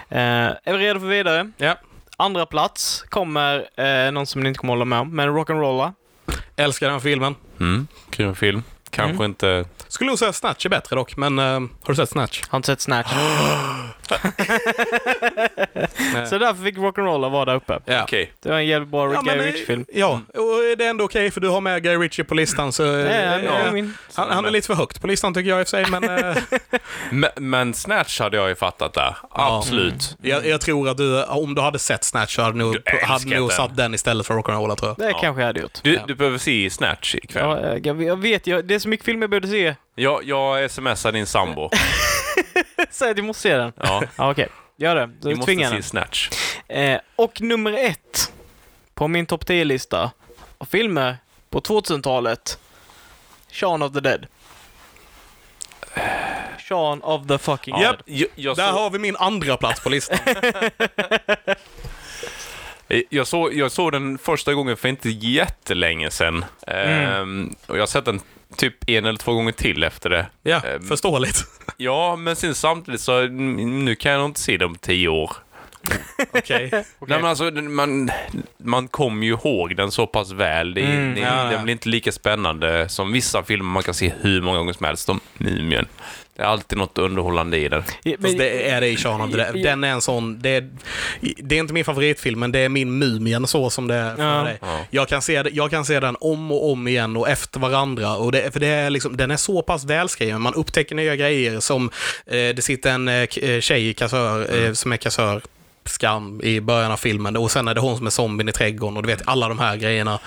[SPEAKER 1] Eh, är vi redo för vidare?
[SPEAKER 3] Ja.
[SPEAKER 1] Andra plats kommer eh, någon som ni inte kommer hålla med om, men Rock'n'Rolla.
[SPEAKER 3] Älskar den filmen.
[SPEAKER 2] Mm. Grym film. Kanske inte
[SPEAKER 3] Skulle nog säga Snatch är bättre dock, men eh, har du sett Snatch?
[SPEAKER 1] Har inte sett Snatch. så därför fick Rock'n'Roller vara där uppe.
[SPEAKER 3] Ja.
[SPEAKER 2] Okej.
[SPEAKER 1] Det var en jävligt bra
[SPEAKER 3] Ja,
[SPEAKER 1] Guy
[SPEAKER 3] men, eh,
[SPEAKER 1] Ritchie-film.
[SPEAKER 3] Ja, och eh, det är ändå okej för du har med Guy Ritchie på listan så...
[SPEAKER 1] Ja,
[SPEAKER 3] eh,
[SPEAKER 1] ja,
[SPEAKER 3] eh,
[SPEAKER 1] ja. min-
[SPEAKER 3] Han, han är lite för högt på listan tycker jag i och för sig, men eh,
[SPEAKER 2] Men, men Snatch hade jag ju fattat där. Absolut.
[SPEAKER 3] jag, jag tror att du, om du hade sett Snatch så hade du nog,
[SPEAKER 2] älskar
[SPEAKER 3] hade nog
[SPEAKER 2] den.
[SPEAKER 3] satt den istället för Rock'n'Rolla tror jag.
[SPEAKER 1] Det kanske jag hade gjort.
[SPEAKER 2] Du, du behöver se Snatch ikväll.
[SPEAKER 1] Ja, eh, jag- jag, jag vet, jag, det är så mycket film jag borde se.
[SPEAKER 2] Jag, jag smsar din sambo.
[SPEAKER 1] Säg att jag måste se den.
[SPEAKER 2] Ja.
[SPEAKER 1] Ja, okej. Gör det.
[SPEAKER 2] Vi
[SPEAKER 1] Du
[SPEAKER 2] måste
[SPEAKER 1] tvingar
[SPEAKER 2] se
[SPEAKER 1] den.
[SPEAKER 2] Snatch.
[SPEAKER 1] Eh, och nummer ett på min topp 10-lista av filmer på 2000-talet. Shaun of the Dead. Shaun of the fucking
[SPEAKER 2] Ja,
[SPEAKER 1] Dead.
[SPEAKER 2] jag, jag,
[SPEAKER 3] Där
[SPEAKER 2] såg,
[SPEAKER 3] har vi min andra plats på listan.
[SPEAKER 2] Eh, jag, såg, jag såg den första gången för inte jättelänge sedan.
[SPEAKER 3] Mm.
[SPEAKER 2] Ehm, och jag har sett den typ en eller två gånger till efter det.
[SPEAKER 3] Ja,
[SPEAKER 2] Ehm,
[SPEAKER 3] förståeligt.
[SPEAKER 2] Ja, men sen samtidigt så mm, nu kan jag nog inte se dem på tio år.
[SPEAKER 3] Okej.
[SPEAKER 2] Nej, men alltså, den- man, man kommer ju ihåg den så pass väl. Det,
[SPEAKER 1] Mm,
[SPEAKER 2] det,
[SPEAKER 3] ja, ja.
[SPEAKER 2] Den blir inte lika spännande som vissa filmer man kan se hur många gånger som helst. Som Mumien. Det är alltid något underhållande i den.
[SPEAKER 1] Ja, men-
[SPEAKER 3] Fast det är det i Shaun of the Dead. Den är en sån... Det är, det är inte min favoritfilm, men det är min Mumien så som det är för
[SPEAKER 1] Ja.
[SPEAKER 3] dig.
[SPEAKER 2] Ja.
[SPEAKER 3] Jag kan, se, det- jag kan se den om och om igen och efter varandra. Och det, för det är liksom, den är så pass välskriven. Man upptäcker nya grejer som... Eh, det sitter en eh, k- eh, tjej i kassör, eh, som är kassör skam i början av filmen och sen är det hon som är zombien i trädgården och du vet alla de här grejerna.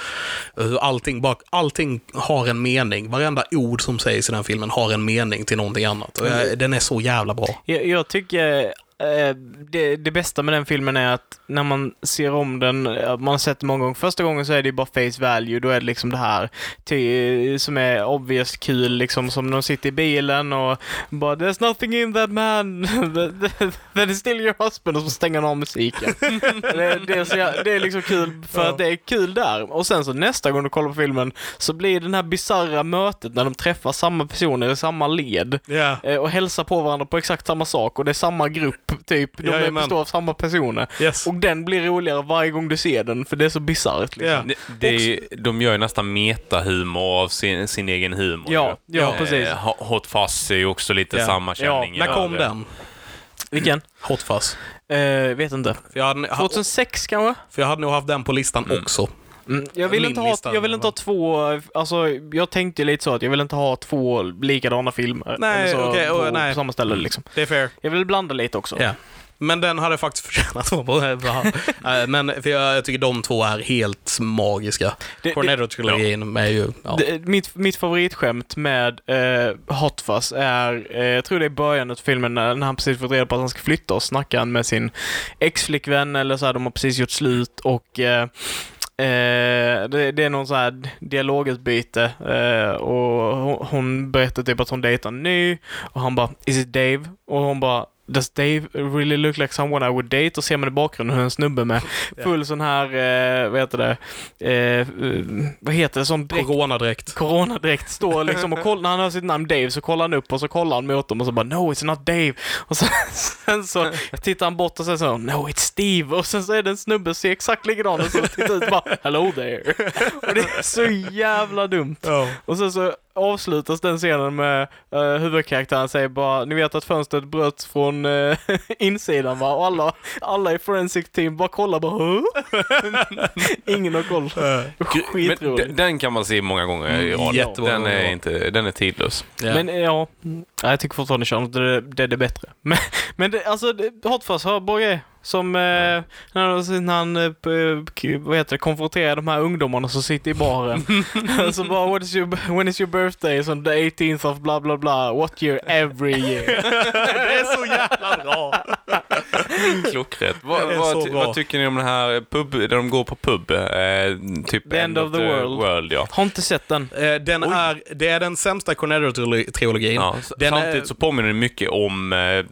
[SPEAKER 3] Hur Allting, bak, allting har en mening. Varenda ord som sägs i den filmen har en mening till någonting annat. Och jag, den är så jävla bra.
[SPEAKER 1] Jag, jag tycker eh, det, det bästa med den filmen är att när man ser om den, eh, man har sett den många gånger, första gången så är det ju bara face value, då är det liksom det här ty, eh, som är obvious kul liksom som de sitter i bilen och bara “There's nothing in that man, that is still your husband” och så stänger han av musiken. det, det, är så, jä- det är liksom kul för att det är kul där. Och sen så nästa gång du kollar på filmen så blir det här bisarra mötet när de träffar samma personer i samma led.
[SPEAKER 3] Ja.
[SPEAKER 1] Eh, och hälsar på varandra på exakt samma sak och det är samma grupp typ. De
[SPEAKER 3] Jajamän.
[SPEAKER 1] består av samma personer.
[SPEAKER 3] Yes.
[SPEAKER 1] Och den blir roligare varje gång du ser den för det är så bisarrt. Liksom.
[SPEAKER 3] Ja.
[SPEAKER 2] Det, det, de gör ju nästan metahumor av sin, sin egen humor.
[SPEAKER 1] Ja,
[SPEAKER 2] ju.
[SPEAKER 1] ja, precis.
[SPEAKER 2] Eh, Ho- Hot Fuzz är ju också lite
[SPEAKER 3] Ja.
[SPEAKER 2] samma känning.
[SPEAKER 3] När kom
[SPEAKER 2] Ja,
[SPEAKER 3] den?
[SPEAKER 1] Vilken?
[SPEAKER 3] Hot Fuzz.
[SPEAKER 1] Eh, vet inte.
[SPEAKER 3] För jag, hade, ha-
[SPEAKER 1] 2006 kanske?
[SPEAKER 3] för jag hade nog haft den på listan också.
[SPEAKER 1] Mm. Jag vill
[SPEAKER 3] Min
[SPEAKER 1] inte ha,
[SPEAKER 3] lista,
[SPEAKER 1] jag vill inte ha två, alltså jag tänkte lite så att jag vill inte ha två likadana filmer.
[SPEAKER 3] Nej,
[SPEAKER 1] eller så,
[SPEAKER 3] okej,
[SPEAKER 1] på,
[SPEAKER 3] och nej.
[SPEAKER 1] på samma ställe liksom.
[SPEAKER 3] Det är fair.
[SPEAKER 1] Jag vill blanda lite också.
[SPEAKER 3] Ja. Men den hade faktiskt förtjänat att vara bra. Eh, Men för jag, jag tycker de två är helt magiska.
[SPEAKER 1] det-
[SPEAKER 3] Cornetto-trilogin är ju... Ja.
[SPEAKER 1] Det, mitt, mitt favoritskämt med eh, Hot Fuzz är, eh, jag tror det är början av filmen när när han precis fått reda på att han ska flytta och snackar han med sin ex-flickvän eller så här, de har precis gjort slut och eh, Eh, det, det är någon sån här dialogutbyte eh, och hon, hon berättar typ att hon dejtar en ny och han bara “Is it Dave?” och hon bara “Does Dave really look like someone I would date?” och ser man i bakgrunden hur en snubbe med full sån här, eh, vad heter det, eh, eh, vad heter det, sån dräkt
[SPEAKER 3] Coronadräkt.
[SPEAKER 1] coronadräkt står liksom och kollar, när han hör sitt namn Dave så kollar han upp och så kollar han mot dem och så bara No it's not Dave. Och sen, sen så tittar han bort och sen så No it's Steve. Och sen så är det en snubbe som ser exakt likadan ut och tittar ut och bara Hello there. Och det är så jävla dumt. Och sen så avslutas den scenen med uh, huvudkaraktären säger bara Ni vet att fönstret bröts från eh, insidan va? Och alla, alla i forensic team bara kollar bara "Huh?" Ingen har koll.
[SPEAKER 2] Men
[SPEAKER 1] Skitroligt.
[SPEAKER 2] den, den kan man se många gånger i rad.
[SPEAKER 3] Mm, Jättebra.
[SPEAKER 2] Den är, inte, den är tidlös.
[SPEAKER 3] Ja.
[SPEAKER 1] Men eh, ja, mm, ja, jag tycker fortfarande Sean att det, det är det bättre. Men, men det, alltså, det- Hot Fuzz har bra grejer. Som eh, när han, när han eh, p- k- vad heter det, konfronterar de här ungdomarna som sitter i baren. så bara What is your, when is your birthday? Som the 18th of bla bla bla. What year every year?
[SPEAKER 3] det är så jävla bra!
[SPEAKER 2] Klockrent. Vad,
[SPEAKER 3] Det är
[SPEAKER 2] vad,
[SPEAKER 3] så
[SPEAKER 2] ty,
[SPEAKER 3] bra.
[SPEAKER 2] vad tycker ni om den här pub, där de går på pub? Eh, typ
[SPEAKER 1] The end of the world.
[SPEAKER 2] ja.
[SPEAKER 1] Har inte sett den.
[SPEAKER 3] Eh, Den
[SPEAKER 2] Oj.
[SPEAKER 3] är, det är den sämsta Cornetto-trilogin.
[SPEAKER 2] ja. s-
[SPEAKER 3] Den är-
[SPEAKER 2] Samtidigt så påminner den mycket om eh,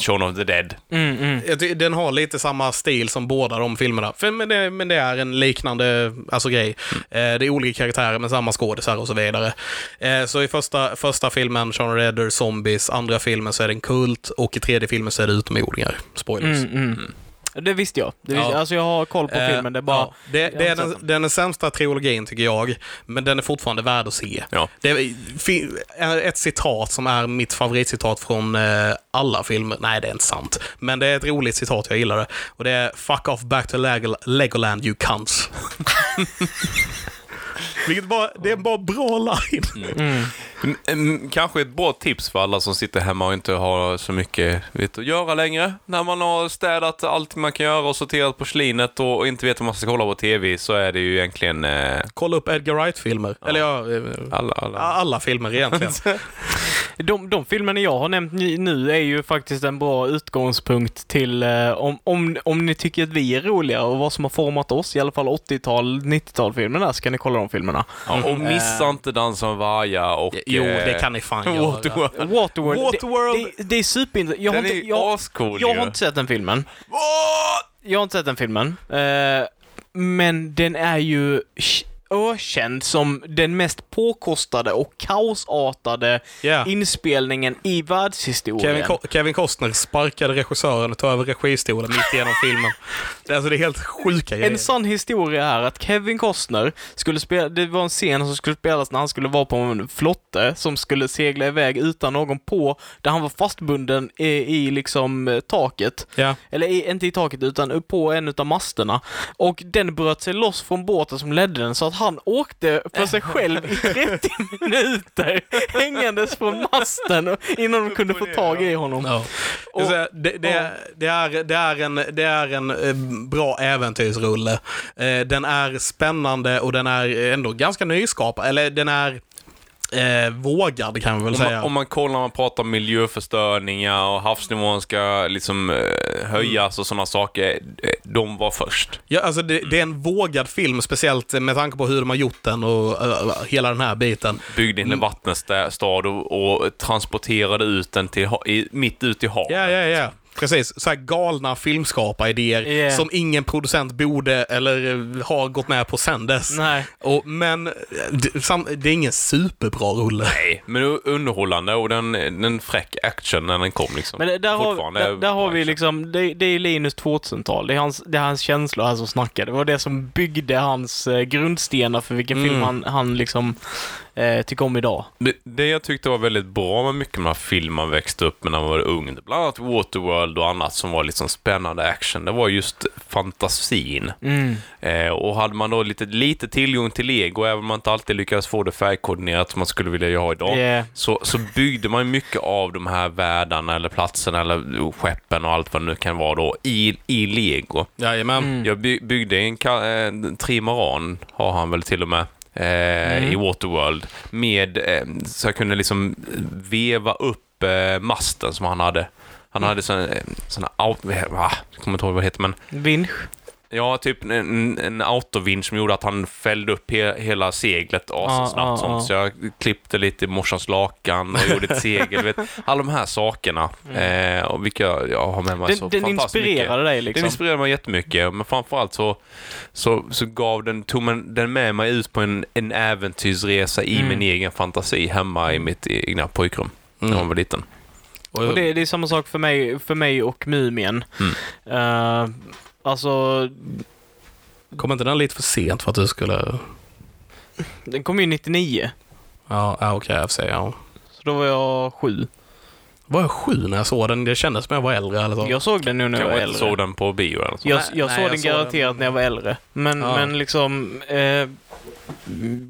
[SPEAKER 2] Shaun of the Dead.
[SPEAKER 1] Mm, mm.
[SPEAKER 3] Jag ty- Den har lite samma stil som båda de filmerna. För, men, det, men det är en liknande alltså, grej.
[SPEAKER 1] Mm.
[SPEAKER 3] Eh, det är olika karaktärer med samma skådisar och så vidare. Eh, så i första, första filmen, Sean Redder, Zombies. Andra filmen så är det en kult och i tredje filmen så är det utomjordingar. Spoilers.
[SPEAKER 1] Mm, mm. Det visste jag. Det visste,
[SPEAKER 3] Ja.
[SPEAKER 1] Alltså jag har koll på
[SPEAKER 3] Eh,
[SPEAKER 1] filmen. Det är bara...
[SPEAKER 3] ja, det,
[SPEAKER 1] jag
[SPEAKER 3] det
[SPEAKER 1] har
[SPEAKER 3] är
[SPEAKER 1] inte
[SPEAKER 3] den,
[SPEAKER 1] sett
[SPEAKER 3] den är sämsta trilogin tycker jag, men den är fortfarande värd att se.
[SPEAKER 2] Ja.
[SPEAKER 3] Det är- fi- är ett citat som är mitt favoritcitat från eh, alla filmer. Nej, det är inte sant. Men det är ett roligt citat, jag gillar det. Och det är “Fuck off back to Leg- Legoland you cunts”. Vilket bara, det är bara bra line.
[SPEAKER 2] Mm, mm, Kanske ett bra tips för alla som sitter hemma och inte har så mycket vet, att göra längre. När man har städat allt man kan göra och sorterat porslinet och, och inte vet om man ska kolla på TV så är det ju egentligen eh,
[SPEAKER 3] Kolla upp Edgar Wright-filmer. Eller ja, eh,
[SPEAKER 2] alla... alla.
[SPEAKER 3] alla filmer egentligen.
[SPEAKER 1] De, de filmerna jag har nämnt ni- nu är ju faktiskt en bra utgångspunkt till eh, om, om, om ni tycker att vi är roliga och vad som har format oss, i alla fall 80-tal, 90-talfilmerna, så kan ni kolla de filmerna.
[SPEAKER 2] Ja, och missa inte Dansa med vargar och...
[SPEAKER 3] Eh. Jo,
[SPEAKER 2] eh,
[SPEAKER 3] det kan ni fan göra.
[SPEAKER 2] Waterworld.
[SPEAKER 1] Waterworld,
[SPEAKER 2] Waterworld.
[SPEAKER 1] Det, det, det är superintressant. Jag, har
[SPEAKER 2] Den är
[SPEAKER 1] inte-
[SPEAKER 2] ju
[SPEAKER 1] jag,
[SPEAKER 2] ascool
[SPEAKER 1] jag
[SPEAKER 2] ju.
[SPEAKER 1] har inte sett den filmen.
[SPEAKER 2] Åh!
[SPEAKER 1] Jag har inte sett den filmen. Eh, men den är ju k- ökänd som den mest påkostade och kaosartade
[SPEAKER 3] Ja.
[SPEAKER 1] inspelningen i världshistorien.
[SPEAKER 3] Kevin, Co- Kevin Costner sparkade regissören och tog över registolen mitt igenom filmen. Det är, alltså, det är helt sjuka grejer.
[SPEAKER 1] En sann historia är att Kevin Costner skulle spela, det var en scen som skulle spelas när han skulle vara på en flotte som skulle segla iväg utan någon på, där han var fastbunden i, i liksom eh, taket.
[SPEAKER 3] Ja.
[SPEAKER 1] Eller i, inte i taket utan upp på en utav masterna. Och den bröt sig loss från båten som ledde den så att han åkte för sig själv i 30 minuter hängandes från masten innan de kunde få tag i honom.
[SPEAKER 3] Ja. Det, vill säga, det, det, det, är, det, är en, det är en eh, bra äventyrsrulle. Eh, Den är spännande och den är ändå ganska nyskapad. Eller den är eh, vågad kan man väl
[SPEAKER 2] Om man,
[SPEAKER 3] säga.
[SPEAKER 2] om man kollar när man pratar om miljöförstöringar och havsnivån ska liksom eh, höjas och sådana saker. eh, De var först.
[SPEAKER 3] Ja, alltså det, det är en vågad film, speciellt med tanke på hur de har gjort den och eh, hela den här biten.
[SPEAKER 2] Byggde
[SPEAKER 3] Mm.
[SPEAKER 2] in en vattenstad och, och transporterade ut den till, ha- i, mitt ut i havet.
[SPEAKER 3] Ja, ja, ja. Precis. Så här galna filmskaparidéer
[SPEAKER 1] Ja.
[SPEAKER 3] som ingen producent borde eller eh, har gått med på sen dess.
[SPEAKER 1] Nej.
[SPEAKER 3] Och, men eh, det, sam, det är ingen superbra rulle.
[SPEAKER 2] Nej, men u- underhållande och den, den fräck action när den kom liksom.
[SPEAKER 1] Men det, där, har,
[SPEAKER 2] Fortfarande
[SPEAKER 1] där, där har
[SPEAKER 2] bra
[SPEAKER 1] vi
[SPEAKER 2] action.
[SPEAKER 1] liksom, det, det är Linus 2000-tal. Det är hans, det är hans känslor här som snackar. Det var det som byggde hans eh, grundstenar för vilken film han, han liksom eh, tycker om idag.
[SPEAKER 2] Det, det jag tyckte var väldigt bra med mycket av de här filmerna man växte upp med när man var ung, bland annat Waterworld och annat som var liksom spännande action, det var just fantasin. Eh, och hade man då lite, lite tillgång till lego, även om man inte alltid lyckades få det färgkoordinerat som man skulle vilja ha idag,
[SPEAKER 1] Yeah.
[SPEAKER 2] så, så byggde man ju mycket av de här världarna eller platserna eller skeppen och allt vad det nu kan vara då i, i lego.
[SPEAKER 3] Jajamän.
[SPEAKER 1] Mm.
[SPEAKER 2] Jag by, byggde en, ka- en trimaran, har han väl till och med, eh,
[SPEAKER 1] Mm.
[SPEAKER 2] i Waterworld. Med, eh, så jag kunde liksom veva upp eh, masten som han hade. Han
[SPEAKER 1] Mm.
[SPEAKER 2] hade sån, eh, sån här, out, ah, jag kommer inte ihåg vad det heter, men
[SPEAKER 1] Vinsch.
[SPEAKER 2] ja, typ en- en, en autovind som gjorde att han fällde upp he, hela seglet assnabbt.
[SPEAKER 1] Ah, ah,
[SPEAKER 2] sånt.
[SPEAKER 1] ah.
[SPEAKER 2] Så jag klippte lite i morsans lakan och gjorde ett segel. vet, alla de här sakerna, eh, och vilka jag har med mig så
[SPEAKER 1] Mm. Den, den
[SPEAKER 2] fantastiskt mycket.
[SPEAKER 1] inspirerade dig
[SPEAKER 2] Den
[SPEAKER 1] liksom.
[SPEAKER 2] inspirerade mig jättemycket, men framförallt så, så, så gav den, tog man, den med mig ut på en, en äventyrsresa i
[SPEAKER 3] Mm.
[SPEAKER 2] min egen fantasi hemma i mitt egna pojkrum
[SPEAKER 3] Mm.
[SPEAKER 2] när man var liten.
[SPEAKER 1] Mm. Och det, det är samma sak för mig, för mig och Mumien.
[SPEAKER 2] Mm.
[SPEAKER 1] Eh, alltså,
[SPEAKER 3] Kom inte den lite för sent för att du skulle...
[SPEAKER 1] den kom ju 99.
[SPEAKER 3] Ja, ja okej, jag får säga. Ja.
[SPEAKER 1] Så då var jag sju.
[SPEAKER 3] Var jag sju när jag såg den? Det kändes som jag var äldre. Eller så.
[SPEAKER 1] Jag såg den nu när jag var
[SPEAKER 2] Kanske inte
[SPEAKER 1] äldre.
[SPEAKER 2] såg den på bio eller så.
[SPEAKER 1] Jag,
[SPEAKER 3] Nej,
[SPEAKER 1] jag
[SPEAKER 3] nej,
[SPEAKER 1] såg
[SPEAKER 3] jag
[SPEAKER 1] den
[SPEAKER 3] såg
[SPEAKER 1] garanterat när jag var äldre. Men,
[SPEAKER 3] Ja.
[SPEAKER 1] men liksom... Eh,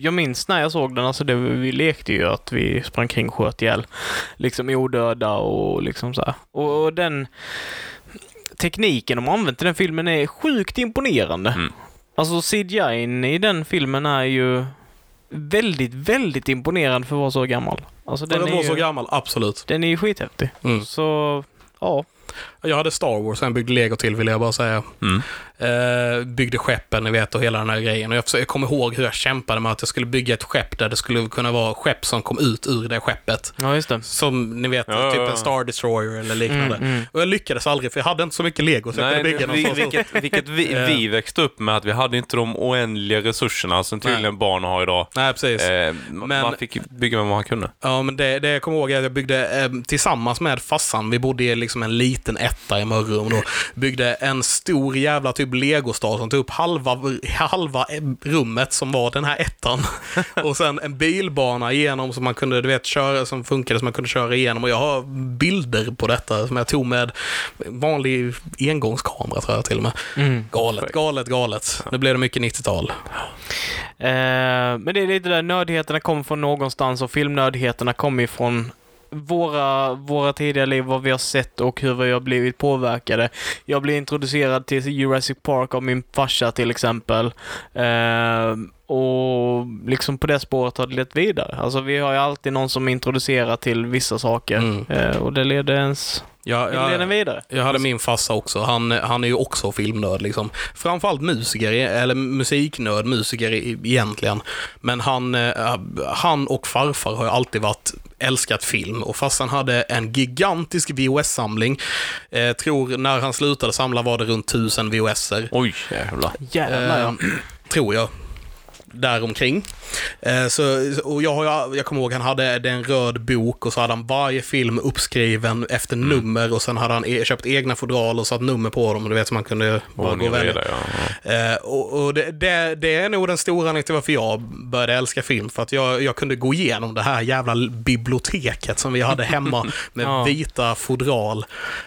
[SPEAKER 1] jag minns när jag såg den, alltså det, vi lekte ju att vi sprang kring och sköt ihjäl. Liksom odöda och liksom så här. Och, och den tekniken de har använt i den filmen är sjukt imponerande.
[SPEAKER 2] Mm.
[SPEAKER 1] Alltså CGI n i den filmen är ju väldigt, väldigt imponerande för att vara så gammal. Alltså
[SPEAKER 3] den
[SPEAKER 1] den,
[SPEAKER 3] den var
[SPEAKER 1] är,
[SPEAKER 3] så
[SPEAKER 1] ju,
[SPEAKER 3] gammal, absolut.
[SPEAKER 1] den är ju skithäftig.
[SPEAKER 3] Mm.
[SPEAKER 1] Så, ja.
[SPEAKER 3] Jag hade Star Wars, sen byggde Lego till vill jag bara säga.
[SPEAKER 2] Mm.
[SPEAKER 3] Eh, byggde skeppen, ni vet, och hela den här grejen. Och jag, försöker- jag kommer ihåg hur jag kämpade med att jag skulle bygga ett skepp där det skulle kunna vara skepp som kom ut ur det skeppet.
[SPEAKER 1] Ja, just det.
[SPEAKER 3] Som ni vet,
[SPEAKER 2] Ja, ja,
[SPEAKER 3] typ
[SPEAKER 2] ja.
[SPEAKER 3] en Star Destroyer eller liknande.
[SPEAKER 1] Mm, mm.
[SPEAKER 3] Och jag lyckades aldrig, för jag hade inte så mycket Lego så jag
[SPEAKER 2] Nej,
[SPEAKER 3] kunde bygga någon
[SPEAKER 2] vi,
[SPEAKER 3] sån stor-
[SPEAKER 2] vilket, vilket vi, vi växte upp med, att vi hade inte de oändliga resurserna som tydligen
[SPEAKER 3] Nej.
[SPEAKER 2] barn har idag.
[SPEAKER 3] Nej, precis.
[SPEAKER 2] Eh, man-
[SPEAKER 3] Men-
[SPEAKER 2] man fick bygga med vad man kunde.
[SPEAKER 3] Ja, men det, det jag kommer ihåg är att jag byggde eh, tillsammans med fassan. Vi bodde i liksom en lit, liten etta i Mörrum då. Byggde en stor jävla typ legostad som tog upp halva, halva eh, rummet som var den här ettan. och sen en bilbana igenom som man kunde, du vet, köra, som funkade som man kunde köra igenom. Och jag har bilder på detta som jag tog med vanlig engångskamera tror jag till och med. Galet, galet, galet. Nu blev det mycket 90-tal.
[SPEAKER 1] Eh, men det är lite där, nödigheterna kommer från någonstans och filmnödigheterna kommer ifrån våra, våra tidiga liv, vad vi har sett och hur vi har blivit påverkade. Jag blev introducerad till Jurassic Park av min farsa till exempel. Eh, och liksom på det spåret har det lett vidare. Alltså vi har ju alltid någon som introducerar till vissa saker
[SPEAKER 3] Mm.
[SPEAKER 1] eh, och det leder ens
[SPEAKER 3] Jag,
[SPEAKER 1] det leder en vidare.
[SPEAKER 3] Jag hade min farsa också. Han, han är ju också filmnörd. Liksom. Framförallt musiker, eller musiknörd, musiker e- egentligen. Men han, eh, han och farfar har ju alltid varit älskat film och farsan hade en gigantisk VHS-samling. Eh, tror när han slutade samla var det runt tusen VHS-er.
[SPEAKER 2] Oj, jävlar.
[SPEAKER 1] Jävlar ja.
[SPEAKER 3] Eh, tror jag. Däromkring. Eh, så, och jag, har ju- jag kommer ihåg han hade det är en röd bok och så hade han varje film uppskriven efter
[SPEAKER 1] Mm.
[SPEAKER 3] nummer och sen hade han e köpt egna fodral och satt nummer på dem. Du vet, så man kunde bara gå
[SPEAKER 2] Ordning
[SPEAKER 3] och
[SPEAKER 2] och
[SPEAKER 3] välja.
[SPEAKER 2] reda, ja.
[SPEAKER 3] Eh, och och det, det, det är nog den stora anledningen till varför jag började älska film. För att jag, jag kunde gå igenom det här jävla l- biblioteket som vi hade hemma med
[SPEAKER 1] Ja.
[SPEAKER 3] vita fodral.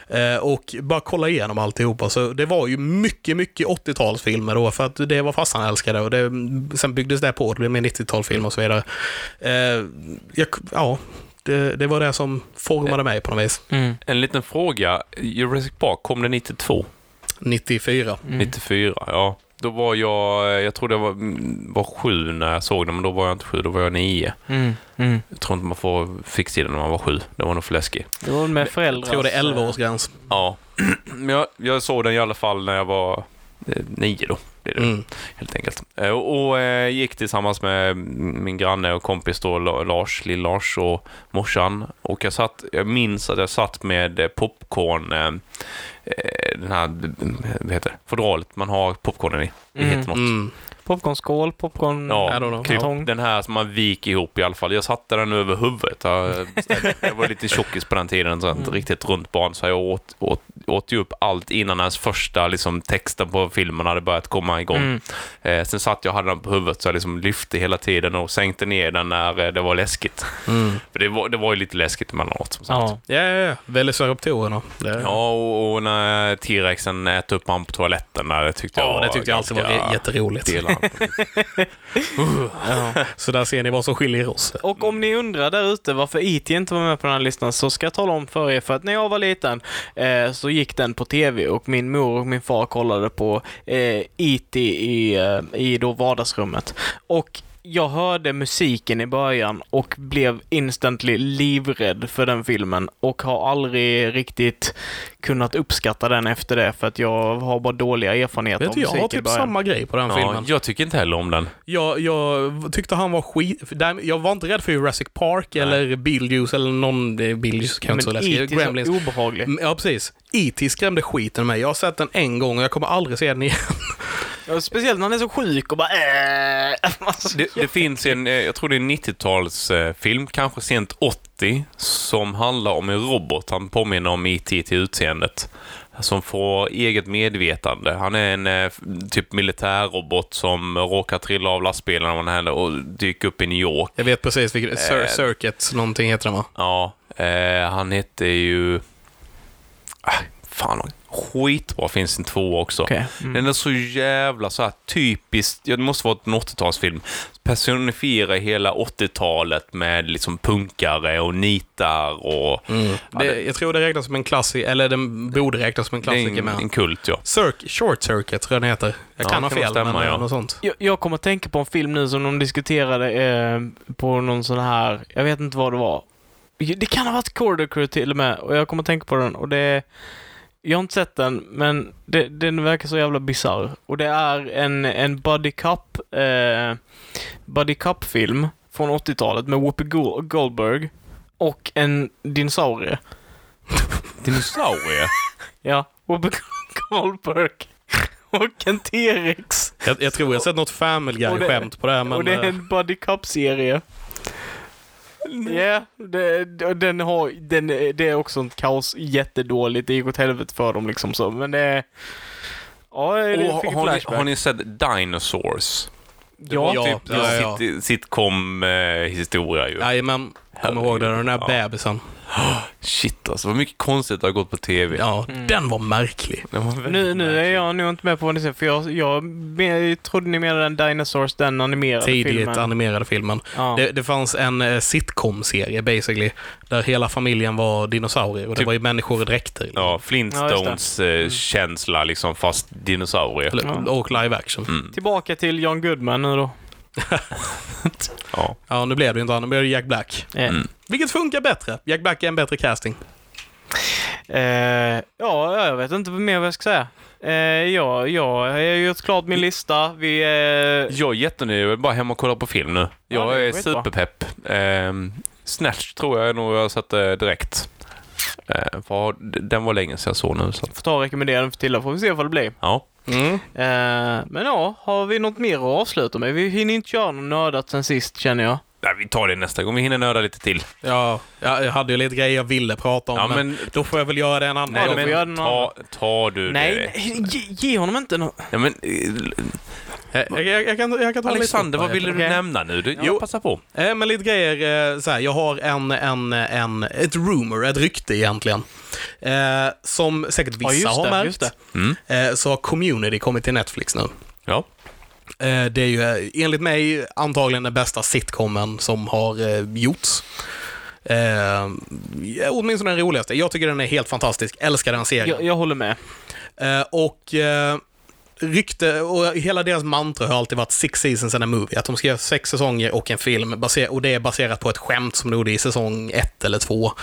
[SPEAKER 3] Eh, och bara kolla igenom alltihopa. Så det var ju mycket, mycket 80-talsfilmer då. För att det var farsan älskade. Och det, sen byggdes det på. Det blev mer 90-talsfilmer och så vidare. Eh, jag, ja, det, det var det som formade mig på något vis.
[SPEAKER 1] Mm.
[SPEAKER 2] En liten fråga. Jurassic Park, kom det 92?
[SPEAKER 3] 94.
[SPEAKER 1] Mm.
[SPEAKER 2] 94, ja. Då var jag, jag tror det var, mm, var sju när jag såg den, men då var jag inte sju, då var jag nio.
[SPEAKER 1] Mm. Mm.
[SPEAKER 2] Jag tror inte man får, fick se den när man var sju. Det var nog för läskig.
[SPEAKER 1] Det var med föräldrar.
[SPEAKER 3] Jag tror det är
[SPEAKER 1] eh,
[SPEAKER 3] 11-årsgräns.
[SPEAKER 2] Ja, men jag, jag såg den i alla fall när jag var eh, nio då. Det är det,
[SPEAKER 3] Mm.
[SPEAKER 2] helt enkelt. Eh, och och eh, gick tillsammans med min granne och kompis då, La- Lars, Lill-Lars och morsan. Och jag satt, jag minns att jag satt med eh, popcorn, eh, eh, den här, eh, vad heter det, fodralet man har popcornen i. Det heter
[SPEAKER 1] Mm.
[SPEAKER 2] något.
[SPEAKER 3] Mm.
[SPEAKER 1] Popcornskål, popcorn...
[SPEAKER 2] Ja,
[SPEAKER 3] I don't know.
[SPEAKER 2] typ
[SPEAKER 1] Kartong.
[SPEAKER 2] den här som man vik ihop i alla fall. Jag satte den över huvudet. Jag, jag var lite tjockis på den tiden, så jag
[SPEAKER 3] Mm.
[SPEAKER 2] inte riktigt runt barn, så jag åt, åt, åt ju upp allt innan ens första liksom, texten på filmen hade börjat komma igång.
[SPEAKER 1] Mm.
[SPEAKER 2] Eh, sen satt jag och hade den på huvudet, så jag liksom lyfte hela tiden och sänkte ner den när eh, det var läskigt.
[SPEAKER 3] Mm.
[SPEAKER 2] För det var, det var ju lite läskigt emellanåt, som sagt.
[SPEAKER 1] Ja.
[SPEAKER 3] Ja, ja, ja. Velociraptorerna. Det...
[SPEAKER 2] Ja, och, och när T-rexen äter upp han på toaletten, där, det tyckte jag
[SPEAKER 3] Ja, det tyckte jag alltid var
[SPEAKER 2] ganska-
[SPEAKER 3] re- jätteroligt.
[SPEAKER 2] delan.
[SPEAKER 3] Så där ser ni vad som skiljer oss.
[SPEAKER 1] Och om ni undrar där ute varför IT inte var med på den här listan så ska jag tala om för er för att när jag var liten eh, så gick den på TV och min mor och min far kollade på eh, IT i, eh, i då vardagsrummet. Och jag hörde musiken i början och blev instantly livrädd för den filmen och har aldrig riktigt kunnat uppskatta den efter det för att jag har bara dåliga erfarenheter
[SPEAKER 3] Vet
[SPEAKER 1] av
[SPEAKER 3] du, jag
[SPEAKER 1] musik
[SPEAKER 3] har
[SPEAKER 1] i
[SPEAKER 3] typ
[SPEAKER 1] början.
[SPEAKER 3] samma grej på den
[SPEAKER 2] Ja,
[SPEAKER 3] filmen.
[SPEAKER 2] jag tycker inte heller om den.
[SPEAKER 3] Jag, jag tyckte han var skit... där- Jag var inte rädd för Jurassic Park eller Beetlejuice eller någon... eh, Beetlejuice kan jag inte så
[SPEAKER 1] Men
[SPEAKER 2] E
[SPEAKER 3] läskig.
[SPEAKER 1] IT är
[SPEAKER 3] Gremlins.
[SPEAKER 1] så obehaglig.
[SPEAKER 3] Mm, Ja, precis. E.T. skrämde skiten ur mig. Jag har sett den en gång och jag kommer aldrig se den igen.
[SPEAKER 1] Ja, Speciellt när han är så sjuk och bara äh. alltså,
[SPEAKER 2] Det, det finns en, eh, jag tror det är en 90-talsfilm, kanske sent 80, som handlar om en robot. Han påminner om E.T. till utseendet. Som får eget medvetande. Han är en eh, f- typ militärrobot som råkar trilla av lastbilen av en händelse och dyker upp i New York.
[SPEAKER 3] Jag vet precis vilket...
[SPEAKER 2] Eh.
[SPEAKER 3] Cir- Circuit, någonting heter den va?
[SPEAKER 2] Ja, eh, han hette ju... Ah, fan, skitbra. Finns en två också.
[SPEAKER 1] Okej.
[SPEAKER 2] Den är så jävla så här typiskt, ja, det måste vara en 80-talsfilm, personifiera hela 80-talet med liksom punkare och nitar och... Ja, det,
[SPEAKER 3] Mm. Det, jag tror det räknas som en klassiker, eller den borde räknas som en
[SPEAKER 2] det
[SPEAKER 3] klassiker
[SPEAKER 2] är en,
[SPEAKER 3] med.
[SPEAKER 2] en kult, ja.
[SPEAKER 3] Circ- short Circuit tror jag den heter. Jag
[SPEAKER 2] Ja,
[SPEAKER 3] kan ha
[SPEAKER 2] kan nog
[SPEAKER 3] fel,
[SPEAKER 2] stämma,
[SPEAKER 3] men eh,
[SPEAKER 2] ja.
[SPEAKER 3] något sånt.
[SPEAKER 1] Jag, jag kommer att tänka på en film nu som de diskuterade eh, på någon sån här, jag vet inte vad det var. Det kan ha varit Corridor Crew till och med och jag kommer att tänka på den och det jag har inte sett den, men det, den verkar så jävla bisarr. Och det är en, en buddy cup, eh, buddy cup-film från 80-talet med Whoopi Gol- Goldberg och en dinosaurie.
[SPEAKER 2] Dinosaurie.
[SPEAKER 1] Ja, Whoopi Goldberg och en T-rex.
[SPEAKER 3] Jag, jag tror jag har sett något Family
[SPEAKER 1] Och det-
[SPEAKER 3] eh, Guy-skämt på det här, men...
[SPEAKER 1] och det är
[SPEAKER 3] eh,
[SPEAKER 1] en Buddy Cup-serie. Ja, det- det- den har, den, det är också en kaos, jättedåligt, det gick åt helvete för dem liksom så, men det... Ja, jag
[SPEAKER 2] Och
[SPEAKER 1] fick en
[SPEAKER 2] har, ni,
[SPEAKER 1] flashback.
[SPEAKER 2] har ni sett Dinosaurs? Det
[SPEAKER 1] Ja.
[SPEAKER 2] var
[SPEAKER 3] Ja,
[SPEAKER 2] typ
[SPEAKER 3] ja, ja.
[SPEAKER 2] Sit, sitcom-historia ju.
[SPEAKER 3] Jajamän. Kom ihåg det, den där bebisen.
[SPEAKER 2] Shit alltså, vad mycket konstigt det har gått på tv.
[SPEAKER 3] Ja,
[SPEAKER 1] Mm.
[SPEAKER 3] den var märklig.
[SPEAKER 2] Det var väldigt
[SPEAKER 1] Nu, nu är
[SPEAKER 2] märkligt.
[SPEAKER 1] jag nog inte med på vad ni säger, för jag, jag, men- trodde ni menade den Dinosaurs, den animerade
[SPEAKER 3] Tidigt
[SPEAKER 1] filmen.
[SPEAKER 3] animerade filmen.
[SPEAKER 1] ja.
[SPEAKER 3] Det, det fanns en eh, sitcom-serie basically, där hela familjen var dinosaurier och det
[SPEAKER 2] Typ-
[SPEAKER 3] var ju människor i dräkter. liksom.
[SPEAKER 2] Ja, Flintstones-känsla liksom, fast Mm. dinosaurier.
[SPEAKER 3] Eller-
[SPEAKER 1] Ja.
[SPEAKER 3] Och live action.
[SPEAKER 1] Tillbaka till John Goodman nu då.
[SPEAKER 2] Ja.
[SPEAKER 3] Ja, nu blev det ju inte han, nu blev det Jack Black.
[SPEAKER 1] Eh,
[SPEAKER 2] Mm.
[SPEAKER 3] Vilket funkar bättre. Jack Black är en bättre casting.
[SPEAKER 1] eh, ja, jag vet inte mer vad jag ska säga. Eh, ja, ja, jag har gjort klart min lista. Vi... Eh,
[SPEAKER 2] Jag är jättenöjd, jag vill bara hem och kolla på film nu.
[SPEAKER 1] Ja,
[SPEAKER 2] Jag
[SPEAKER 1] det är
[SPEAKER 2] är
[SPEAKER 1] skitbra.
[SPEAKER 2] superpepp. Ehm, Snatch tror jag nog jag satte direkt. Eh, för den var länge sedan jag såg nu. Så. att-
[SPEAKER 1] får ta och rekommendera den för Tilda, får vi se vad det blir.
[SPEAKER 2] Ja.
[SPEAKER 3] Mm.
[SPEAKER 1] Eh, men ja, har vi något mer att avsluta med? Vi hinner inte göra något nördat sen sist känner jag.
[SPEAKER 2] Nej, vi tar det nästa gång, vi hinner nörda lite till.
[SPEAKER 3] Ja, jag jag hade ju lite grejer jag ville prata om,
[SPEAKER 2] Ja,
[SPEAKER 3] men,
[SPEAKER 2] men-
[SPEAKER 3] då får jag väl göra det en annan
[SPEAKER 1] Nej,
[SPEAKER 3] gång.
[SPEAKER 1] men- vi göra den
[SPEAKER 2] ta, ta du
[SPEAKER 1] Nej,
[SPEAKER 2] det.
[SPEAKER 1] nej ge, ge honom inte något.
[SPEAKER 2] Nej, men, eh,
[SPEAKER 3] Jag, jag, jag, kan, jag kan ta
[SPEAKER 2] Alexander,
[SPEAKER 3] lite.
[SPEAKER 2] vad ville du
[SPEAKER 1] Okej.
[SPEAKER 2] nämna nu? Du,
[SPEAKER 3] Jo.
[SPEAKER 2] jo. Passa på.
[SPEAKER 3] Eh, men lite grejer, eh, så här, jag har en, en, en, ett rumor, ett rykte egentligen. Eh, som säkert
[SPEAKER 1] Ja,
[SPEAKER 3] vissa
[SPEAKER 1] just
[SPEAKER 3] har
[SPEAKER 1] det,
[SPEAKER 3] märkt.
[SPEAKER 1] just
[SPEAKER 2] Mm.
[SPEAKER 3] Eh, så har Community kommit till Netflix nu.
[SPEAKER 2] Ja.
[SPEAKER 3] Eh, det är ju eh, enligt mig antagligen den bästa sitcomen som har eh, gjorts. Eh, ja, åtminstone den roligaste. Jag tycker den är helt fantastisk, älskar den serien.
[SPEAKER 1] Jag, jag håller med.
[SPEAKER 3] Eh, och eh, rykte och hela deras mantra har alltid varit six seasons and a movie. Att de ska göra sex säsonger och en film baser- och det är baserat på ett skämt som de gjorde i säsong ett eller två.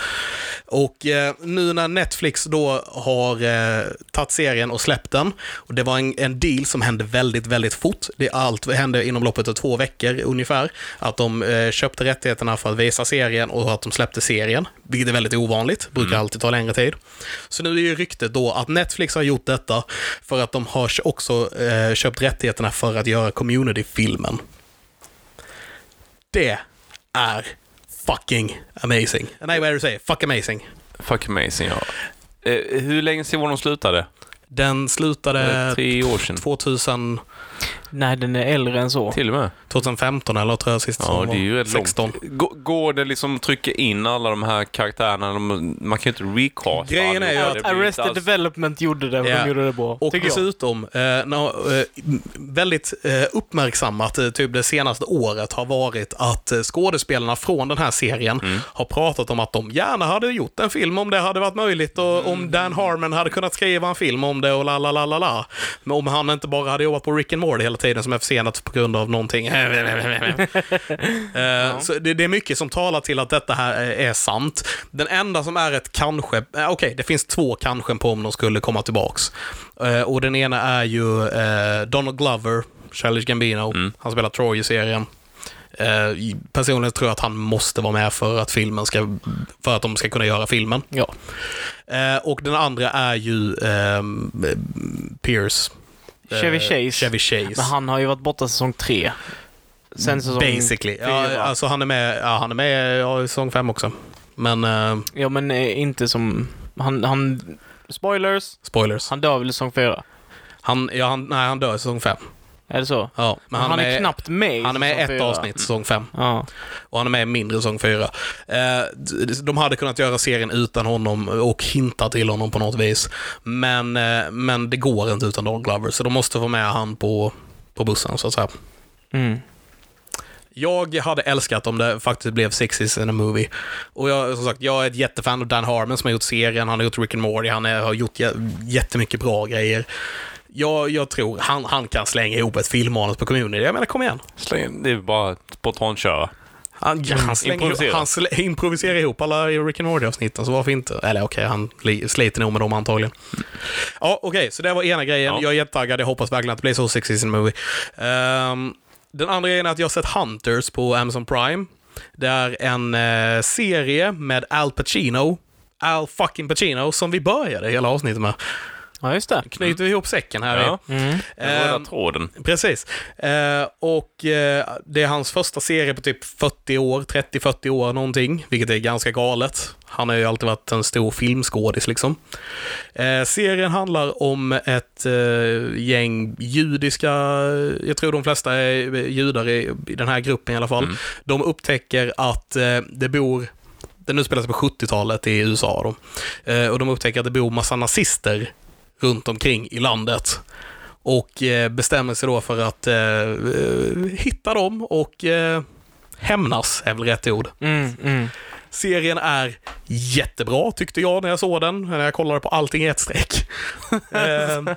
[SPEAKER 3] Och eh, nu när Netflix då har eh, tagit serien och släppt den och det var en, en deal som hände väldigt, väldigt fort. Det allt hände inom loppet av två veckor ungefär. Att de eh, köpte rättigheterna för att visa serien och att de släppte serien, vilket är väldigt ovanligt. Brukar alltid ta längre tid. Så nu är ju ryktet då att Netflix har gjort detta för att de har också eh, köpt rättigheterna för att göra community-filmen. Det är fucking amazing. Nej, vad är det du säger? Fuck amazing.
[SPEAKER 2] Fuck amazing, ja. Eh, hur länge sedan var de slutade?
[SPEAKER 3] Den slutade
[SPEAKER 2] Eh, Tre år sedan.
[SPEAKER 3] 2000,
[SPEAKER 1] Nej, den är äldre än så.
[SPEAKER 2] Till och med.
[SPEAKER 3] 2015 eller tror jag sist
[SPEAKER 2] Ja,
[SPEAKER 3] som
[SPEAKER 2] det är ju
[SPEAKER 3] var.
[SPEAKER 2] rätt
[SPEAKER 3] 16.
[SPEAKER 2] långt. Gå- Går det liksom att trycka in alla de här karaktärerna? De, man kan ju inte recasta
[SPEAKER 3] Grejen är ju
[SPEAKER 2] allihopa.
[SPEAKER 3] att
[SPEAKER 2] Det blir inte
[SPEAKER 1] Arrested
[SPEAKER 2] alls-
[SPEAKER 1] Development gjorde det, och
[SPEAKER 3] Ja.
[SPEAKER 1] de gjorde det bra.
[SPEAKER 3] Och
[SPEAKER 1] tycker jag.
[SPEAKER 3] dessutom, eh, när, eh, väldigt eh, uppmärksammat eh, typ det senaste året har varit att eh, skådespelarna från den här serien
[SPEAKER 1] Mm.
[SPEAKER 3] har pratat om att de gärna hade gjort en film om det hade varit möjligt och
[SPEAKER 1] Mm.
[SPEAKER 3] om Dan Harmon hade kunnat skriva en film om det och la la la la la. Men om han inte bara hade jobbat på Rick and Morty hela tiden som är försenat på grund av någonting. Eh, Så det, det är mycket som talar till att detta här eh, är sant. Den enda som är ett kanske, eh, okej, det finns två kanske på om de skulle komma tillbaks. Eh, och den ena är ju eh, Donald Glover, Charles Gambino. Han spelar Troy i serien. Eh, i- personligen tror jag att han måste vara med för att filmen ska, för att de ska kunna göra filmen.
[SPEAKER 1] Ja.
[SPEAKER 3] Eh, och den andra är ju ehm, eh, Pierce. Eh,
[SPEAKER 1] Chevy Chase.
[SPEAKER 3] Chevy Chase.
[SPEAKER 1] Men han har ju varit borta säsong tre. Sen säsong...
[SPEAKER 3] Basically. Ja,
[SPEAKER 1] fyra.
[SPEAKER 3] alltså han är med, ja, han är med ja, i säsong fem också. Men, eh,
[SPEAKER 1] Ja, men eh, inte som... Han, han... Spoilers!
[SPEAKER 3] spoilers.
[SPEAKER 1] Han dör väl i säsong fyra?
[SPEAKER 3] Han, ja, han, nej, han dör i säsong fem.
[SPEAKER 1] Är det så?
[SPEAKER 3] Ja, men han,
[SPEAKER 1] han, är, knappt med i
[SPEAKER 3] Han är med i
[SPEAKER 1] säsong
[SPEAKER 3] ett
[SPEAKER 1] fyra. Mm.
[SPEAKER 3] avsnitt, säsong fem.
[SPEAKER 1] Ja.
[SPEAKER 3] Och han är med i mindre säsong fyra. Eh, d- de hade kunnat göra serien utan honom och hinta till honom på något vis. Men, eh, men det går inte utan Donald Glover, så de måste få med han på, på bussen, så att säga.
[SPEAKER 1] Mm.
[SPEAKER 3] Jag hade älskat om det faktiskt blev Sixties in a movie. Och jag, som sagt, jag är ett jättefan av Dan Harmon som har gjort serien, han har gjort Rick and Morty, han är, har gjort jä- jättemycket bra grejer. Jag, jag tror han, han kan slänga ihop ett filmmanus på Community. Jag menar, kom igen.
[SPEAKER 2] Släng- Det är bara att spontanköra.
[SPEAKER 3] Han,
[SPEAKER 2] Mm.
[SPEAKER 3] han, slänger,
[SPEAKER 2] Improvisera.
[SPEAKER 3] han slä- improviserar ihop alla i Rick and Morty-avsnitten, så varför inte? Eller okej, han li- sliter nog med dem antagligen. Ja, okej, så det var ena grejen.
[SPEAKER 2] Ja.
[SPEAKER 3] Jag är jättetaggad. Jag hoppas verkligen att det blir så sexy in a movie. Ehm, den andra grejen är att jag har sett Hunters på Amazon Prime. Det är en eh, serie med Al Pacino, Al fucking Pacino, som vi började hela avsnittet med.
[SPEAKER 1] Ja, just det.
[SPEAKER 3] Knyter vi ihop säcken här.
[SPEAKER 2] Ja.
[SPEAKER 1] Mm.
[SPEAKER 2] Den röda
[SPEAKER 3] Ehm,
[SPEAKER 2] tråden.
[SPEAKER 3] Precis. Eh, och eh, det är hans första serie på typ 40 år, 30-40 år någonting, vilket är ganska galet. Han har ju alltid varit en stor filmskådis liksom. Eh, serien handlar om ett eh, gäng judiska, jag tror de flesta är judar i, i den här gruppen i alla fall. De upptäcker att eh, det bor den utspelar sig på 70-talet i USA då. Eh, och de upptäcker att det bor massa nazister runt omkring i landet och eh, bestämmer sig då för att eh, eh, hitta dem och eh, hämnas, är väl rätt ord.
[SPEAKER 1] Mm, mm.
[SPEAKER 3] Serien är jättebra tyckte jag när jag såg den, när jag kollade på allting i ett streck. eh,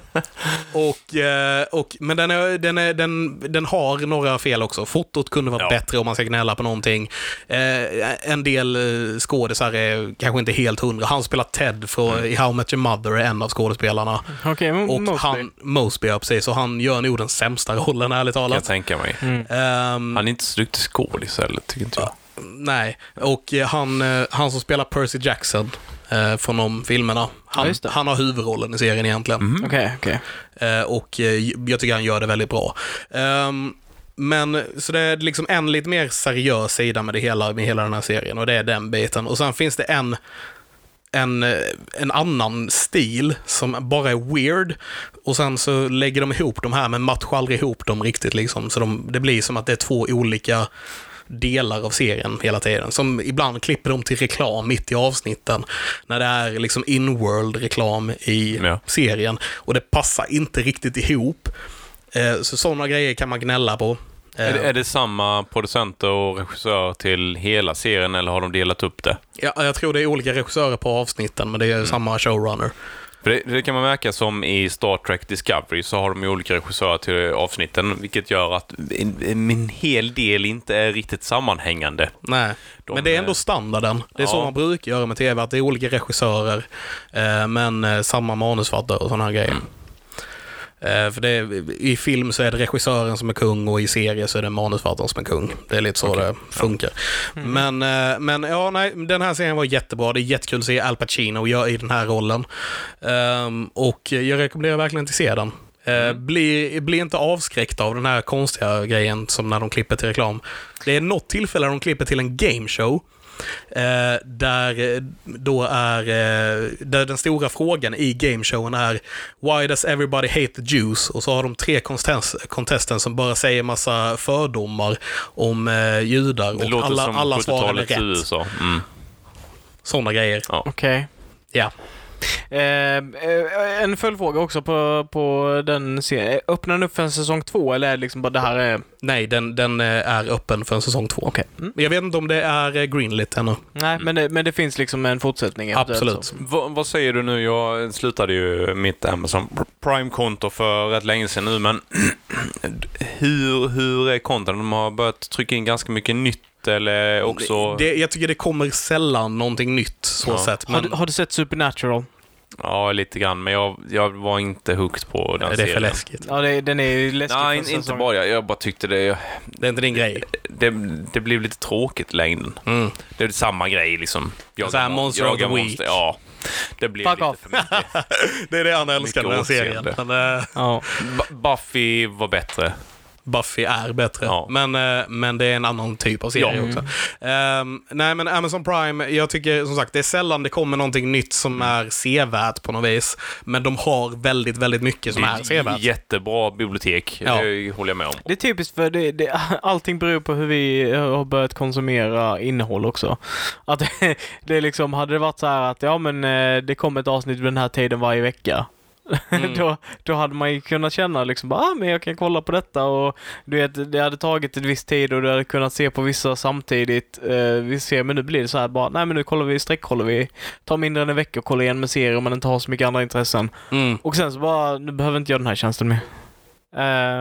[SPEAKER 3] och, eh, och, men den, är, den, är, den, den har några fel också. Fotot kunde varit
[SPEAKER 2] Ja.
[SPEAKER 3] bättre om man ska gnälla på någonting. Eh, en del eh, skådisar är kanske inte helt hundra. Han spelar Ted från, i How I Met Your Mother, är en av skådespelarna.
[SPEAKER 1] Okej, Mm. men
[SPEAKER 3] Och
[SPEAKER 1] Mosby.
[SPEAKER 3] han, Mosby, ja precis. Och han gör nog den sämsta rollen, ärligt
[SPEAKER 2] Kan jag
[SPEAKER 3] talat.
[SPEAKER 2] tänka mig.
[SPEAKER 3] Ehm,
[SPEAKER 2] Han är inte så duktig skådis heller, tycker inte jag.
[SPEAKER 3] nej, och eh, han, eh, han som spelar Percy Jackson eh, från de filmerna, han,
[SPEAKER 1] Ja, just det. Mhm.
[SPEAKER 3] han har huvudrollen i serien egentligen.
[SPEAKER 1] Okej, okej.
[SPEAKER 3] Eh, och eh, jag tycker han gör det väldigt bra. Ehm, men så det är liksom en lite mer seriös sida med, det hela, med hela den här serien och det är den biten. Och sen finns det en, en, eh, en annan stil som bara är weird och sen så lägger de ihop de här men matchar aldrig ihop dem riktigt liksom. Så de, det blir som att det är två olika delar av serien hela tiden. Som ibland klipper de till reklam mitt i avsnitten. När det är liksom in-world-reklam i
[SPEAKER 2] Ja.
[SPEAKER 3] serien. Och det passar inte riktigt ihop. Eh, Så sådana grejer kan man gnälla på. Eh,
[SPEAKER 2] Är, det, är det samma producenter och regissör till hela serien eller har de delat upp det?
[SPEAKER 3] Ja, jag tror det är olika regissörer på avsnitten, men det är
[SPEAKER 2] Mm.
[SPEAKER 3] samma showrunner.
[SPEAKER 2] För det, det kan man märka som i Star Trek Discovery så har de ju olika regissörer till avsnitten vilket gör att en, en hel del inte är riktigt sammanhängande.
[SPEAKER 3] Nej,
[SPEAKER 2] De
[SPEAKER 3] men det är ändå
[SPEAKER 2] är-
[SPEAKER 3] standarden. Det är så
[SPEAKER 2] Ja.
[SPEAKER 3] man brukar göra med tv, att det är olika regissörer, eh, men eh, samma manusfattare och sådana här grejer. Eh, För det är, I film så är det regissören som är kung och i serie så är det manusfattaren som är kung. Det är lite så det funkar. Men, eh, men ja, nej, den här serien var jättebra. Det är jättekul att se Al Pacino göra i den här rollen. Ehm, Och jag rekommenderar verkligen att se den. Eh, Bli, bli inte avskräckt av den här konstiga grejen som när de klipper till reklam. Det är något tillfälle de klipper till en gameshow. Eh, där, eh, då är, eh, där den stora frågan i gameshowen är Why does everybody hate the Jews? Och så har de tre contest, contesten som bara säger massa fördomar om eh, judar
[SPEAKER 2] Det
[SPEAKER 3] och
[SPEAKER 2] låter
[SPEAKER 3] alla,
[SPEAKER 2] som
[SPEAKER 3] alla svaren är
[SPEAKER 2] 70-talets
[SPEAKER 3] rätt.
[SPEAKER 2] USA. Mm.
[SPEAKER 3] Sådana grejer.
[SPEAKER 2] Ja.
[SPEAKER 1] Okej.
[SPEAKER 3] Ja.
[SPEAKER 1] Eh, eh, en följdfråga också på, på den serien. Eh, Öppnar den upp för en säsong två eller är det liksom bara det här är...
[SPEAKER 3] Nej, den, den eh, är öppen för en säsong två.
[SPEAKER 1] Okej. Mm.
[SPEAKER 3] Jag vet inte om det är eh, greenlit ännu.
[SPEAKER 1] Nej, men, det, men det finns liksom en fortsättning. efter
[SPEAKER 3] Absolut.
[SPEAKER 1] det, så.
[SPEAKER 2] Va, vad säger du nu? Jag slutade ju mitt Amazon Prime-konto för rätt länge sedan nu, men hur, hur är konton? De har börjat trycka in ganska mycket nytt eller också...
[SPEAKER 3] Det, jag tycker det kommer sällan någonting nytt så
[SPEAKER 2] Ja.
[SPEAKER 3] sett.
[SPEAKER 1] Har,
[SPEAKER 3] Men
[SPEAKER 1] du, har du sett Supernatural?
[SPEAKER 2] Ja, lite grann, men jag, jag var inte hooked på den
[SPEAKER 3] det är
[SPEAKER 2] serien.
[SPEAKER 3] för läskigt.
[SPEAKER 1] Ja, det, den är ju läskig.
[SPEAKER 2] Nej,
[SPEAKER 1] första
[SPEAKER 2] in, inte
[SPEAKER 1] säsongen.
[SPEAKER 2] bara jag. Jag bara tyckte det,
[SPEAKER 3] Det är inte din grej.
[SPEAKER 2] det, det blev lite tråkigt i längden.
[SPEAKER 3] Mm.
[SPEAKER 2] Det är samma grej liksom.
[SPEAKER 3] Så
[SPEAKER 2] mon-
[SPEAKER 3] här, Monster of
[SPEAKER 2] jagar
[SPEAKER 3] the Week.
[SPEAKER 2] monster, Ja. Det blev
[SPEAKER 1] Fuck
[SPEAKER 2] lite
[SPEAKER 1] off.
[SPEAKER 2] för mycket.
[SPEAKER 3] Det är det han älskar med den
[SPEAKER 2] Mycket
[SPEAKER 3] serien.
[SPEAKER 2] återseende.
[SPEAKER 3] Men, eh,
[SPEAKER 1] Ja.
[SPEAKER 2] Bu- Buffy var bättre.
[SPEAKER 3] Buffy är bättre,
[SPEAKER 2] Ja.
[SPEAKER 3] men, eh, men det är en annan typ av serie
[SPEAKER 2] Ja.
[SPEAKER 3] också. Ehm, nej, men Amazon Prime, jag tycker som sagt det är sällan det kommer någonting nytt
[SPEAKER 2] Mm.
[SPEAKER 3] som är sevärt på något vis. Men de har väldigt, väldigt mycket som
[SPEAKER 2] Det
[SPEAKER 3] är
[SPEAKER 2] är ett
[SPEAKER 3] sevärt.
[SPEAKER 2] jättebra bibliotek.
[SPEAKER 3] Ja.
[SPEAKER 2] Det håller jag med om.
[SPEAKER 1] Det är typiskt för det, det, allting beror på hur vi har börjat konsumera innehåll också. Att det, det är liksom, hade det varit så här att ja men eh, det kommer ett avsnitt vid den här tiden varje vecka. då, då hade man ju kunnat känna liksom bara, ah, men jag kan kolla på detta och du vet, det hade tagit en viss tid och du hade kunnat se på vissa samtidigt. Eh, vi ser, men nu blir det så här bara, nej men nu kollar vi, streckkollar vi, tar mindre än en vecka och kollar igen med serier om man inte har så mycket andra intressen.
[SPEAKER 3] Mm.
[SPEAKER 1] Och sen så bara, nu behöver inte jag den här tjänsten mer.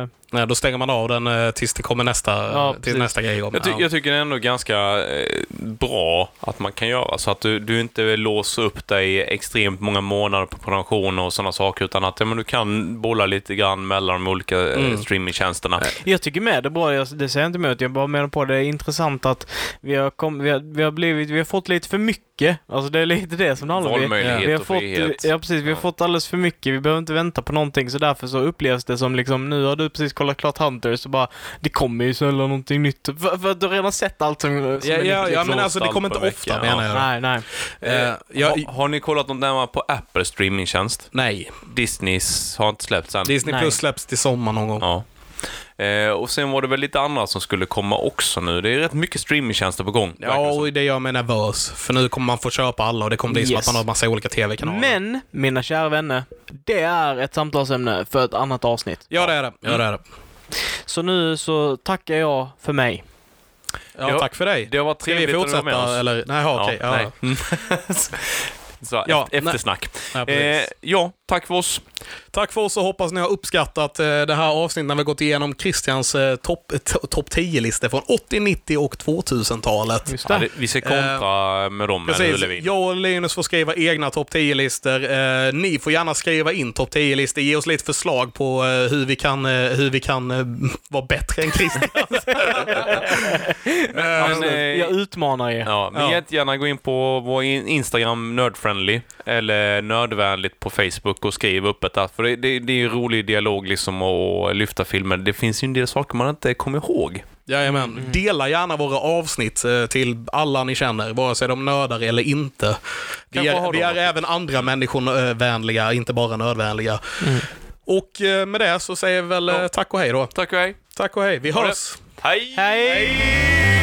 [SPEAKER 1] Eh,
[SPEAKER 3] Nej, då stänger man av den eh, tills det kommer nästa, eh,
[SPEAKER 1] Ja,
[SPEAKER 3] till
[SPEAKER 1] precis.
[SPEAKER 3] nästa grej. Om,
[SPEAKER 2] Jag, ty-
[SPEAKER 3] ja.
[SPEAKER 2] jag tycker det är ändå ganska eh, bra att man kan göra så att du, du inte låser upp dig extremt många månader på prenumeration och sådana saker utan att ja, men du kan bolla lite grann mellan de olika eh,
[SPEAKER 3] Mm.
[SPEAKER 2] streamingtjänsterna.
[SPEAKER 1] Jag tycker med det är bra, jag, det säger jag inte emot. Jag bara menar på det är intressant att vi har, kom, vi har, vi har, blivit, vi har fått lite för mycket. Alltså det är lite det som det handlar om. Vi-
[SPEAKER 2] Valmöjlighet
[SPEAKER 1] Vi har
[SPEAKER 2] och frihet.
[SPEAKER 1] fått,
[SPEAKER 3] eh,
[SPEAKER 1] ja, precis, vi har
[SPEAKER 2] Ja.
[SPEAKER 1] fått alldeles för mycket. Vi behöver inte vänta på någonting så därför så upplevs det som liksom nu har du precis kollat klart Hunter så bara det kommer ju sällan någonting nytt. För, för att du har redan sett allt som, som är
[SPEAKER 3] Ja,
[SPEAKER 1] nytt,
[SPEAKER 3] ja,
[SPEAKER 1] liksom.
[SPEAKER 3] ja, men alltså det
[SPEAKER 2] allt
[SPEAKER 3] kommer
[SPEAKER 2] på
[SPEAKER 3] inte ofta
[SPEAKER 2] veckan,
[SPEAKER 3] menar
[SPEAKER 2] ja.
[SPEAKER 3] jag.
[SPEAKER 1] Nej, nej.
[SPEAKER 3] Eh, jag,
[SPEAKER 2] har, har ni kollat något närmare på Apples streamingtjänst?
[SPEAKER 3] nej,
[SPEAKER 2] Disneys har inte släppts än.
[SPEAKER 3] Disney
[SPEAKER 1] Nej.
[SPEAKER 3] Plus släpps till sommar någon gång.
[SPEAKER 2] Ja. Eh, och sen var det väl lite andra som skulle komma också nu. Det är rätt mycket streamingtjänster på gång. verkar
[SPEAKER 3] Ja,
[SPEAKER 2] det som.
[SPEAKER 3] och det gör mig nervös. För nu kommer man få köpa alla och det kommer bli som
[SPEAKER 1] Yes.
[SPEAKER 3] att man har massa olika tv-kanaler.
[SPEAKER 1] Men, mina kära vänner, det är ett samtalsämne för ett annat avsnitt.
[SPEAKER 3] Ja, det är det. Ja, det, är det.
[SPEAKER 1] Så nu så tackar jag för mig.
[SPEAKER 3] Ja,
[SPEAKER 2] Ja,
[SPEAKER 3] tack för dig.
[SPEAKER 2] det har varit
[SPEAKER 3] Ska vi
[SPEAKER 2] trevligt att du var med oss.
[SPEAKER 3] fortsätta eller? Nej, ja, okej. Ja,
[SPEAKER 2] nej. Mm. Så,
[SPEAKER 3] Ja,
[SPEAKER 2] ja, eftersnack.
[SPEAKER 3] Ja,
[SPEAKER 2] Eh,
[SPEAKER 3] precis.
[SPEAKER 2] ja, tack för oss.
[SPEAKER 3] Tack för oss och hoppas ni har uppskattat eh, det här avsnittet när vi har gått igenom Christians eh, topp eh, to- topp 10-listor från 80-, 90 och 2000-talet.
[SPEAKER 1] Just
[SPEAKER 2] Ja,
[SPEAKER 1] det.
[SPEAKER 2] det, vi ska kontra med dem, eller hur
[SPEAKER 3] Eh, Precis.
[SPEAKER 2] Levin?
[SPEAKER 3] Jag och Linus får skriva egna topp 10-listor. Eh, ni får gärna skriva in topp 10-listor. Ge oss lite förslag på eh, hur vi kan, eh, hur vi kan eh, vara bättre än Christian.
[SPEAKER 2] Men, eh,
[SPEAKER 1] Jag utmanar er.
[SPEAKER 2] ja, men
[SPEAKER 3] ja.
[SPEAKER 2] jättegärna gå in på vår in- Instagram, nördfriendly, eller nördvänligt på Facebook och skriv upp det där. För det, det, det är ju rolig dialog liksom att lyfta filmer. Det finns ju en del saker man inte kommer ihåg.
[SPEAKER 3] Jajamän.
[SPEAKER 2] Mm.
[SPEAKER 3] Dela gärna våra avsnitt eh, till alla ni känner, vare sig de nördar eller inte. Vi
[SPEAKER 2] Kanske
[SPEAKER 3] är,
[SPEAKER 2] har
[SPEAKER 3] vi
[SPEAKER 2] de
[SPEAKER 3] är
[SPEAKER 2] något.
[SPEAKER 3] även andra människor eh, vänliga, inte bara nördvänliga.
[SPEAKER 1] Mm.
[SPEAKER 3] Och eh, med det så säger vi väl eh, tack och hej då.
[SPEAKER 2] Tack och hej.
[SPEAKER 3] Tack och hej. Vi
[SPEAKER 2] det.
[SPEAKER 3] hörs!
[SPEAKER 2] Hej!
[SPEAKER 1] Hej!